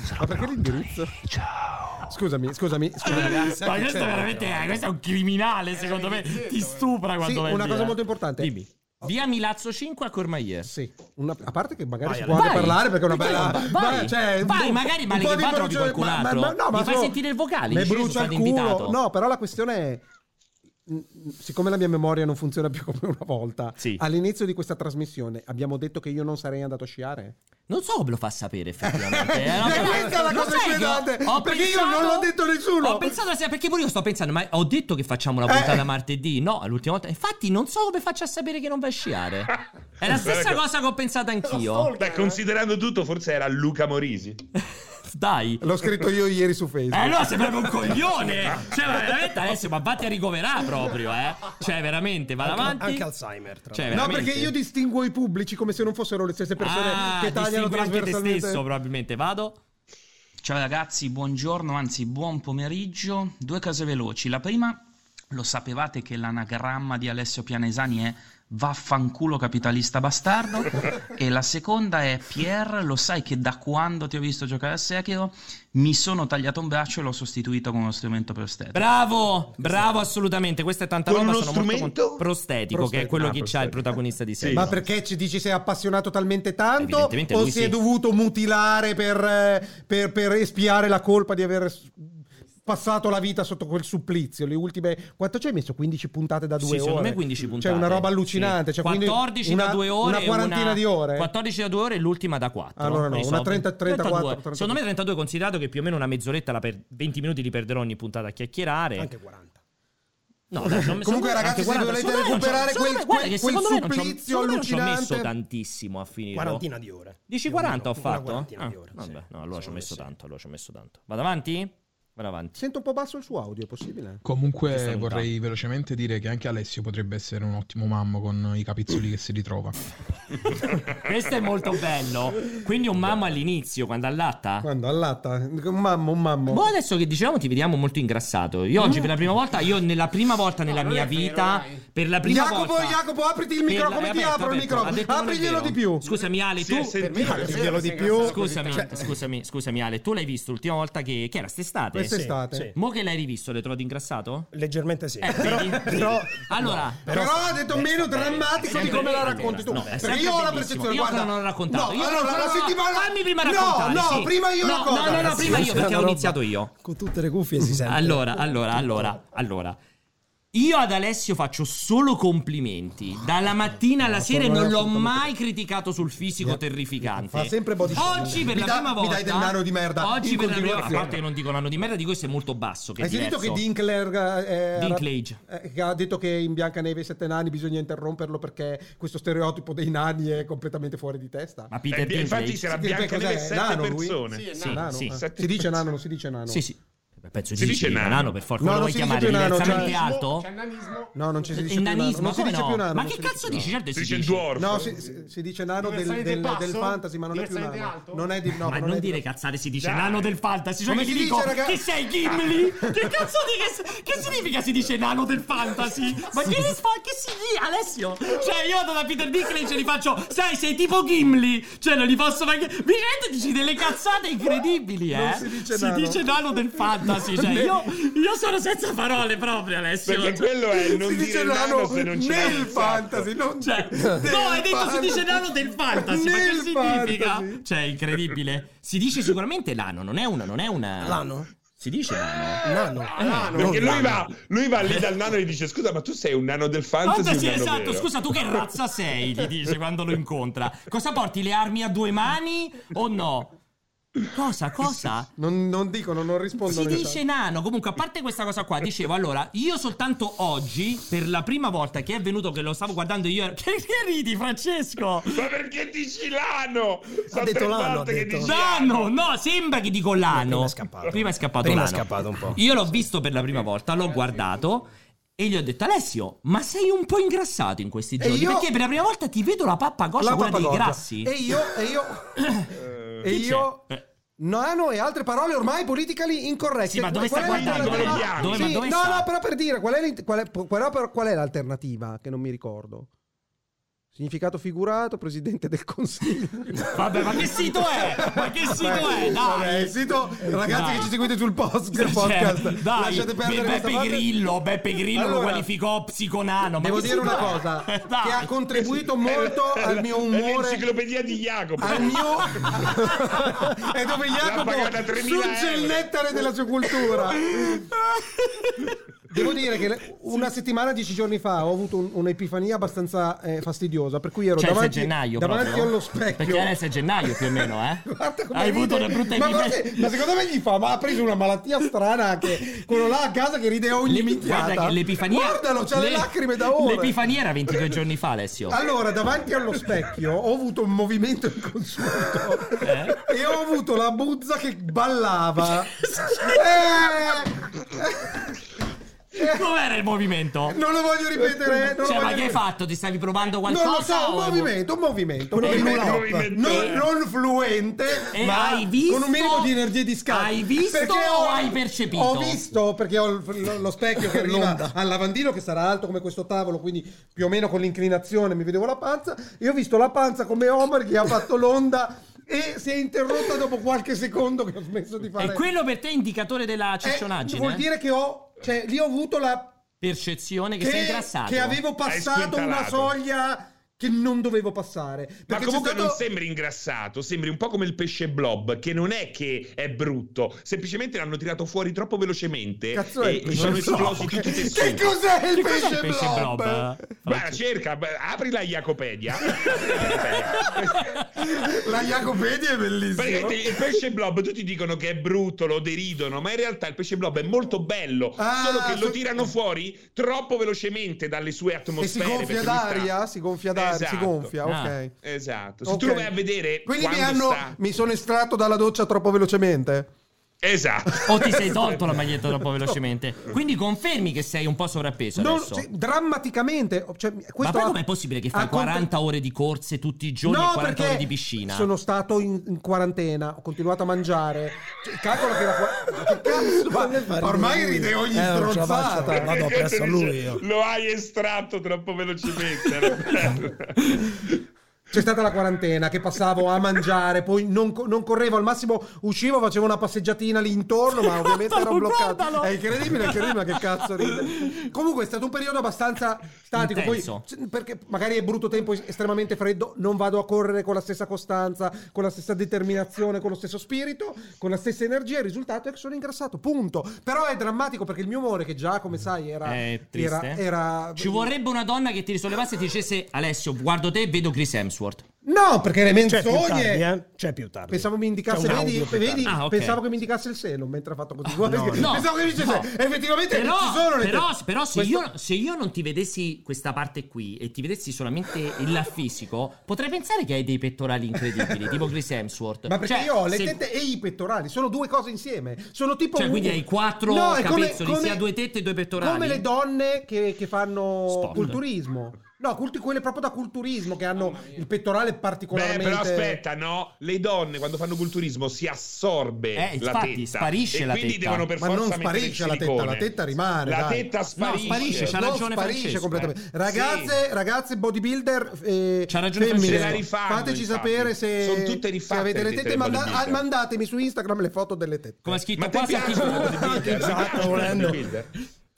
S7: Sarò
S1: Ma perché
S7: pronto
S1: l'indirizzo?
S7: lì. Ciao.
S1: Scusami, scusami, scusami.
S2: Ma questo è veramente eh, questo è un criminale, secondo me. Ti stupra
S1: certo. Eh, Sì,
S2: quando vai
S1: una
S2: via.
S1: cosa molto importante.
S2: Dimmi. Via Milazzo 5 a Cormaier.
S1: Sì, una- a parte che magari
S3: Vai,
S1: si può anche
S2: Vai.
S1: parlare perché è una
S2: Vai,
S1: bella.
S2: vai,
S1: ma- cioè,
S2: vai,
S1: un-
S2: magari,
S1: un
S2: ma
S1: po'
S2: che
S1: di cioè,
S2: va, trovi
S1: bruciore-
S2: qualcun altro. Mi fai
S1: sono-
S2: sentire il vocale,
S1: Mi
S2: dici,
S1: brucia
S2: sono
S1: il
S2: stato
S1: culo.
S2: invitato.
S1: No, però la questione è. mm, Siccome la mia memoria non funziona più come una volta,
S2: Sì.
S1: all'inizio di questa trasmissione abbiamo detto che io non sarei andato a sciare.
S2: Non so come lo fa sapere effettivamente.
S1: Eh,
S2: no, però-
S1: questa è la
S2: lo
S1: cosa
S2: sai che
S1: inquietante,
S2: ho- ho
S1: perché io non l'ho detto a nessuno.
S2: Ho pensato sia perché pure io sto pensando, ma ho detto che facciamo la puntata
S1: Eh.
S2: martedì. No, l'ultima volta. Infatti, non so come faccia a sapere che non vai a sciare. È la stessa
S4: Guarda che-
S2: cosa che ho pensato anch'io.
S4: Beh, considerando tutto, forse era Luca Morisi.
S2: Dai.
S1: L'ho scritto io ieri su Facebook.
S2: Eh no, sei proprio un coglione! Cioè, ma veramente adesso, ma vatti a ricoverare proprio, eh! Cioè, veramente, va avanti.
S3: Anche, anche Alzheimer, tra
S2: Cioè,
S1: No,
S2: veramente.
S1: perché io distinguo i pubblici come se non fossero le stesse persone
S2: Ah,
S1: che tagliano
S2: distingui anche te
S1: trasversalmente.
S2: stesso, probabilmente. Vado.
S8: Ciao ragazzi, buongiorno, anzi buon pomeriggio. Due cose veloci. La prima, lo sapevate che l'anagramma di Alessio Pianesani è vaffanculo capitalista bastardo? e la seconda è Pierre, lo sai che da quando ti ho visto giocare a Sekiro mi sono tagliato un braccio e l'ho sostituito con uno strumento prostetico.
S2: Bravo, bravo, assolutamente. Questa è tanta
S4: Con
S2: roba.
S4: uno
S2: Sono molto
S4: strumento?
S2: cont- prostetico, che è
S1: Prostetico.
S2: quello
S4: Ah,
S2: che c'ha
S4: prostetico.
S2: il protagonista di sé.
S4: Sì.
S1: Ma perché ci dici sei appassionato talmente tanto
S2: Evidentemente
S1: o
S2: lui
S1: si è
S2: sì.
S1: dovuto mutilare per, eh, per- per espiare la colpa di aver s- passato la vita sotto quel supplizio? Le ultime... Quanto ci hai messo? 15 puntate da
S2: Sì,
S1: due ore?
S2: secondo me 15 puntate.
S1: Cioè una roba allucinante.
S2: Sì.
S1: Cioè, quindi
S2: 14 da
S1: una-
S2: 2 ore.
S1: Una
S2: e
S1: quarantina di ore?
S2: 14 da 2 ore e l'ultima da 4.
S1: Allora no, una 30, 34, 32.
S2: Secondo me 32, considerato che più o meno una mezz'oretta, la per- 20 minuti li perderò ogni puntata a chiacchierare.
S3: Anche 40.
S2: No, dai, non
S1: Comunque,
S2: mi- secondo me
S1: ragazzi,
S2: anche
S1: se
S2: 40.
S1: volete
S2: Secondo me
S1: recuperare
S2: non c'ho- secondo
S1: quel-
S2: me- guarda che
S1: quel
S2: secondo me non c'ho-
S1: supplizio
S2: secondo me non ci ho messo
S1: allucinante.
S2: tantissimo a finirlo.
S3: Quarantina di ore.
S2: Dici
S3: Più o
S2: 40 ho
S3: meno, una
S2: fatto?
S3: quarantina di
S2: Ah,
S3: ore,
S2: vabbè,
S3: sì.
S2: no, allora ci ho
S3: Secondo
S2: messo
S3: me sì.
S2: tanto, allora ci ho messo tanto. Vado avanti? Vado avanti.
S1: Sento un po' basso il suo audio, è possibile?
S2: Ci sta
S9: Comunque
S2: lontano.
S9: vorrei velocemente dire che anche Alessio potrebbe essere un ottimo mammo con i capizzoli che si ritrova.
S2: Questo è molto bello. Quindi un mammo all'inizio, quando allatta.
S1: Quando allatta? Un mammo, un mammo.
S2: Boh, adesso che dicevamo ti vediamo molto ingrassato. Io oggi per la prima volta, io nella prima volta nella mia vita, per la prima
S1: Jacopo,
S2: volta...
S1: Jacopo, apriti il
S2: per
S1: microfono,
S2: la-
S1: come ti
S2: aperto,
S1: apro il
S2: aperto.
S1: microfono?
S2: Ha detto non è
S1: Apriglielo
S2: vero.
S1: di più.
S2: Scusami Ale,
S4: Si è
S2: tu...
S4: sentito.
S1: Glielo di più.
S2: Scusami,
S3: cioè-
S2: scusami, scusami Ale, tu l'hai visto l'ultima volta che, che era quest'estate?
S1: Quest'estate.
S3: Sì, sì.
S2: Mo che l'hai rivisto, l'hai trovato ingrassato? Eh,
S3: Leggermente sì.
S2: Vedi?
S3: però
S2: Allora,
S1: Però, ha detto meno drammatico di
S2: sempre-
S1: come la
S2: sempre-
S1: racconti tu.
S2: no, è
S1: perché
S2: sempre
S1: io ho la
S2: bellissimo.
S1: percezione.
S2: Io
S1: guarda,
S2: ancora non l'ho raccontato.
S1: No,
S2: Io
S1: allora
S2: ancora
S1: la
S2: non-
S1: settimana.
S2: Fammi prima
S1: no,
S2: raccontare.
S1: No,
S2: sì.
S1: prima io
S2: No,
S1: racconto.
S2: no, no, no,
S1: ragazzi.
S2: prima io, perché ho
S3: Roba.
S2: iniziato io.
S3: con Ecco, tutte le cuffie si sente.
S2: Allora, allora, allora, allora. Io ad Alessio faccio solo complimenti. Dalla mattina alla sera e non l'ho mai criticato sul fisico terrificante.
S1: Fa sempre body shaming.
S2: Oggi per
S1: Mi
S2: la
S1: dai-
S2: prima
S1: mi
S2: volta
S1: dai del nano di merda
S2: Oggi
S1: in
S2: per la prima volta, a
S1: continuazione.
S2: parte che non dico nano di merda, di questo è molto basso che è
S1: Hai sentito che
S2: diverso.
S1: Dinkler eh,
S2: Dinklage.
S1: eh, che ha detto che in Biancaneve i sette nani bisogna interromperlo perché questo stereotipo dei nani è completamente fuori di testa?
S2: Ma
S4: Eh,
S2: Peter Dinklage.
S4: infatti, c'era
S1: Sì,
S4: Bianca
S1: cos'è?
S4: Neve e sette
S1: Nano, lui?
S4: persone.
S2: Sì,
S1: nano?
S2: sì.
S1: Ah,
S4: Sette
S1: Si dice nano, non si dice nano.
S2: Sì, sì. Beh, Penso
S4: Si
S2: di
S4: dice
S2: sì,
S4: nano.
S2: nano per forza.
S1: No,
S2: Come lo
S1: non
S2: vuoi
S1: si dice
S2: chiamare?
S1: più nano,
S2: Diversamente
S1: cioè-
S2: alto?
S1: No, non ci Cioè, si dice
S2: Il
S1: più nano.
S2: nanismo?
S1: Non si
S2: come
S1: dice
S2: no?
S1: più nano.
S2: Ma
S1: non
S2: che
S1: si dice
S2: cazzo
S1: più
S2: dici?
S1: nano.
S2: Certo
S4: Si
S2: si
S4: dice
S2: dice.
S4: dwarf.
S1: No, si, si- si dice nano del,
S10: Diversamente
S1: del-
S10: basso?
S1: del fantasy, ma non è più
S10: Diversamente
S1: nano.
S10: alto?
S1: Non è di no,
S2: ma
S1: è
S2: non
S1: di-
S2: dire cazzate, si dice
S4: Dai.
S2: nano del fantasy. Cioè,
S1: Come
S2: che gli
S1: si dice,
S2: dico,
S1: raga-
S2: chi sei Gimli? che cazzo di che, che significa si dice nano del fantasy? Ma che ne sfa- che si dice, Alessio? Cioè, io vado da Peter Dinklage e gli faccio, sai, sei tipo Gimli. Cioè, non gli posso fare. Veramente dici delle cazzate incredibili, eh?
S1: Non si dice nano.
S2: dice nano del fantasy. Cioè, io, io sono senza parole proprio, Alessio.
S4: Perché quello è il non
S1: si dice
S4: dire
S1: nano
S4: nano se non esatto. c'è
S1: nel fantasy, non
S2: Cioè,
S1: del
S2: no, hai detto si
S1: fantasy.
S2: dice nano del fantasy. Ma che
S1: Nel
S2: significa?
S1: fantasy.
S2: Cioè, è incredibile. Si dice sicuramente l'ano, non è una, non è una.
S3: L'ano?
S2: Si dice l'ano.
S3: Nano.
S4: Perché
S3: Non
S4: lui va, lui va lì dal nano e gli dice: Scusa, ma tu sei un nano del fantasy? o un
S2: Fantasy,
S4: nano
S2: esatto,
S4: vero?"
S2: scusa, tu che razza sei? Gli dice quando lo incontra. Cosa porti le armi a due mani o no? Cosa, cosa?
S1: Non, non dicono, non esatto. rispondo.
S2: Si
S1: nel
S4: esatto.
S2: dice
S1: chat.
S2: nano, comunque a parte questa cosa qua, dicevo allora, io soltanto oggi, per la prima volta che è venuto che lo stavo guardando io, ero- che, che ridi Francesco?
S4: Ma perché dici l'ano? Sono
S3: detto
S4: tre
S3: l'ano,
S4: volte
S3: ha
S4: che
S3: detto.
S4: dici
S2: Nano, no, sembra che dico l'ano.
S3: Prima è scappato.
S2: Prima è scappato
S3: Prima è
S2: l'ano.
S3: scappato un po'.
S2: Io l'ho visto per la prima volta, l'ho guardato e gli ho detto Alessio, ma sei un po' ingrassato in questi giorni,
S1: io-
S2: perché per la prima volta ti vedo la pappagoscia,
S1: La
S2: quella dei
S1: pappagorgia.
S2: grassi.
S1: E io, e
S4: Eh.
S1: io, e
S2: Chi c'è?
S1: io,
S2: Eh.
S1: nano e altre parole ormai politically incorrette.
S2: Sì, ma dove
S1: Qual è
S2: sta guardando?
S4: Dove
S1: l'alternativa?
S4: chiami? Dove-
S2: ma
S1: Sì,
S2: dove
S1: no,
S2: sta?
S1: no, però per dire, qual è, l'int- qual è- qual è- qual è l'alternativa che non mi ricordo? Significato figurato, presidente del consiglio.
S2: Vabbè, ma che sito è? Ma che sito è? Dai!
S1: Vabbè, il sito, ragazzi,
S2: Dai.
S1: che ci seguite sul post,
S2: Cioè,
S1: podcast.
S2: dai,
S1: lasciate
S2: Be-
S1: perdere questa
S2: Beppe
S1: parte.
S2: Grillo, Beppe Grillo lo
S1: Allora,
S2: qualificò psiconano. ma
S1: Devo
S2: che
S1: dire
S2: sito
S1: una
S2: è?
S1: cosa
S2: Dai.
S1: che ha contribuito molto
S4: È
S1: al
S4: la-
S1: mio
S4: È
S1: umore. Ah,
S4: l'enciclopedia di Jacopo.
S1: Al mio E dove Jacopo
S4: pagata 3.000
S1: surge il
S4: euro.
S1: nettare della sua cultura. Devo dire che le- una settimana, dieci giorni fa, ho avuto un- un'epifania abbastanza eh, fastidiosa. Per cui ero
S2: Cioè, il 6
S1: davanti,
S2: gennaio
S1: davanti
S2: proprio.
S1: allo specchio.
S2: Perché adesso è gennaio più o meno, eh?
S1: Guarda come
S2: Hai
S1: ride.
S2: avuto una brutta
S1: ma,
S2: epifania.
S1: guarda- ma secondo me gli fa, ma ha preso una malattia strana che quello là a casa che ride ogni
S2: Le-
S1: minchiata.
S2: Guarda che l'epifania.
S1: Guardalo, c'ha le,
S2: le-
S1: lacrime da ore.
S2: L'epifania era 22 giorni fa, Alessio.
S1: Allora, davanti allo specchio ho avuto un movimento inconsulto
S2: Eh?
S1: e ho avuto la buzza che ballava. Eh!
S2: Com'era il movimento?
S1: Non lo voglio ripetere. Eh. Non lo
S2: Cioè,
S1: voglio
S2: ma che hai
S1: ripetere.
S2: fatto? Ti stavi provando
S1: Non lo
S2: qualcosa?
S1: so, un
S2: o-
S1: movimento, un movimento, un
S4: Un
S1: movimento,
S4: movimento.
S1: non, non fluente,
S2: E
S1: ma
S2: eh. hai visto-
S1: con un minimo di energia di scarico.
S2: hai visto o hai percepito?
S1: Ho visto perché ho il- lo, lo specchio che arriva
S3: L'onda.
S1: al lavandino che sarà alto come questo tavolo, quindi più o meno con l'inclinazione mi vedevo la panza e ho visto la panza come Omar che ha fatto l'onda e si è interrotta dopo qualche secondo che ho smesso di fare.
S2: E quello per te è indicatore della
S1: Eh,
S2: ciccionaggine?
S1: vuol dire che ho cioè lì ho avuto la
S2: Percezione che,
S1: che,
S2: sei ingrassato.
S1: che avevo passato una
S4: squintalato.
S1: soglia che non dovevo passare.
S4: Ma
S1: Perché
S4: comunque
S1: c'è stato-
S4: non sembri ingrassato, sembri un po' come il pesce blob, che non è che è brutto, semplicemente l'hanno tirato fuori troppo velocemente
S1: Cazzo è
S4: e
S1: il pesce
S4: sono
S1: blob?
S4: esplosi tutti i
S1: Che
S4: tessuti.
S1: cos'è il
S2: Che cos'è
S1: pesce,
S2: il pesce
S1: blob?
S2: blob?
S4: Guarda, cerca, beh, apri la Jacopedia.
S1: La Jacopedia è bellissima.
S4: Praticamente il pesce blob tutti dicono che è brutto, lo deridono, ma in realtà il pesce blob è molto bello,
S1: Ah,
S4: solo che lo
S1: so-
S4: tirano fuori troppo velocemente dalle sue
S1: E si
S4: atmosfere.
S1: gonfia
S4: perché lui sta-
S1: d'aria? Si gonfia d'aria, si
S4: Esatto.
S1: gonfia, ok.
S2: Ah.
S4: Esatto, se tu
S1: Ok.
S4: lo vai a vedere
S1: Quindi mi,
S4: quando
S1: hanno-
S4: sta-
S1: mi sono estratto dalla doccia troppo velocemente.
S4: Esatto.
S2: O ti sei tolto la maglietta troppo velocemente. Quindi confermi che sei un po' sovrappeso
S1: Non-
S2: adesso.
S1: sì, drammaticamente. cioè, questo
S2: Ma poi
S1: ha-
S2: com'è possibile che
S1: ha
S2: fai
S1: cont-
S2: 40 ore di corse tutti i giorni e 40 ore di piscina?
S1: Sono stato in, in quarantena, ho continuato a mangiare. Cioè, calcolo che la qua- che cazzo vuole fare? Ormai ride ogni
S3: Eh, non ce la faccio,
S1: strozzata.
S3: Vado
S4: Perché
S3: presso
S4: dice,
S3: lui io.
S4: Lo hai estratto troppo velocemente. Roberto."
S1: C'è stata la quarantena che passavo a mangiare, poi non, co- non correvo, al massimo uscivo, facevo una passeggiatina lì intorno, ma ovviamente ero
S2: Guardalo,
S1: bloccato.
S2: guardalo!
S1: È incredibile, è incredibile che cazzo ride. Comunque è stato un periodo abbastanza statico, poi,
S2: Intenso.
S1: c- perché magari è brutto tempo, es- estremamente freddo, non vado a correre con la stessa costanza, con la stessa determinazione, con lo stesso spirito, con la stessa energia, il risultato è che sono ingrassato, punto. Però è drammatico perché il mio umore, che già come sai era...
S2: È triste.
S1: era- era-
S2: Ci vorrebbe una donna che ti risollevasse e ti dicesse Alessio, guardo te e vedo Chris Hemsworth.
S1: No, perché le
S3: C'è
S1: menzogne...
S11: Certo,
S3: più tardi, eh? C'è più tardi.
S1: Pensavo mi indicasse,
S3: C'è un
S1: vedi,
S3: audio più tardi.
S1: vedi?
S2: Ah, ok.
S1: pensavo che mi indicasse il seno mentre ha fatto così. Guarda che-
S2: no.
S1: pensavo che mi dicesse,
S2: No.
S1: effettivamente
S2: Però,
S1: ci sono le
S2: però-
S1: tette.
S2: però se,
S1: Questo-
S2: io, se io non ti vedessi questa parte qui e ti vedessi solamente il fisico, potrei pensare che hai dei pettorali incredibili, tipo Chris Hemsworth.
S1: Ma perché
S2: Cioè,
S1: io ho le
S2: se-
S1: tette e i pettorali, sono due cose insieme. Sono tipo.
S2: Cioè,
S1: un-
S2: quindi hai quattro
S1: è
S2: capezzoli, sia due tette e due pettorali?
S1: Come le donne che, che fanno
S2: Sport.
S1: culturismo. No, culti- quelle proprio da culturismo che hanno il pettorale
S4: Beh,
S1: particolarmente.
S4: però aspetta, no? Le donne quando fanno culturismo si assorbe
S2: Eh,
S4: la
S2: infatti,
S4: tetta.
S2: sparisce
S4: e
S2: la
S4: quindi
S2: tetta.
S4: devono per
S1: Ma
S4: forza
S1: non
S4: mettere il
S1: sparisce la tetta,
S4: silicone.
S1: la tetta rimane.
S4: La
S1: dai.
S4: tetta sparisce.
S2: sparisce, c'ha
S1: No,
S2: ragione
S1: sparisce
S2: Francesco,
S1: completamente.
S2: eh.
S1: Ragazze, ragazze bodybuilder, eh,
S2: C'ha ragione
S1: femmine,
S2: Francesco. Se la
S4: rifanno,
S1: fateci
S4: infatti.
S1: sapere se,
S4: Sono tutte rifatte
S1: se avete le
S4: le
S1: tette.
S4: tette
S1: manda-
S4: bodybuilder.
S1: ah, mandatemi su Instagram le foto delle tette.
S2: Come ha scritto
S4: Ma ti
S2: qua, sa
S4: piace il
S2: chi-
S4: bodybuilder?
S3: Esatto, volendo.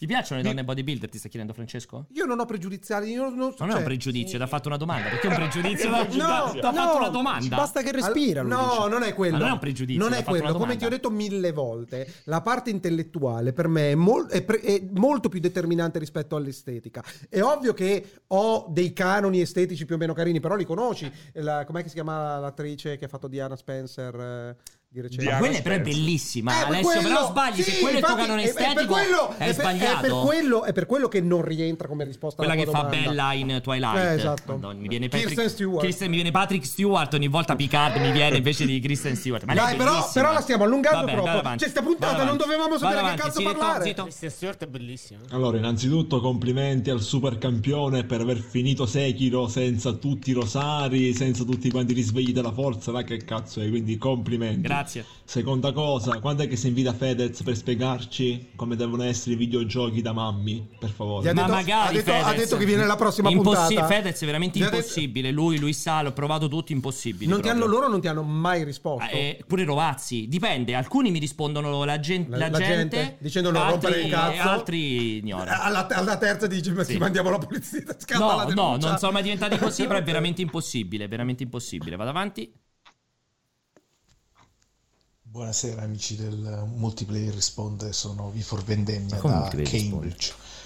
S2: Ti piacciono le donne bodybuilder? Ti sta chiedendo Francesco?
S1: Io non ho pregiudiziali, io non so.
S2: Non è un
S1: cioè-
S2: pregiudizio, ti ha fatto una domanda. Perché è un pregiudizio?
S4: No,
S2: Ti ha ti ha fatto una domanda.
S3: Basta che respira.
S1: Al-
S3: lui
S1: No,
S3: dice.
S1: non è quello.
S2: Ma non è un pregiudizio,
S1: Non
S2: l'ha
S1: è
S2: fatto una
S1: quello. Come ti
S2: domanda.
S1: ho detto mille volte, la parte intellettuale per me è, mol- è pre- è molto più determinante rispetto all'estetica. È ovvio che ho dei canoni estetici più o meno carini, però li conosci. La- com'è che si chiama l'attrice che ha fatto Diana Spencer? eh, di
S2: Ma
S1: recente.
S4: Diana
S2: quella però è
S4: Spencer.
S2: bellissima.
S1: Eh, per
S2: Alessio,
S1: quello-
S2: però sbagli.
S1: sì,
S2: se quello è il tuo
S1: infatti,
S2: canone
S1: è- è per
S2: estetico,
S1: quello-
S2: è,
S1: è per-
S2: sbagliato.
S1: È per, quello, è per quello che non rientra come risposta
S2: quella
S1: alla
S2: che
S1: tua
S2: fa
S1: domanda.
S2: bella in Twilight.
S1: Eh, esatto.
S2: Madonna, mi viene
S1: Kirsten
S2: Patrick
S1: Stewart.
S2: Kirsten- mi viene Patrick Stewart ogni volta Picard mi viene invece di Kristen Stewart. Ma lei è
S1: Dai, però-
S2: bellissima.
S1: però la stiamo allungando
S2: Vabbè,
S1: troppo.
S2: vado avanti.
S1: Cioè, sta puntata
S2: Vado
S1: non
S2: avanti.
S1: dovevamo
S2: Vado
S1: sapere che
S2: avanti,
S1: cazzo
S2: zitto,
S1: parlare.
S2: zitto.
S10: Christian Stewart è bellissimo.
S12: Allora, innanzitutto complimenti al super campione per aver finito Sekiro senza tutti i rosari, senza tutti quanti i risvegli della forza, là che cazzo è, quindi complimenti.
S2: Grazie.
S12: Seconda cosa, quando è che si invita Fedez per spiegarci come devono essere i videogiochi da mammi, per
S1: Gli ha
S12: favore?
S2: Ma
S1: detto-
S2: magari
S1: ha detto- ha
S2: Fedez.
S1: detto che viene la prossima
S2: Impossi-
S1: puntata.
S2: Fedez è veramente
S1: Gli ha detto-
S2: impossibile. Lui, lui sa, l'ho provato tutti impossibili.
S1: Non ti hanno-
S2: proprio.
S1: loro non ti hanno mai risposto.
S2: Eh, pure Rovazzi, dipende, alcuni mi rispondono la, gen-
S1: La-
S2: la
S1: la gente,
S2: gente,
S1: dicendo non
S2: altri-
S1: rompere il cazzo.
S2: altri ignora.
S1: alla, alla terza dici ma
S2: Sì.
S1: ti mandiamo la polizia scappa la
S2: No, no,
S1: denuncia.
S2: non sono mai diventati così, però è veramente impossibile, è veramente impossibile. Vado avanti.
S12: Buonasera amici del multiplayer risponde, sono Vifor Vendemmia
S2: Come da multiplayer risponde?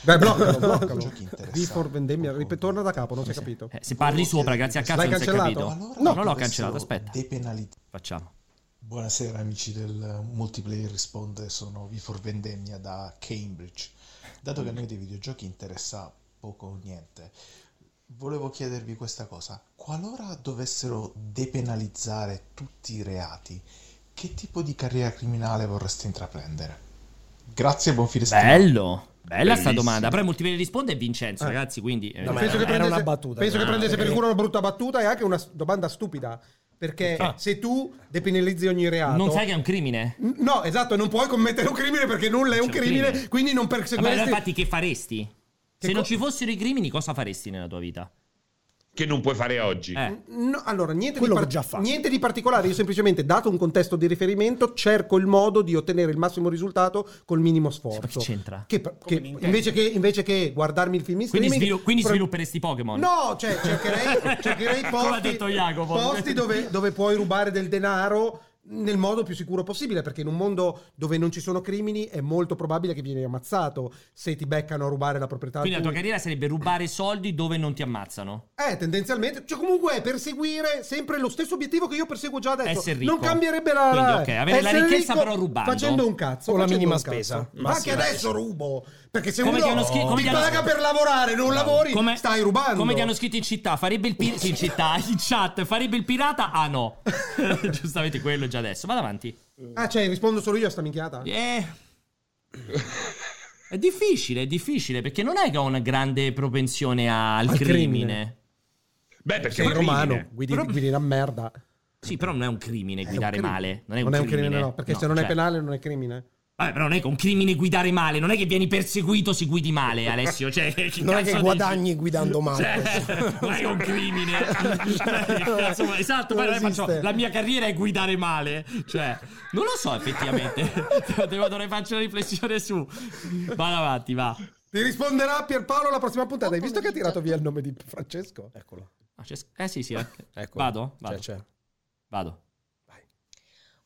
S1: Beh, bloccalo, bloccalo.
S12: Giochi interessanti.
S1: Before vendemmia, ripet- torna da capo, non si è capito.
S2: Eh, se parli sopra, grazie a cazzo,
S1: L'hai
S2: non si è
S1: cancellato?
S2: capito.
S1: Allora
S2: no, non l'ho cancellato, aspetta. Facciamo.
S12: Buonasera amici del Multiplayer Risponde, sono Vifor Vendemmia da Cambridge. Dato che a noi dei videogiochi interessa poco o niente, volevo chiedervi questa cosa. Qualora dovessero depenalizzare tutti i reati, che tipo di carriera criminale vorreste intraprendere? Grazie e buon fine settimana.
S2: Bello. Bella sta
S4: Bellissimo.
S2: domanda. Però il multiplayer risponde è Vincenzo,
S1: Eh.
S2: ragazzi, quindi... eh,
S3: No, ma
S1: penso
S3: era-
S1: che
S3: era
S1: prendesse,
S3: una battuta,
S1: penso che
S3: era-
S1: prendesse per il
S3: eh.
S1: culo una brutta battuta e anche una s- domanda stupida. Perché se tu depenalizzi ogni reato.
S2: Ah. non sai che è un crimine?
S1: N- No, esatto, non puoi commettere un crimine perché nulla è un
S2: C'è un
S1: crimine,
S2: crimine.
S1: quindi non
S2: Vabbè, allora,
S1: perseguiresti.
S2: infatti, che faresti?
S1: Cioè, Che
S2: Se non
S1: co-
S2: ci fossero i crimini, cosa faresti nella tua vita?
S4: Che non puoi fare oggi.
S1: Mm.
S2: Eh.
S1: No, allora, niente di,
S3: Quello che
S1: par-
S3: ho già fatto.
S1: niente di particolare, io semplicemente, dato un contesto di riferimento, cerco il modo di ottenere il massimo risultato col minimo
S2: Ma che
S1: sforzo.
S2: c'entra?
S1: Che pr- che
S10: Come Nintendo.
S1: invece, che, invece che guardarmi il film in
S2: Quindi,
S1: streaming,
S2: svilu- quindi
S1: pro-
S2: svilupperesti Pokémon?
S1: No, cioè cercherei, cercherei
S2: Come
S1: posti,
S2: ha detto Jacopo.
S1: posti dove, dove puoi rubare del denaro nel modo più sicuro possibile, perché in un mondo dove non ci sono crimini è molto probabile che vieni ammazzato se ti beccano a rubare la proprietà.
S2: Quindi la tua
S1: altrui.
S2: carriera sarebbe rubare soldi dove non ti ammazzano.
S1: Eh, tendenzialmente, cioè comunque è perseguire sempre lo stesso obiettivo che io perseguo già adesso.
S2: Essere ricco.
S1: Non cambierebbe la
S2: Quindi,
S1: la-
S2: ok, avere la
S1: essere
S2: ricchezza
S1: ricco
S2: però rubando.
S1: Facendo un cazzo
S3: O la
S1: facendo
S3: minima
S1: un cazzo.
S3: spesa.
S1: Ma anche
S3: Massima
S1: adesso rubo, perché se
S2: Come
S1: uno
S2: ti hanno scri- come
S1: ti
S2: ti hanno-
S1: paga per lavorare, non lavori,
S2: Come-
S1: stai rubando.
S2: Come ti hanno scritto in città, farebbe il pirata. In città, in chat, farebbe il pirata? Ah no. Giustamente quello già adesso. Vado avanti.
S1: Ah, cioè, rispondo solo io a sta minchiata?
S2: Eh. È difficile, è difficile perché non è che ho una grande propensione al,
S1: Al crimine.
S2: crimine.
S4: Beh, perché
S1: Sei
S4: è un
S1: romano,
S4: crimine.
S1: guidi,
S2: Però-
S1: guidi una merda.
S2: Sì, però non è un crimine guidare
S1: crimine.
S2: male. Non è un,
S1: non
S2: crimine.
S1: no, perché se non è
S2: cioè-
S1: penale non è crimine.
S2: Vabbè, però non è che un crimine guidare male, non è che vieni perseguito se guidi male, Alessio. Cioè, che
S3: Non è che
S2: cazzo dici?
S3: guadagni guidando male.
S2: Cioè, non è che un crimine. Cioè, che cazzo vuoi? esatto,
S3: Non
S2: poi
S3: esiste.
S2: faccio- la mia carriera è guidare male. Cioè, non lo so effettivamente. Devo, dovrei farci una riflessione su. Vado avanti, va. Ah,
S1: Ti risponderà Pierpaolo alla prossima puntata. Hai visto che ha tirato via il nome di Francesco?
S3: Eccolo.
S2: Ah, c'è- Eh sì, sì. eh.
S3: Eccolo.
S2: Vado? Vado.
S3: Cioè, c'è.
S2: Vado.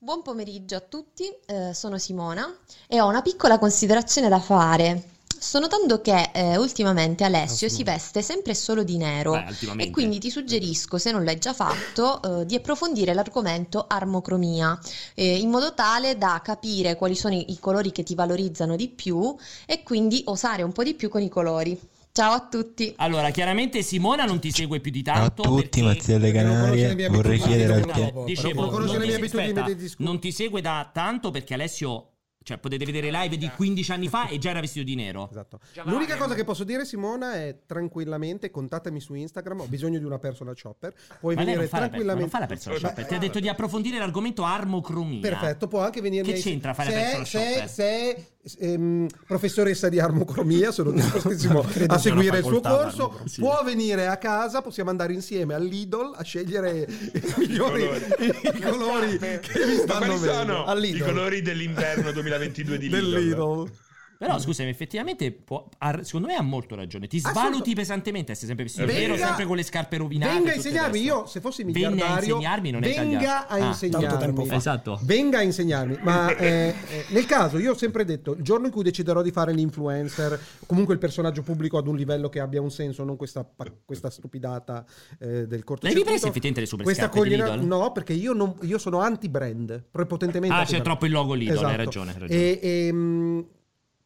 S12: Buon pomeriggio a tutti, eh, sono Simona e ho una piccola considerazione da fare. Sto notando che eh, ultimamente Alessio si veste sempre e solo di nero
S2: Beh, ultimamente.
S12: e quindi ti suggerisco, se non l'hai già fatto, eh, di approfondire l'argomento armocromia, eh, in modo tale da capire quali sono i i colori che ti valorizzano di più e quindi osare un po' di più con i colori. Ciao a tutti!
S2: Allora, chiaramente Simona non ti segue più di
S5: Ciao a
S2: tanto.
S5: tutti,
S2: perché-
S5: Mazzia delle
S1: perché non conosce le
S5: Canarie.
S1: mie
S5: Vorrei
S1: abitudini.
S5: chiedere a
S1: Però-
S5: te.
S3: Bravo,
S2: Dicevo,
S1: non conosce
S2: non
S1: le
S2: ti-
S1: mie abitudini
S2: aspetta,
S1: dei discorsi.
S2: Non ti segue da tanto perché Alessio. Cioè, potete vedere live di 15 anni fa e già era vestito di nero.
S1: Esatto.
S2: Già va,
S1: L'unica
S2: eh.
S1: cosa che posso dire, Simona, è tranquillamente contattami su Instagram. Ho bisogno di una personal shopper. Puoi
S2: Ma lei non
S1: venire
S2: fa, la, per- ma non fa la
S1: tranquillamente.
S2: personal shopper. Ti ha detto di approfondire l'argomento armocromia.
S1: Perfetto, può anche venirmi
S2: Che
S1: a-
S2: c'entra fare
S1: se,
S2: la personal
S1: se-
S2: shopper?
S1: se- ehm, professoressa di armocromia, sono dispostissimo
S2: credo
S1: a
S2: sia
S1: seguire
S2: una
S1: il suo
S2: facoltà,
S1: corso,
S2: l'armocromia. Sì.
S1: può venire a casa, possiamo andare insieme all'Idol a scegliere i migliori i colori che vi
S4: Ma
S1: stanno
S4: quali
S1: bene.
S4: sono i
S1: All'Idol.
S4: colori dell'inverno 2022 di Lidl?
S1: Dell'Idol.
S2: Però scusami, effettivamente può- ha- secondo me ha molto ragione. Ti svaluti
S1: Assoluto.
S2: pesantemente essere sempre
S1: Venga-
S2: pistoleiro, sempre con le scarpe rovinate.
S1: Venga a
S2: e tutto il
S1: insegnarmi,
S2: resto.
S1: io se fossi
S2: Venga a
S1: miliardario,
S2: insegnarmi, non è
S1: venga a
S2: italiano. Ah,
S1: insegnarmi.
S13: tanto tempo fa.
S2: Esatto.
S1: Venga a insegnarmi, ma eh, eh, nel caso io ho sempre detto, il giorno in cui deciderò di fare l'influencer, comunque il personaggio pubblico ad un livello che abbia un senso, non questa, pa- questa stupidata eh, del corto.
S2: L'hai ripresa effettivamente le super
S1: Questa
S2: scarpe di
S1: coglierà-
S2: Lidl?
S1: No, perché io, non- io sono anti-brand, prepotentemente.
S2: Ah, c'è
S1: anti-brand.
S2: troppo il logo Lidl,
S1: Esatto.
S2: hai ragione. hai ragione.
S1: E, ehm, e, mh,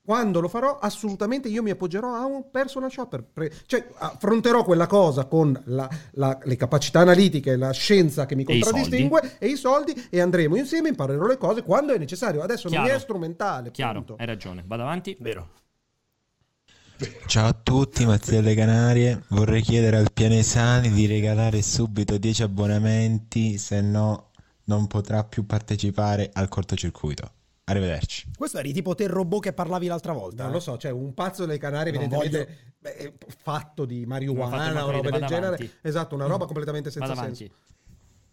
S1: quando lo farò, assolutamente io mi appoggerò a un personal shopper. Pre- cioè, affronterò quella cosa con la- la- le capacità analitiche, la scienza che mi
S2: E i
S1: contraddistingue e i soldi e andremo insieme, imparerò le cose quando è necessario. Adesso non
S2: Chiaro.
S1: è strumentale.
S2: Chiaro, Eh.
S1: punto.
S2: hai ragione. Vado avanti.
S13: Vero.
S8: Ciao a tutti, Mattia delle Canarie. Vorrei chiedere al Pianesani di regalare subito 10 abbonamenti, se no non potrà più partecipare al cortocircuito. Arrivederci.
S13: Questo eri tipo te il robot che parlavi l'altra volta.
S1: Non
S13: eh?
S1: lo so, cioè un pazzo dei Canari
S13: Non
S1: evidentemente beh, fatto di
S2: Non
S1: marijuana,
S2: fatto
S1: una
S2: morire,
S1: roba del
S2: vado
S1: genere.
S2: avanti.
S1: Esatto, una roba completamente senza
S2: Vado
S1: senso.
S2: avanti.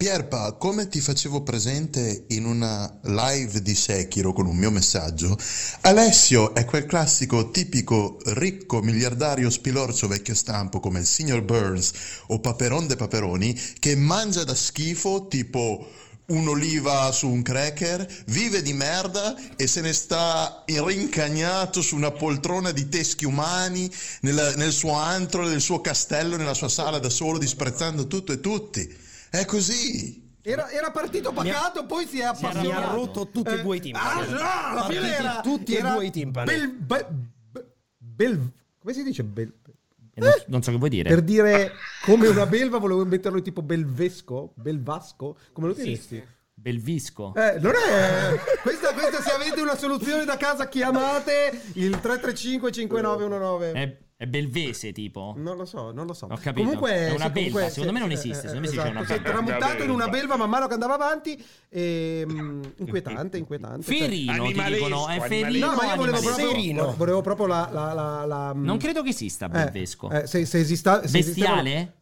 S12: Pierpa, come ti facevo presente in una live di Sekiro con un mio messaggio, Alessio è quel classico tipico ricco miliardario spilorcio vecchio stampo come il signor Burns o Paperon de Paperoni che mangia da schifo tipo un'oliva su un cracker, vive di merda e se ne sta rincagnato su una poltrona di teschi umani nella- nel suo antro, nel suo castello, nella sua sala da solo, disprezzando tutto e tutti. È così.
S1: Era, era partito pacato, poi si è appassionato.
S13: Mi ha rotto tutti e due i timpani.
S1: Ah, no, alla fine
S13: Partiti
S1: era-
S13: tutti e
S1: era
S13: due i timpani.
S1: Bel, be- be- bel- come si dice? Bel-
S2: E non, non so che
S13: Eh.
S2: vuoi dire.
S1: Eh? per dire come una belva, volevo metterlo tipo belvesco, belvasco, come lo diresti?
S2: Belvisco.
S1: Eh, non è questa, questa se avete una soluzione da casa chiamate il 335 5919.
S2: È, è belvese tipo.
S1: Non lo so, non lo so.
S2: Ho capito. È una
S1: sì, eh,
S2: belva, secondo me non esiste, secondo me si dice una
S1: si è
S2: belva.
S1: tramutato in una
S4: Belva.
S1: belva man mano che andava avanti. ehm, inquietante, inquietante.
S2: Ferino ti
S4: Animalesco,
S2: dicono. È
S4: animalesco.
S2: ferino.
S1: No, ma io volevo
S2: animalesco.
S1: proprio,
S13: Serino.
S1: volevo proprio la, la- la- la- mm,
S2: Non credo che esista belvesco.
S1: Eh, eh, se, se esista, se esistevano-
S2: Bestiale?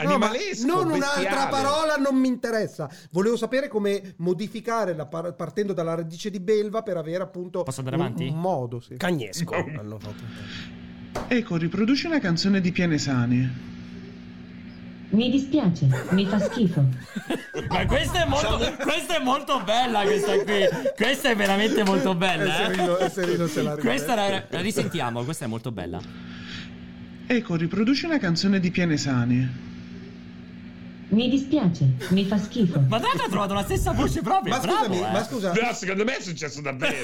S1: No, ma
S4: Animalesco,
S1: non un'altra
S4: bestiale.
S1: parola non mi interessa. Volevo sapere come modificare la par- partendo dalla radice di belva per avere appunto
S2: Posso andare
S1: un,
S2: avanti?
S1: un modo, sì.
S13: Cagnesco hanno fatto.
S14: Ecco, riproduci una canzone di Pianesani.
S7: Mi dispiace, mi fa schifo.
S2: Ma questa è molto, questa è molto bella, questa qui. Questa è veramente molto
S1: Eh,
S2: bella. eh.
S1: Serino- eh, Serino se la ricorda.
S2: Questa la, la risentiamo, questa è molto bella.
S14: Ecco, riproduci una canzone di Pianesani.
S7: Mi dispiace, mi fa schifo.
S2: Ma tra l'altro ha trovato la stessa voce proprio.
S1: Ma
S2: bravo,
S1: scusami,
S2: eh.
S1: ma scusa,
S4: No, secondo me è successo davvero.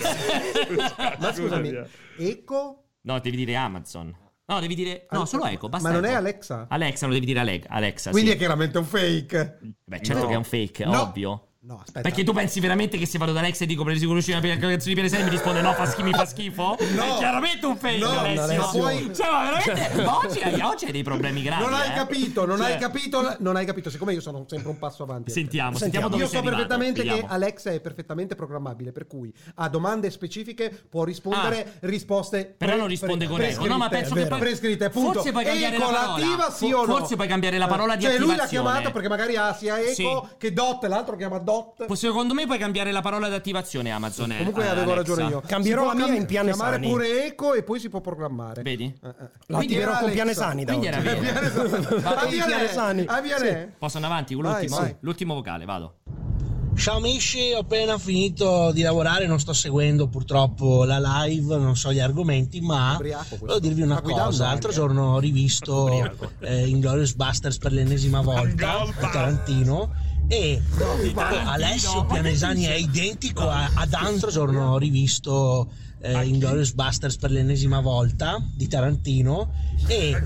S1: ma scusami,
S4: Scusami.
S1: Eco?
S2: No, devi dire Amazon. No, devi dire. No,
S1: Alexa-
S2: solo Eco. Basta
S1: Ma non
S2: Eco.
S1: è Alexa?
S2: Alexa, lo devi dire Ale- Alexa.
S1: Quindi
S2: sì.
S1: è chiaramente un fake.
S2: Beh, certo
S1: No.
S2: che è un fake,
S1: No.
S2: ovvio.
S1: No, aspetta.
S2: Perché tu pensi veramente che se vado da Alexa e dico per riconosci una pe- canzone di Pianesani mi risponde no, fa schi- mi fa schifo? È chiaramente un fake,
S1: No,
S2: Alessio.
S1: Alessio.
S2: Cioè, ma veramente ma oggi, eh, oggi hai dei problemi gravi.
S1: Non hai
S2: eh.
S1: capito, non
S2: Cioè,
S1: hai capito, la- non hai capito, siccome io sono sempre un passo avanti.
S2: Sentiamo, sentiamo dove
S1: Io
S2: sei
S1: so
S2: arrivato,
S1: perfettamente che
S2: vediamo.
S1: Alexa è perfettamente programmabile, per cui a domande specifiche può rispondere risposte
S2: Ah. Però
S1: pre-
S2: non risponde
S1: pre-
S2: con eco. No, ma penso che
S1: prescritte,
S2: poi
S1: prescritte, punto.
S2: Forse puoi cambiare
S1: Eco
S2: la parola.
S1: l'attiva, sì
S2: Fo-
S1: o no?
S2: forse puoi cambiare la parola di
S1: cioè, lui l'ha
S2: attivazione.
S1: chiamata perché magari ha sia eco
S2: Sì.
S1: che dot, l'altro chiama dot.
S2: Po- Secondo me puoi cambiare la parola d'attivazione Amazon. eh,
S1: Comunque
S2: eh,
S1: avevo
S2: Alexa.
S1: ragione io.
S13: Cambierò
S1: Si
S13: la
S1: può
S13: mia
S1: cam-
S13: in Pianesani.
S1: Chiamare pure eco e poi si può programmare.
S2: Vedi?
S1: Eh, Cioè, eh.
S13: La attiverò
S1: era
S13: con
S1: Alexa.
S13: Pianesani da
S2: Quindi era
S1: Eh,
S13: oggi.
S2: vero.
S1: A Viale, a Viale.
S2: Posso andare avanti con
S1: Vai,
S2: l'ultimo?
S1: vai.
S2: L'ultimo vocale, vado.
S11: Ciao amici, ho appena finito di lavorare, non sto seguendo purtroppo la live, non so gli argomenti, ma
S1: Ubriaco questo.
S11: volevo dirvi una
S1: Sta guidando
S11: cosa, l'altro
S1: anche.
S11: giorno ho rivisto eh, Inglorious Busters per l'ennesima volta di Tarantino e eh,
S2: Tarantino,
S11: Alessio
S2: ma che
S11: Pianesani è identico a, ad altro giorno ho rivisto eh, Inglorious Busters per l'ennesima volta di Tarantino e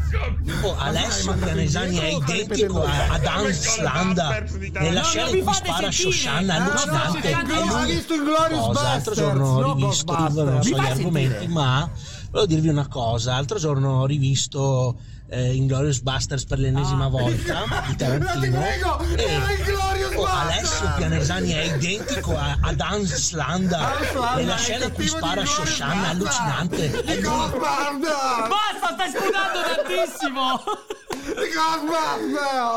S11: oh, Alessio Pianesani è identico a, ad Hans Landa nella
S2: No,
S11: scena
S2: non
S11: in
S2: mi
S11: cui
S2: fate
S11: spara
S2: sentire!
S11: Shoshana
S2: Ah, no,
S11: allucinante
S2: c'è anche-
S11: È lui
S1: ha visto il Glorious
S11: cosa. L'altro
S1: Bastards,
S11: giorno
S1: no
S11: ho rivisto,
S1: Ghostbusters.
S11: non
S2: Mi
S11: so gli
S2: fai sentire?
S11: argomenti, ma volevo dirvi una cosa. L'altro giorno ho rivisto eh, Inglorious Busters per l'ennesima
S2: Ah.
S11: volta di
S1: No, ti
S11: Tarantino.
S1: prego, era il Glorious
S11: oh,
S1: Bastard!
S11: Alessio Pianesani è identico a, ad Hans Landa
S1: Hans Landa
S11: nella
S1: è il
S11: scena in
S1: cattivo
S11: cui
S1: di
S11: spara
S1: Glorious
S11: Shoshana
S1: Bastard!
S11: allucinante. È
S1: Di
S11: lui.
S1: Ghostbusters!
S2: Basta, stai sputando tantissimo.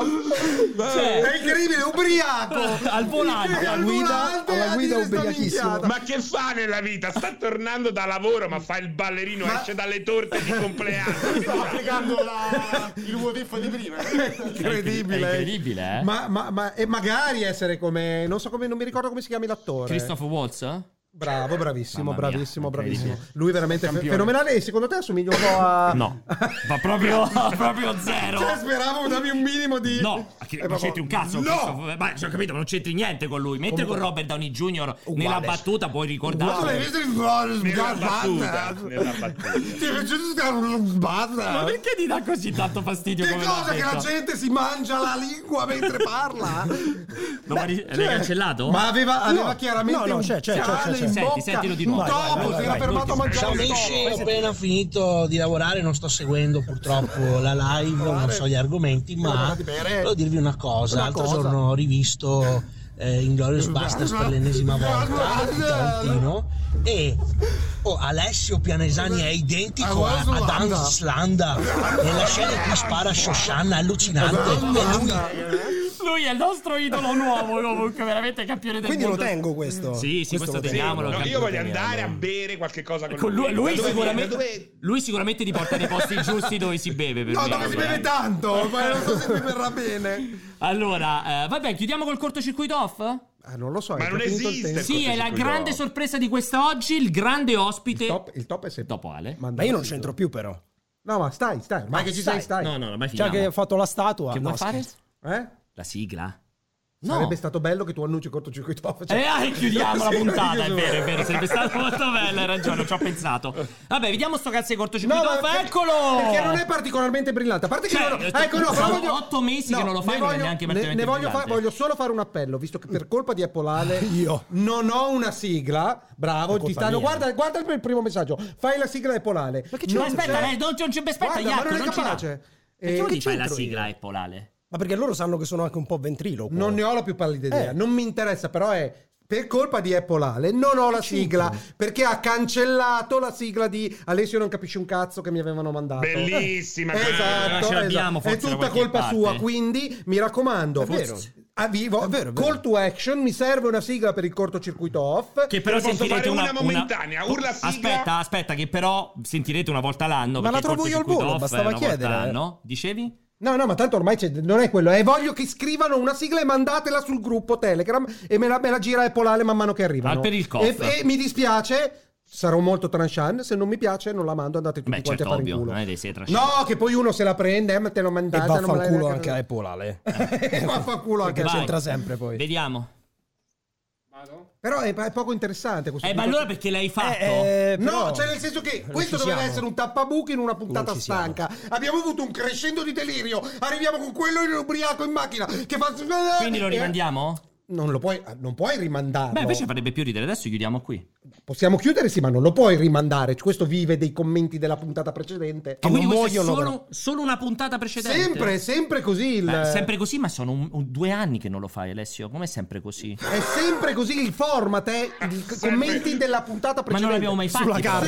S1: Cioè- è incredibile, ubriaco.
S2: Al volante,
S1: Al
S2: alla guida-
S1: volante,
S2: alla
S1: a
S2: guida
S1: dire sta
S2: ubriachissimo.
S1: minchiata.
S4: Ma che fa nella vita? Sta tornando da lavoro, ma fa il ballerino, esce dalle torte di compleanno.
S15: Stava applicando la... il WTF di prima.
S1: Incredibile.
S2: È incredibile, eh?
S1: Ma, ma- ma- e magari essere come non so come non mi ricordo come si chiami l'attore.
S2: Christopher Waltz?
S1: Bravo, bravissimo,
S2: Mamma mia,
S1: bravissimo, bravissimo.
S2: incredibile.
S1: Lui veramente fe-
S2: Campione.
S1: fenomenale e secondo te assomiglia un po' a
S2: No, va proprio, proprio zero.
S1: Cioè, speravo dammi un minimo di
S2: No, ma che-
S1: È
S2: non
S1: proprio-
S2: c'entri un cazzo.
S1: No!
S2: Christopher- Ma ci ho capito, ma non c'entri niente con lui. Mentre
S1: Comunque-
S2: con Robert Downey Jr.
S1: Uguale.
S2: nella battuta puoi
S15: Tu l'hai
S2: ricordarlo.
S15: visto il Boris
S4: Nella battuta,
S15: Batman?
S4: nella battuta.
S15: Ti è piaciuto il
S2: Ma
S15: Batman?
S2: perché ti dà così tanto fastidio?
S15: Che
S2: come l'ha
S15: cosa che la
S2: detto?
S15: gente si mangia la lingua mentre parla?
S2: No, ma ri- l'hai cancellato?
S1: cioè, Ma aveva, aveva
S15: No,
S1: chiaramente
S15: no, no,
S1: un
S15: c'è, c'è, c'è,
S1: cane
S15: c'è, c'è.
S1: in
S15: Senti,
S1: bocca,
S2: sentilo di nuovo.
S1: Un
S2: Vai, vai,
S1: topo,
S2: vai,
S1: si era
S2: vai,
S1: fermato a
S2: vai.
S1: mangiare
S11: Ciao
S1: un
S11: amici, ho
S1: topo.
S11: appena finito di lavorare, non sto seguendo purtroppo la live, non so gli argomenti, ma volevo dirvi una cosa.
S15: Una
S11: L'altro
S15: cosa.
S11: giorno ho rivisto eh, Inglorious Busters per l'ennesima volta di Tarantino e oh, Alessio Pianesani è identico a, ad Hans Slanda nella scena in cui spara a Shoshanna, è allucinante. E lui
S2: Lui è il nostro idolo nuovo, comunque, veramente campione del
S3: Quindi lo
S2: mondo.
S3: tengo questo.
S2: Sì, sì, questo
S3: lo
S4: Sì,
S2: teniamolo.
S4: no, io
S2: campione
S4: voglio
S2: teniamolo.
S4: andare a bere qualche cosa con,
S2: Con Ecco, lui,
S4: Da
S2: lui
S4: dove-
S2: sicuramente,
S4: da dove-
S2: lui sicuramente ti porta nei posti giusti dove si beve. Per
S15: No,
S2: me,
S15: dove si
S2: allora.
S15: beve tanto, ma non so se mi verrà bene.
S2: Allora, eh, vabbè, chiudiamo col cortocircuito off?
S1: Ah, non lo so,
S4: Ma
S1: è
S4: non
S1: già finito il
S4: esiste.
S1: tempo.
S2: Sì, è la
S4: cortocircuito
S2: grande
S4: off.
S2: sorpresa di questa oggi, il grande ospite.
S1: Il top, il top è sempre
S2: Dopo Ale.
S1: Ma
S3: Ma io non c'entro più però.
S1: No, ma stai, stai, ma
S3: Ma
S1: che ci sei,
S3: stai.
S1: stai.
S2: No, no, no, ma
S3: Cioè che ho
S2: finiamo.
S3: fatto la statua.
S2: Che
S3: No,
S2: vuoi fare?
S3: scherzo.
S1: Eh?
S2: La sigla? No.
S1: Sarebbe stato bello che tu annunci il cortocircuito off.
S2: E
S1: cioè-
S2: Eh, chiudiamo la
S1: Sì,
S2: puntata, è
S1: chiusura.
S2: vero, è vero, sarebbe stato molto bello, hai ragione, ci ho pensato. Vabbè, vediamo sto cazzo di
S1: No,
S2: cortocircuito
S1: ma
S2: off,
S1: per-
S2: eccolo!
S1: Perché non è particolarmente brillante. A parte che
S2: Cioè,
S1: loro-
S2: eh,
S1: ecco, no, però
S2: sono
S1: voglio-
S2: otto mesi
S1: no,
S2: che non lo fai,
S1: ne
S2: non è
S1: voglio-
S2: neanche
S1: ne,
S2: particolarmente
S1: ne voglio, fa-
S2: brillante.
S1: voglio solo fare un appello, visto che per colpa di Eppolale
S3: Io.
S1: non ho una sigla. Bravo,
S3: colpa
S1: Titano,
S3: mia.
S1: guarda, guarda il primo messaggio. Fai la sigla di Eppolale.
S3: Ma che
S2: Ma
S3: c'è?
S2: aspetta, eh, non c'è, non c'è, aspetta,
S1: Guarda,
S2: Iacco,
S1: ma non è
S2: non ci dà.
S1: capace.
S2: Perché
S1: Eh,
S2: non
S3: che
S2: gli fai la
S3: c'entro io?
S2: sigla Eppolale?
S3: Ma perché loro sanno che sono anche un po' ventriloquo.
S1: Non ne ho la più pallida idea.
S3: Eh.
S1: Non mi interessa, però è. Per colpa di Apple Ale non ho la sigla perché ha cancellato la sigla di Alessio non capisce un cazzo che mi avevano mandato.
S4: Bellissima,
S2: ma
S1: esatto,
S2: ce l'abbiamo
S1: esatto.
S2: forse
S1: è
S2: da
S1: tutta
S2: qualche
S1: colpa
S2: parte.
S1: sua quindi mi raccomando
S3: È vero.
S1: a vivo
S3: È vero, è vero.
S1: call to action mi serve una sigla per il cortocircuito off
S2: Che però
S4: Posso
S2: sentirete
S4: fare
S2: una,
S4: una momentanea, urla sigla.
S2: Aspetta, aspetta, che però sentirete una volta l'anno.
S3: Ma la
S2: perché il
S3: trovo io al
S2: cortocircuito
S3: volo,
S2: off è
S3: bastava
S2: una volta
S3: chiedere.
S2: all'anno. Dicevi?
S1: no no ma tanto ormai c'è- non è quello eh. voglio che scrivano una sigla e mandatela sul gruppo telegram e me la, me la gira e polale man mano che arrivano
S2: Al per il cof.
S1: e, e mi dispiace sarò molto tranchant se non mi piace non la mando andate tutti
S2: Beh,
S1: quanti
S2: certo,
S1: a fare in
S2: ovvio.
S1: culo
S2: Non è che sei trascinato.
S1: No, che poi uno se la prende, eh, ma te l'ho
S3: E
S1: mandata. non me la-
S3: vaffanculo anche eh. a Epolale.
S1: E vaffanculo anche a
S3: Perché
S2: Vai.
S3: c'entra sempre poi.
S2: Vediamo.
S1: Però è, è poco interessante questo.
S2: Eh,
S1: tipo
S2: ma
S1: di-
S2: allora perché l'hai fatto?
S3: Eh, eh,
S1: No,
S3: però-
S1: cioè nel senso che
S3: Non
S1: questo
S3: ci
S1: doveva
S3: siamo.
S1: essere un tappabuchi in una puntata
S3: Non ci siamo.
S1: stanca. Abbiamo avuto un crescendo di delirio. Arriviamo con quello in ubriaco in macchina che fa
S2: Quindi lo
S1: Eh,
S2: rimandiamo?
S1: Non lo puoi non puoi rimandarlo.
S2: Beh, invece farebbe più ridere. Adesso chiudiamo qui.
S1: Possiamo chiudere sì, ma non lo puoi rimandare. Questo vive dei commenti della puntata precedente.
S2: Ah, quindi
S1: non
S2: questa è
S1: muoiono
S2: solo, solo una puntata precedente.
S1: Sempre, sempre così il
S2: Beh, sempre così, ma sono un- un- due anni che non lo fai, Alessio. Com'è sempre così?
S1: È sempre così il format, eh, i
S4: Sempre.
S1: commenti della puntata precedente.
S2: Ma non l'abbiamo mai fatti,
S1: Sulla
S2: però.
S1: carta.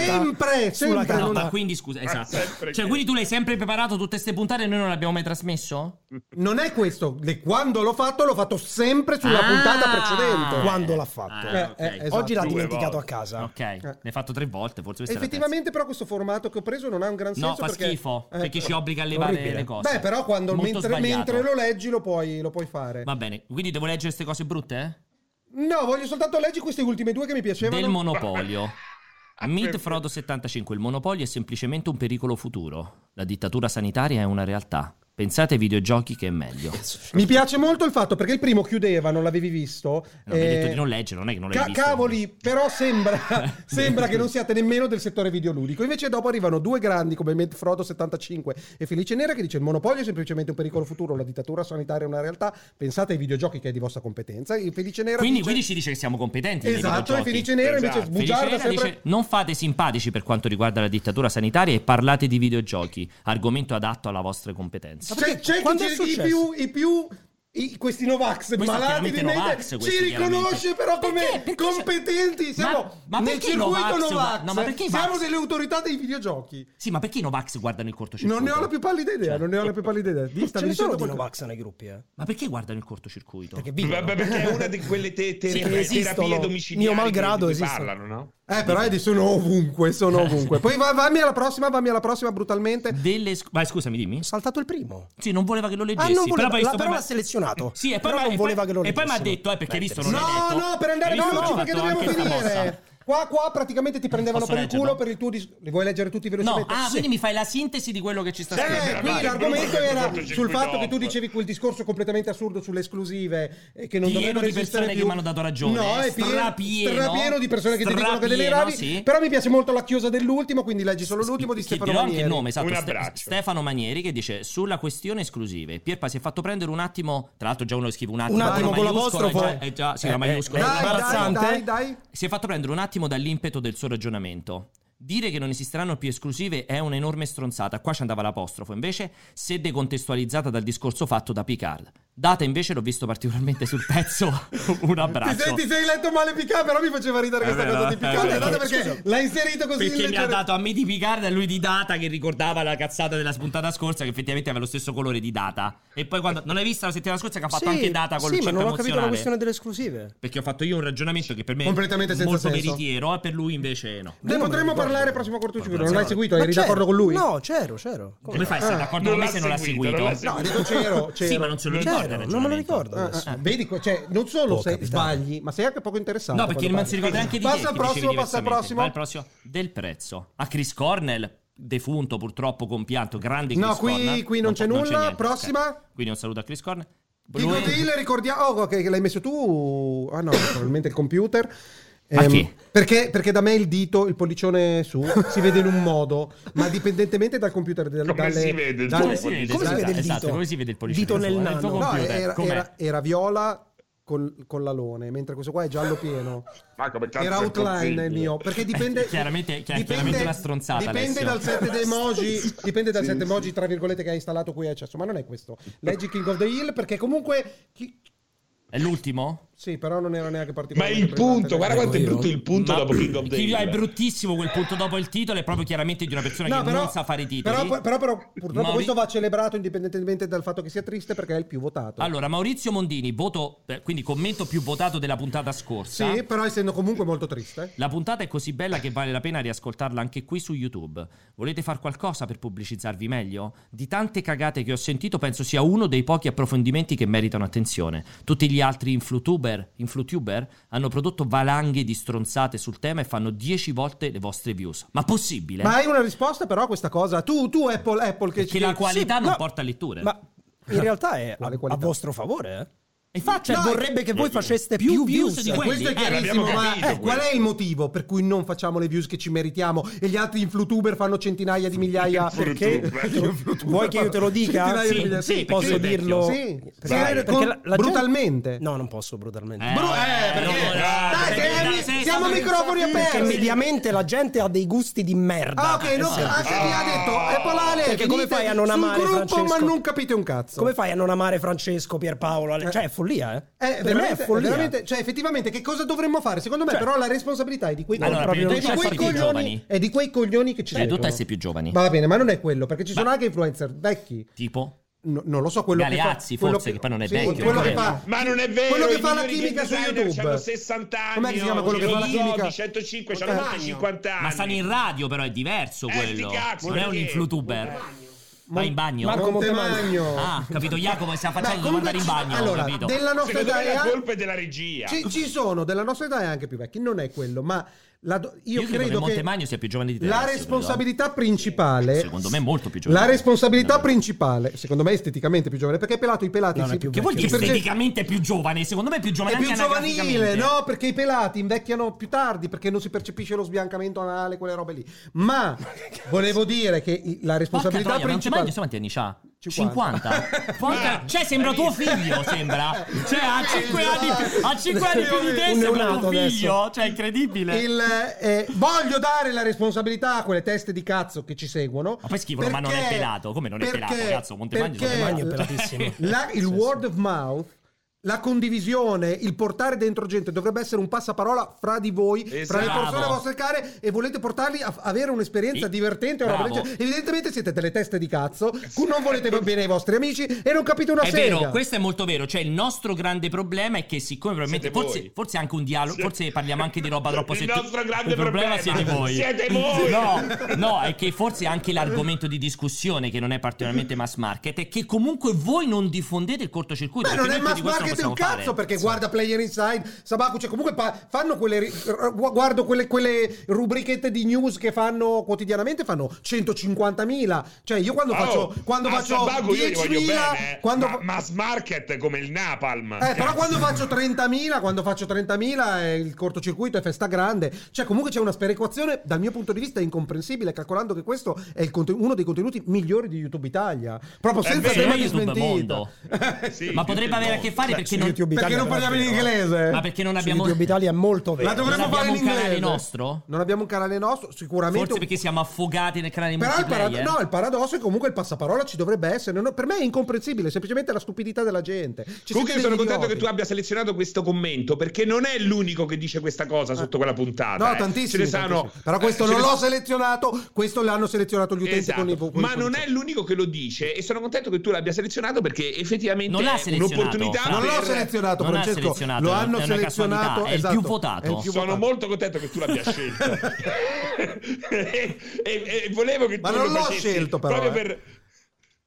S3: Sulla
S1: Sempre, sempre.
S3: carta.
S2: No,
S1: non-
S2: ma quindi scusa, esatto.
S4: Ah, sempre
S2: Cioè,
S4: che-
S2: quindi tu l'hai sempre preparato tutte queste puntate e noi non le abbiamo mai trasmesso?
S1: Non è questo. Le- Quando l'ho fatto, l'ho fatto sempre sulla
S2: Ah!
S1: puntata precedente.
S3: Quando l'ha fatto.
S2: Ah, ok.
S1: Eh, eh, esatto.
S3: Oggi l'ha
S4: Due
S3: dimenticato a
S4: volte.
S3: casa.
S2: Ok, ne hai fatto tre volte, forse questa è la
S1: Eh. Effettivamente, però, questo formato che ho preso non ha un gran
S2: terza.
S1: senso.
S2: No, fa
S1: perché...
S2: schifo,
S1: eh,
S2: perché ci
S1: però-
S2: obbliga a levare
S3: orribile.
S2: le cose.
S1: Beh, però, quando
S2: Molto
S1: mentre,
S2: sbagliato.
S1: mentre lo leggi, lo puoi, lo puoi fare.
S2: Va bene, quindi devo leggere queste cose brutte? eh?
S1: No, voglio soltanto leggi queste ultime due che mi piacevano.
S2: Del monopolio. Mid Frodo 75, il monopolio è semplicemente un pericolo futuro. La dittatura sanitaria è una realtà. Pensate ai videogiochi che è meglio.
S1: Mi piace molto il fatto perché il primo chiudeva, non l'avevi visto.
S2: Non mi hai
S1: eh,
S2: detto di non leggere, non è che non l'hai
S1: Ca-
S2: visto.
S1: cavoli, però sembra, sembra che non siate nemmeno del settore videoludico. Invece dopo arrivano due grandi come Matt Frodo 75 e Felice Nera che dice il monopolio è semplicemente un pericolo futuro, la dittatura sanitaria è una realtà, pensate ai videogiochi che è di vostra competenza. E Felice Nera
S2: Quindi,
S1: dice...
S2: quindi ci dice che siamo competenti. nei
S1: Esatto, e
S2: videogiochi.
S1: Felice Nera invece
S4: Esatto.
S2: Felice
S1: sbugiarda
S2: Nera
S1: sempre...
S2: dice non fate simpatici per quanto riguarda la dittatura sanitaria e parlate di videogiochi, argomento adatto alla vostra competenza.
S1: C'è, c'è chi
S3: Quando è
S1: dice i
S3: successo?
S1: più, i più i- questi Novax
S2: Questo
S1: malati
S2: chiaramente
S1: di media
S2: Novax,
S1: ci
S2: questi
S1: riconosce
S2: chiaramente.
S1: però come
S2: Perché? Perché c'è-
S1: competenti. Siamo
S2: Ma- ma
S1: nel
S2: perché i
S1: circuito
S2: Novax
S1: Novax.
S2: guard- no, ma perché i
S1: Siamo
S2: Vax?
S1: delle autorità dei videogiochi.
S2: Sì, ma perché i Novax guardano il cortocircuito?
S1: Non ne ho la più pallida idea, non ne ho la più pallida idea. Di-
S2: Cioè. Ce
S1: stavi
S2: ne sono
S1: dicendo
S2: di
S1: qualcosa?
S2: Novax
S11: nei gruppi, eh.
S2: Ma perché guardano il cortocircuito? Perché
S4: Vabbè, perché è una di quelle te- te-
S2: Sì,
S4: terapie
S1: esistono.
S4: domiciliari
S1: Mio malgrado
S4: di cui
S1: esistono.
S4: parlano, no?
S1: Eh, però Edi sono ovunque, sono ovunque. Poi va, vammi alla prossima, vammi alla prossima brutalmente.
S2: Delle... Vai, scusami, dimmi. Ho
S11: saltato il primo.
S2: Sì, non voleva che lo
S11: Ah,
S2: leggessi.
S11: non
S2: però
S11: voleva,
S2: poi
S11: la-
S2: sto-
S11: però
S2: poi-
S11: l'ha selezionato.
S2: Sì, e poi,
S11: Però
S2: ma-
S11: non
S2: e poi-
S11: voleva che lo
S2: e poi mi ha
S11: leggessimo.
S2: detto, eh, perché
S11: Dai,
S2: visto non
S11: interessante.
S2: hai
S1: No,
S2: detto.
S1: no, per andare
S2: Hai visto
S1: no,
S2: che
S1: no,
S2: ci ho
S1: perché
S2: fatto
S1: dobbiamo
S2: anche questa
S1: finire.
S2: mossa?
S1: Qua, qua praticamente ti prendevano
S2: Posso
S1: per il
S2: leggerlo?
S1: culo per il tuo dis- Li vuoi leggere tutti
S2: No,
S1: velocemente?
S2: ah,
S1: Sì.
S2: quindi mi fai la sintesi di quello che ci sta
S1: Eh,
S2: scrivendo.
S1: qui
S2: Vai.
S1: l'argomento era sul fatto che tu
S2: off.
S1: dicevi quel discorso completamente assurdo sulle esclusive e che non
S2: Pieno
S1: dovrebbero
S2: di
S1: esistere
S2: persone che
S1: più.
S2: mi hanno dato ragione,
S1: No,
S2: eh,
S1: è pieno,
S2: strapieno,
S1: strapieno di persone che ti dicono che te le
S2: strapieno,
S1: ravi.
S2: sì.
S1: Però mi piace molto la chiosa dell'ultimo, quindi leggi solo l'ultimo di
S2: Che
S1: Stefano
S2: dirò anche
S1: Manieri.
S2: il nome, esatto, Ste-
S1: abbraccio.
S2: Stefano Manieri che dice sulla questione esclusive. Pierpa si è fatto prendere un attimo, tra l'altro già uno scrive un attimo,
S11: Un attimo
S2: una
S11: con
S2: maiuscola,
S11: l'apostrofo.
S2: è già, è già- sì,
S11: Eh,
S2: una
S11: eh,
S2: maiuscola.
S11: dai, dai,
S2: Imbarazzante.
S11: dai,
S1: dai.
S2: Si è fatto prendere un attimo dall'impeto del suo ragionamento. Dire che non esisteranno più esclusive è un'enorme stronzata. Qua ci andava l'apostrofo, invece, se decontestualizzata dal discorso fatto da Picard. Data invece l'ho visto particolarmente sul pezzo. un
S1: Ti sei,
S2: abbraccio.
S1: ti sei letto male Picard, però mi faceva ridere
S2: È
S1: questa
S2: vero,
S1: cosa di
S2: eh,
S1: Picard.
S2: vero.
S1: Guardate perché
S2: Scusa.
S1: l'ha inserito così cioè
S2: Perché mi ha
S1: leggero-
S2: dato a me di Picard e a lui di Data che ricordava la cazzata della puntata scorsa che effettivamente aveva lo stesso colore di Data. E poi quando non l'hai vista la settimana scorsa che ha fatto
S11: Sì,
S2: anche Data con
S11: sì,
S2: il
S11: ma
S2: centro
S11: non ho capito la
S2: emozionale.
S11: questione delle esclusive.
S2: Perché ho fatto io un ragionamento che per me
S1: Completamente
S2: è
S1: senza
S2: molto
S1: senso.
S2: veritiero e per lui invece no.
S1: Ne potremmo parlare prossimo cortocircuito. Non l'hai
S2: Grazie.
S1: seguito?
S2: Ma
S1: Eri
S2: c'ero.
S1: d'accordo con lui?
S11: certo. No, certo, c'ero,
S16: Eh,
S11: c'ero.
S2: Come fai a essere d'accordo
S1: non
S2: con me
S1: l'ha
S2: se non l'ha
S1: seguito,
S2: seguito?
S1: non l'ha seguito. Ah. No, dico c'ero,
S2: Sì,
S1: c'ero.
S2: ma non se lo
S1: C'ero,
S2: ricorda.
S11: Certo,
S1: certo,
S2: il
S1: non me lo ricordo
S2: ragionamento.
S16: Eh,
S1: adesso. cioè- Ah, Vedi, co- cioè, non solo
S2: Può
S1: se
S2: capitare.
S1: sbagli, ma sei anche poco interessato.
S2: No, perché
S1: quando
S2: non si ricorda
S1: parli.
S2: neanche di te,
S1: Passa al
S2: chi dicevi
S1: prossimo, passa al
S2: diversamente.
S1: prossimo.
S2: Vai al prossimo. Del prezzo. A Chris Cornell, defunto purtroppo, compianto, grande Chris
S1: No, qui-
S2: Cornell.
S1: qui non c'è nulla.
S2: niente,
S1: Prossima.
S2: ok. Quindi un saluto a Chris Cornell.
S1: Dico Dale, ricordiamo. Oh, ok, che l'hai messo tu. Ah, no, probabilmente il computer.
S2: Ma
S1: Ehm,
S2: chi?
S1: perché, perché da me il dito, il pollicione su, si vede in un modo, ma dipendentemente dal computer. Del,
S4: Come
S1: dalle-
S4: si vede il
S1: dalle-
S4: tuo pollicione?
S2: Come si vede il
S1: Esatto,
S2: dito?
S1: come si
S2: vede il
S1: pollicione
S2: Dito
S1: su?
S2: nel
S1: È il
S2: nano.
S1: tuo
S2: No,
S1: computer.
S2: era-
S1: Com'è?
S2: era-
S1: era viola col, con l'alone, mentre questo qua è giallo pieno.
S4: Ma come cazzo
S1: Era
S4: è
S1: outline
S4: possibile?
S1: il mio, perché dipende...
S2: Chiaramente, chiar-
S1: dipende-
S2: chiaramente una stronzata.
S1: Dipende
S2: Alessio.
S1: dal set dei emoji, dipende dal
S2: Sì,
S1: set
S2: sì.
S1: emoji tra virgolette che hai installato qui accesso, ma non è questo. Leggi King of the Hill perché comunque chi-
S2: È l'ultimo?
S1: sì, però non era neanche
S4: Ma
S1: particolare.
S4: il punto, guarda quanto è brutto il punto
S2: Ma-
S4: dopo King of the
S2: Chi- È
S4: Hill.
S2: bruttissimo quel punto dopo il titolo. È proprio chiaramente di una persona
S1: No,
S2: che
S1: però-
S2: non sa fare i titoli.
S1: Però, però- però purtroppo
S2: Mauri-
S1: questo va celebrato indipendentemente dal fatto che sia triste perché è il più votato.
S2: Allora, Maurizio Mondini, voto, eh, quindi commento più votato della puntata scorsa.
S1: Sì, però essendo comunque molto triste.
S2: La puntata è così bella che vale la pena riascoltarla anche qui su YouTube. Volete far qualcosa per pubblicizzarvi meglio? Di tante cagate che ho sentito, penso sia uno dei pochi approfondimenti che meritano attenzione. Tutti gli altri influtuber, influtuber hanno prodotto valanghe di stronzate sul tema e fanno 10 volte le vostre views. Ma possibile?
S1: Ma hai una risposta però a questa cosa? Tu, tu Apple, Apple che
S2: che la qualità
S1: Sì,
S2: non
S1: no,
S2: porta a letture.
S1: ma-
S11: In realtà è a,
S1: Quale
S11: a
S1: qualità?
S11: vostro favore, eh.
S2: Infatti,
S11: Cioè, vorrebbe che voi faceste più, views,
S1: Eh, questo è chiarissimo, ma eh, qual è il motivo per cui non facciamo le views che ci meritiamo e gli altri influtuber fanno centinaia di migliaia?
S11: Perché?
S1: Influtuber
S11: Vuoi che io te lo dica?
S1: Centinaia di migliaia- sì, perché
S11: posso
S1: è vecchio.
S11: dirlo.
S1: Sì.
S11: Perché-
S1: Sì,
S11: perché
S1: con-
S11: la- la gente-
S1: brutalmente.
S11: No, non posso brutalmente.
S1: Bru- eh, perché- dai, siamo- siamo a microfoni
S11: Perché
S1: aperti.
S11: mediamente la gente ha dei gusti di merda.
S1: Ah, ok, no,
S11: Eh sì.
S1: anche chi ha detto Apple Ale,
S11: Perché come
S1: venite
S11: fai a non
S1: sul
S11: amare
S1: gruppo,
S11: Francesco?
S1: ma non capite un cazzo.
S11: Come fai a non amare Francesco, Pierpaolo? Ale- Cioè, è follia, eh.
S1: Eh,
S11: per me è
S1: veramente,
S11: follia.
S1: veramente- cioè, effettivamente, che cosa dovremmo fare? Secondo me,
S11: Cioè-
S1: però, la responsabilità è di quei,
S2: Allora,
S1: proprio-
S2: prima
S1: di
S2: di tutto
S1: quei
S2: essere più
S1: coglioni
S2: giovani.
S1: è di quei coglioni che Boh. ci
S2: Cioè, tu
S1: seguono.
S2: te sei più giovani.
S1: Va bene, ma non è quello, perché ci sono
S2: Ma-
S1: anche influencer vecchi.
S2: Tipo?
S1: No- non lo so, quello
S2: Galeazzi,
S1: che fa, quello
S2: forse, che poi non è vecchio,
S1: quello
S2: non
S1: che
S2: è
S1: fa,
S4: Ma non è vero,
S1: quello che
S4: i
S1: fa la
S4: migliori
S1: chimica su
S4: designer
S1: YouTube.
S4: C'hanno 60 anni.
S1: Com'è che si chiama quello che
S4: oggi,
S1: fa la
S4: lo so,
S1: chimica? Eh,
S4: di 105, c'hanno
S1: Montagno.
S4: 50 anni.
S2: Ma stanno in radio, però è diverso
S4: Eh,
S2: quello.
S4: sti cazzi,
S2: non è un
S4: perché?
S2: influtuber. Ma in bagno.
S1: Marco Montemagno.
S2: Ah, capito, Jacopo stiamo
S1: Beh,
S2: facendo di
S1: comunque
S2: mandare in
S1: ci-
S2: bagno,
S1: allora,
S2: capito?
S1: della nostra
S4: Secondo
S1: età
S4: me
S1: è
S4: la
S1: anche-
S4: colpa è della regia.
S1: ci, ci sono della nostra età e anche più vecchi, non è quello, ma la do- io,
S2: Io, credo, che Montemagno sia più giovane di te.
S1: la
S2: Alessio,
S1: responsabilità principale
S2: credo. Secondo me è molto più giovane.
S1: la responsabilità principale, secondo me esteticamente più giovane, perché pelato i pelati
S11: Non è
S1: si-
S11: più
S2: Che vuol dire
S1: si perce-
S2: esteticamente più giovane? Secondo me è più giovane
S1: è più
S2: anche
S1: giovanile,
S2: anagraficamente.
S1: no? Perché i pelati invecchiano più tardi perché non si percepisce lo sbiancamento anale, quelle robe lì. Ma volevo dire che i- la
S2: Porca
S1: responsabilità
S2: troia, ma non c'è mai
S1: principale
S2: nessuno quanti anni c'ha? 50. Porca- cioè, sembra tuo figlio, sembra. Cioè, a 5 anni, a cinque anni più di te
S1: Un
S2: sembra
S1: neonato
S2: tuo figlio.
S1: adesso.
S2: Cioè, è incredibile.
S1: Il, eh, voglio dare la responsabilità a quelle teste di cazzo che ci seguono.
S2: Ma poi scrivono, ma non è pelato. Come non è pelato, cazzo? Montemagno
S1: perché
S2: sono
S1: la-
S2: pelato.
S1: la- il
S2: Sì, sì.
S1: word of mouth. La condivisione, il portare dentro gente dovrebbe essere un passaparola fra di voi, fra le
S2: Esatto.
S1: persone vostre care e volete portarli a f- avere un'esperienza
S2: Sì.
S1: divertente. o roba
S2: Bravo. Eh,
S1: del genere. Evidentemente siete delle teste di cazzo, cui non volete bene ai vostri amici e non capite una
S2: È
S1: sega.
S2: vero, questo è molto vero. Cioè, il nostro grande problema è che, siccome probabilmente
S4: Siete
S2: forse,
S4: voi.
S2: forse anche un dialogo, forse parliamo anche di roba troppo
S4: Il
S2: settu-
S4: nostro grande
S2: il problema,
S4: problema
S2: siete voi.
S4: siete voi.
S2: No, no, è che forse anche l'argomento di discussione, che non è particolarmente mass market, è che comunque voi non diffondete il cortocircuito.
S1: Beh, non è
S2: altrimenti
S1: mass
S2: di questo non
S1: market un
S2: possiamo
S1: cazzo
S2: fare.
S1: perché guarda Player Inside, Sabaku, cioè comunque pa- fanno quelle, ri- r- guardo quelle, quelle rubrichette di news che fanno quotidianamente, fanno 150.000, cioè io quando
S4: Oh,
S1: faccio, quando
S4: a
S1: faccio
S4: Sabago io gli voglio
S1: 10.000,
S4: bene, eh.
S1: quando,
S4: ma mass market come il Napalm.
S1: eh, però
S4: Cazzo.
S1: quando faccio 30.000, quando faccio 30.000 eh, il cortocircuito è festa grande. Cioè, comunque c'è una sperequazione, dal mio punto di vista, incomprensibile, calcolando che questo è il conte- uno dei contenuti migliori di YouTube Italia. Proprio
S2: È
S1: senza
S2: vero,
S1: tema di
S2: YouTube
S1: smentita.
S2: mondo. ma potrebbe avere a che fare
S16: Beh,
S2: perché
S16: su
S2: non,
S16: YouTube
S1: Perché
S16: Italia
S1: non parliamo in
S16: però-
S1: inglese?
S2: Ma perché non
S16: Su
S2: abbiamo-
S16: YouTube Italia è molto vero.
S1: La dovremmo
S2: Non
S1: fare in
S2: abbiamo un
S1: inglese.
S2: canale nostro?
S1: Non abbiamo un canale nostro, sicuramente.
S2: forse perché siamo affogati nel canale
S1: Però il, parad-
S2: multiplayer.
S1: no, il paradosso è comunque il passaparola ci dovrebbe essere. No, per me è incomprensibile, semplicemente la stupidità della gente. Ci
S4: Comunque io
S1: siete
S4: sono
S1: degli
S4: contento che
S1: idioti.
S4: tu abbia selezionato questo commento perché non è l'unico che dice questa cosa sotto quella
S1: Ah.
S4: puntata.
S1: No,
S4: eh. Ce
S1: tantissimi,
S4: ne sanno-
S1: tantissimi. Però questo
S4: eh, ce
S1: non
S4: ne-
S1: l'ho selezionato, questo l'hanno selezionato gli utenti
S4: Esatto.
S1: con i con i
S4: ma non
S1: pollici.
S4: è l'unico che lo dice e sono contento che tu l'abbia selezionato perché effettivamente
S2: Non l'ha
S4: è
S2: selezionato,
S4: un'opportunità
S2: Fra.
S1: Non l'ho
S4: per-
S1: selezionato,
S2: Non l'ha
S1: Francesco.
S2: selezionato,
S1: lo
S2: è
S1: hanno
S2: una
S1: selezionato.
S2: casualità, è il
S1: esatto,
S2: più votato.
S1: è il più
S4: sono
S1: votato.
S4: molto contento che tu l'abbia scelto e, e- e volevo che
S1: Ma
S4: tu
S1: non
S4: lo
S1: l'ho
S4: facessi
S1: scelto, però,
S4: proprio
S1: eh.
S4: per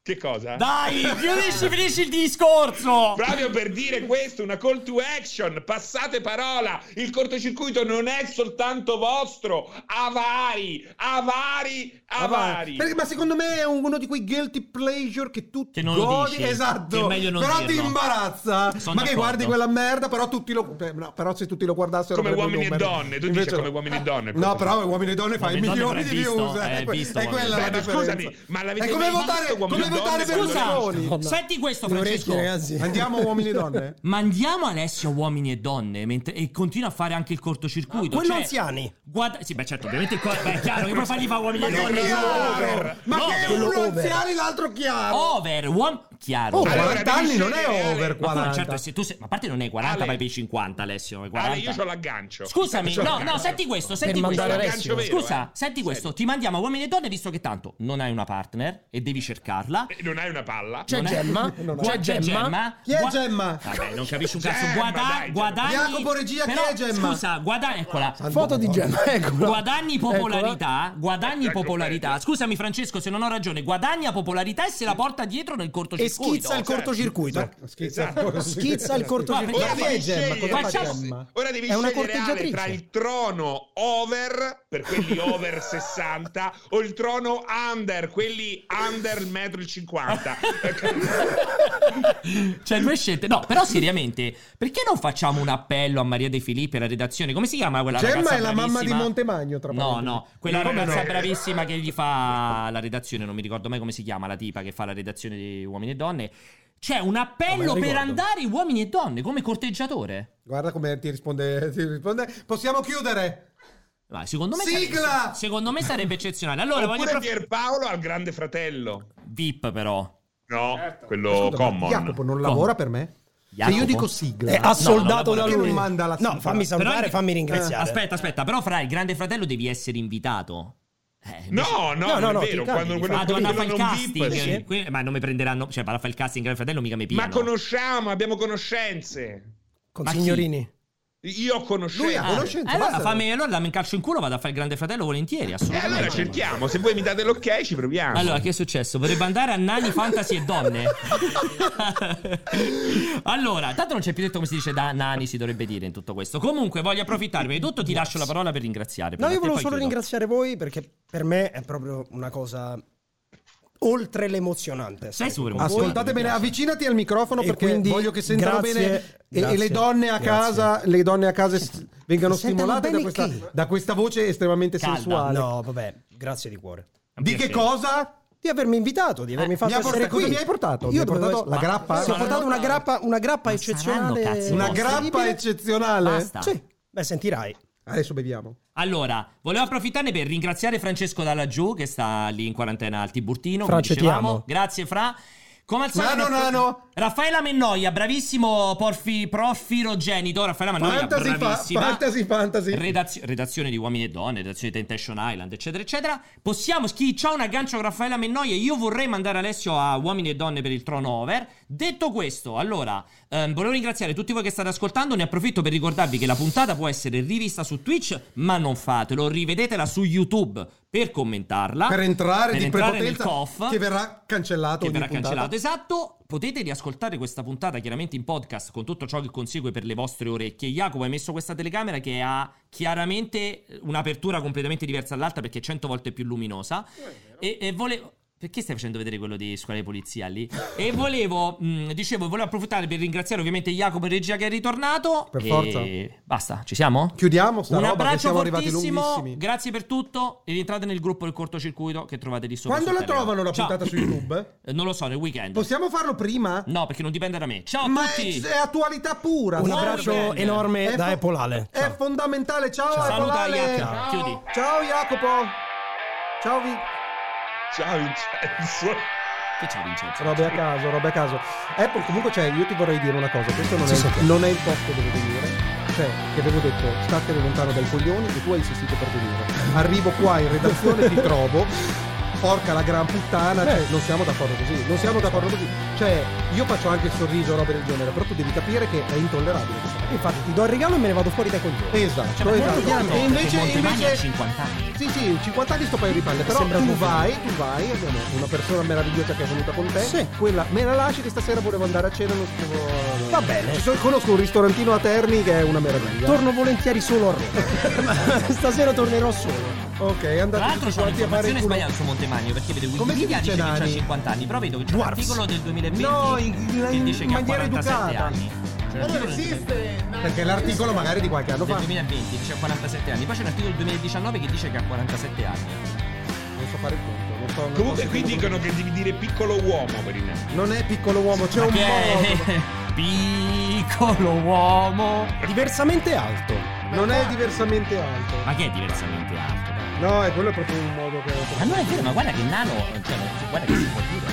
S4: che cosa?
S2: Dai, finisci, finisci il discorso.
S4: Proprio per dire questo, una call to action, passate parola, il cortocircuito non è soltanto vostro, avari, avari, avari.
S1: Perché- ma secondo me è un- uno di quei guilty pleasure che tu
S2: Che non lo
S1: godi,
S2: dici, che
S1: esatto,
S2: è meglio non
S1: però ti
S2: dirlo.
S1: imbarazza. ma
S2: Sono
S1: che
S2: d'accordo.
S1: guardi quella merda, però tutti lo eh, no, però se tutti lo guardassero
S4: Come
S1: avrebbe un
S4: uomini e
S1: numero.
S4: donne, tu
S1: Invece
S4: dici
S1: no.
S4: come uomini e donne.
S1: No, però uomini e donne fai
S2: Uomini e donne
S1: milioni
S2: avrei
S1: di
S2: visto,
S1: views,
S2: eh,
S1: eh, que-
S2: visto
S1: è
S2: uomini e
S1: quella
S4: Beh,
S1: la
S4: ma
S1: differenza.
S4: scusami, ma l'avete
S1: È come
S4: mai
S1: votare,
S4: visto uomini
S1: come
S4: e donne
S1: votare per
S4: quando-
S2: Scusa,
S1: Berlusconi.
S2: senti questo,
S16: Non
S2: Francesco.
S16: riesco, ragazzi.
S1: Andiamo uomini e donne?
S2: Mandiamo Alessio uomini e donne mentre- e continua a fare anche il cortocircuito.
S16: Quello
S2: cioè,
S16: anziani.
S2: Guarda, sì, beh, certo, ovviamente il cor- beh, è chiaro che poi fa gli fa uomini
S1: Ma
S2: e
S1: che
S2: donne.
S1: chiaro! Ma
S2: No,
S1: che
S2: quello
S1: uno
S16: over.
S1: anziani l'altro chiaro!
S2: Over, uom- chiaro.
S1: Oh,
S4: Allora,
S1: 40
S4: devi
S1: anni non è
S4: scegliere,
S1: over
S2: Ma poi,
S1: 40.
S2: certo, se tu sei- ma a parte non è 40,
S4: Ale.
S2: ma è per 50, Alessio. è 40.
S4: Ale, io ho l'aggancio.
S2: Scusami,
S4: C'ho
S2: no,
S4: l'aggancio.
S2: no, senti questo, senti questo.
S16: mandare
S4: Alessio. Ecco. Cioè, Vero,
S2: Scusa,
S4: eh.
S2: senti questo,
S4: Senti.
S2: ti mandiamo uomini e donne visto che tanto non hai una partner e devi cercarla.
S4: Eh, Non hai una palla.
S16: C'è
S2: Non è-
S16: Gemma?
S1: Non
S2: C'è
S16: C'è Gemma?
S2: Gemma?
S1: Chi è
S2: Gua-
S1: Gemma?
S2: Vabbè, non capisci un cazzo.
S4: Gemma,
S2: Guada-
S4: dai, Gemma.
S2: guadagni.
S1: Jacopo, regia, chi
S2: però,
S1: è Gemma?
S2: Scusa, guadagni. Eccola.
S16: Foto di Gemma, eccola.
S2: Guadagni popolarità, guadagni
S4: Ecco,
S2: popolarità.
S4: ecco.
S2: Scusami Francesco se non ho ragione, guadagna popolarità e se la porta dietro nel
S16: E
S2: cortocircuito.
S16: schizza il cortocircuito.
S4: certo. Esatto.
S16: Schizza il cortocircuito.
S4: Ora
S16: Chi è
S4: devi
S16: Gemma?
S4: scegliere,
S16: Cosa fa
S2: Facciamo-
S16: Gemma?
S4: ora devi
S16: È una
S4: scegliere, Ale,
S16: corteggiatrice.
S4: tra il trono over per quelli over 60 o il trono under, quelli under il metro e 50.
S2: cioè, due scelte. No, però seriamente, perché non facciamo un appello a Maria De Filippi e alla redazione? Come si chiama quella
S1: Gemma
S2: ragazza
S1: è la mamma di
S2: bravissima?
S1: Montemagno, tra
S2: No,
S1: parentesi.
S2: no, quella
S4: No, no,
S2: ragazza
S4: no.
S2: bravissima che gli fa la redazione, non mi ricordo mai come si chiama, la tipa che fa la redazione di Uomini e Donne. C'è un appello
S16: No, me la
S2: per
S16: ricordo.
S2: andare Uomini e Donne come corteggiatore.
S1: Guarda come ti risponde, ti risponde. Possiamo chiudere.
S2: Vai, secondo me
S1: Sigla!
S2: sarebbe- secondo me sarebbe eccezionale. Allora, voglio
S4: Oppure
S2: prof-
S4: Pierpaolo al grande fratello.
S2: VIP però.
S4: No, quello
S1: Scusa, ma
S4: common.
S1: Jacopo non lavora per me? Se
S2: Jacopo?
S1: io dico sigla,
S16: È assoldato
S2: No,
S16: da
S1: che
S16: lui.
S1: mi manda la sigla?
S16: No, fammi
S2: Però
S16: salutare,
S2: il-
S16: fammi
S1: Eh,
S16: ringraziare.
S2: Aspetta, aspetta, però fra il Grande Fratello devi essere invitato. Eh,
S4: No,
S16: No,
S4: no,
S16: no,
S4: non
S16: no,
S4: è vero.
S16: ti
S4: Quando
S16: cambia,
S4: quello,
S2: Ah,
S4: quando
S2: dove andava il
S4: quello non
S2: casting?
S4: VIP,
S16: sì.
S2: Que- Ma non mi prenderanno. Cioè, farà fa il casting Grande Fratello, mica mi pigliano.
S4: ma conosciamo, abbiamo conoscenze.
S16: Con
S2: Ma chi?
S16: signorini.
S4: Io ho conoscenze.
S1: Lui ha
S2: Ah,
S1: conoscenza,
S2: eh, allora,
S1: basta.
S2: fammi, allora dammi un calcio in culo, vado a fare il Grande Fratello volentieri,
S4: E
S2: assolutamente.
S4: Eh, allora cerchiamo, se voi mi date l'ok ci proviamo.
S2: Allora, che è successo? Vorrebbe andare a Nani, Fantasy e Donne. allora, tanto non c'è più detto come si dice da Nani, si dovrebbe dire in tutto questo. Comunque, voglio approfittarmi di tutto, ti lascio la parola per
S16: No,
S2: ringraziare. prima
S16: io
S2: te,
S16: volevo
S2: poi
S16: solo
S2: chiudo.
S16: ringraziare voi perché per me è proprio una cosa oltre l'emozionante.
S2: Sei super emozionato.
S1: Ascoltate bene, avvicinati al microfono
S16: E
S1: perché
S16: quindi
S1: voglio che sentano
S16: grazie,
S1: bene e- e, le
S16: grazie,
S1: donne a
S16: grazie.
S1: casa, le donne a casa s- vengano
S16: Sentano
S1: stimolate da
S16: bene
S1: questa,
S16: che?
S1: da questa voce estremamente
S2: Calda.
S1: sensuale.
S16: No, vabbè, grazie di cuore.
S1: Di che cosa?
S16: di avermi invitato, di avermi
S1: Eh,
S16: fatto
S1: mi ha
S16: essere
S1: portato-
S16: qui.
S1: cosa mi hai portato?
S16: Io
S1: Mi hai
S16: dovevo-
S1: portato la
S16: ma-
S1: grappa?
S16: Sì, ho
S1: Ma
S16: portato una
S1: allora-
S16: grappa, una grappa eccezionale.
S1: saranno cazzi Una vostri? grappa eccezionale? Basta.
S16: Sì. Beh, sentirai.
S1: Adesso beviamo.
S2: Allora, volevo approfittarne per ringraziare Francesco Dalla Giù che sta lì in quarantena al Tiburtino. come
S16: Francesco, ti
S2: dicevamo.
S16: amo.
S2: Grazie, Fra. Come al solito,
S1: Nano, nano.
S2: Raffaella Mennoia, bravissimo porfi, profirogenito. Raffaella Mennoia,
S1: Fantasy, fa-
S2: bravissima.
S1: fantasy, fantasy.
S2: Redazio- redazione di Uomini e Donne, redazione di Temptation Island, eccetera, eccetera. Possiamo, chi ha un aggancio con Raffaella Mennoia, io vorrei mandare Alessio a Uomini e Donne per il trono over. Detto questo, allora, ehm, volevo ringraziare tutti voi che state ascoltando, ne approfitto per ricordarvi che la puntata può essere rivista su Twitch, ma non fatelo, rivedetela su YouTube per commentarla.
S1: per entrare
S2: per
S1: di
S2: entrare nel
S1: prepotenza
S2: coff.
S1: che verrà cancellato
S2: Che
S1: ogni
S2: verrà
S1: puntata.
S2: cancellato, esatto. Potete riascoltare questa puntata chiaramente in podcast con tutto ciò che consegue per le vostre orecchie. Jacopo hai messo questa telecamera che ha chiaramente eh, un'apertura completamente diversa dall'altra perché è 100 volte più luminosa. E, e volevo. Perché stai facendo vedere quello di scuola di polizia lì? e volevo, mh, dicevo, volevo approfittare per ringraziare ovviamente Jacopo in regia che è ritornato.
S1: Per
S2: E
S1: forza.
S2: Basta, ci siamo?
S1: Chiudiamo sta
S2: Un
S1: roba che
S2: abbraccio
S1: siamo arrivati
S2: fortissimo,
S1: lunghissimi.
S2: grazie per tutto e rientrate nel gruppo del cortocircuito che trovate lì sopra.
S1: Quando
S2: su
S1: la
S2: Telegram.
S1: trovano la
S2: Ciao.
S1: puntata su YouTube?
S2: Eh, Non lo so, nel weekend.
S1: Possiamo farlo prima?
S2: No, perché non dipende da me. Ciao a
S1: Ma
S2: tutti!
S1: è, è attualità pura.
S16: Un
S1: sai?
S16: abbraccio
S2: bene.
S16: enorme
S1: È
S16: da
S1: fo-
S16: Apple Ale.
S1: È fondamentale. Ciao,
S16: Ciao.
S1: Apple
S2: Saluta
S1: Ale.
S2: Jacopo.
S1: Ciao.
S2: Chiudi.
S1: Ciao Jacopo. Ciao Vi-
S4: Ciao Vincenzo.
S2: Che c'è Vincenzo?
S1: Robe a caso, robe a caso. Apple comunque c'è, io ti vorrei dire una cosa, questo non,
S16: Sì,
S1: è,
S16: sì.
S1: non è il posto dove venire. Cioè, che avevo detto, statene lontano dai coglioni e tu hai insistito per venire. Arrivo qua in redazione ti trovo. Porca la gran puttana, cioè, non siamo d'accordo così, non siamo d'accordo così. Cioè, io faccio anche il sorriso robe del genere, però tu devi capire che è intollerabile.
S16: Infatti, ti do il regalo e me ne vado fuori dai coglioni.
S1: Esatto,
S2: Cioè, ma
S1: esatto.
S2: molto tanto,
S1: E invece,
S2: perché Montemagno
S1: invece-
S2: ha 50 anni.
S1: Sì, sì, 50 anni sto paio di palle, però
S16: Sembra
S1: tu
S16: un-
S1: vai, tu vai, abbiamo una persona meravigliosa che è venuta con te, quella me la lasci che stasera volevo andare a cena, non scrivo...
S16: Va bene.
S1: Ci sono- conosco un ristorantino a Terni che è una meraviglia.
S16: Torno volentieri solo a Roma. Stasera tornerò solo.
S1: ok,
S2: Tra
S1: andate
S2: l'altro
S1: tutti
S2: c'è
S1: quanti a fare
S2: un'informazione
S1: il
S2: sbagliata
S1: culo.
S2: su Montemagno perché vede
S1: Come si
S2: Wikipedia
S1: dice,
S2: dice che c'ha
S1: Nani?
S2: 50 anni, però vedo che c'è un
S16: Dwarfs.
S2: articolo del 2020
S1: No, in- in-
S2: che dice
S1: in
S2: che ha
S1: maniera
S2: 47
S1: educata.
S2: anni. C'è un articolo del-
S1: Perché l'articolo magari di qualche anno
S2: del
S1: fa,
S2: 2020 dice che ha 47 anni, poi c'è un articolo del 2019 che dice che ha 47 anni.
S1: non so fare il conto, non so... non
S4: Comunque
S1: so-
S4: qui dicono che devi dire piccolo uomo per il
S1: Non è piccolo uomo, c'è
S2: Ma
S1: un
S2: che-
S1: modo.
S2: Piccolo uomo.
S16: Diversamente alto.
S1: Non è diversamente alto.
S2: Ma che è diversamente alto? dai?
S1: No, è quello è proprio un modo che...
S2: Ma non è vero, ma guarda che nano. Cioè, guarda che si può dire.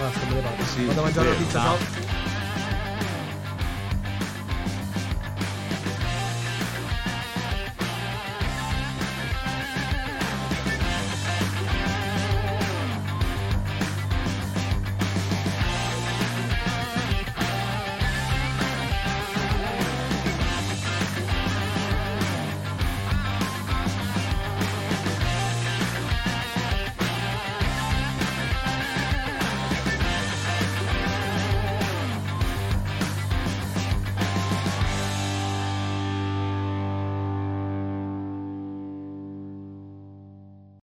S1: Basta, me ne vado.
S4: Sì, esatto.
S1: Vado a mangiare la
S4: vero.
S1: pizza,
S2: Ciao.
S1: ciao.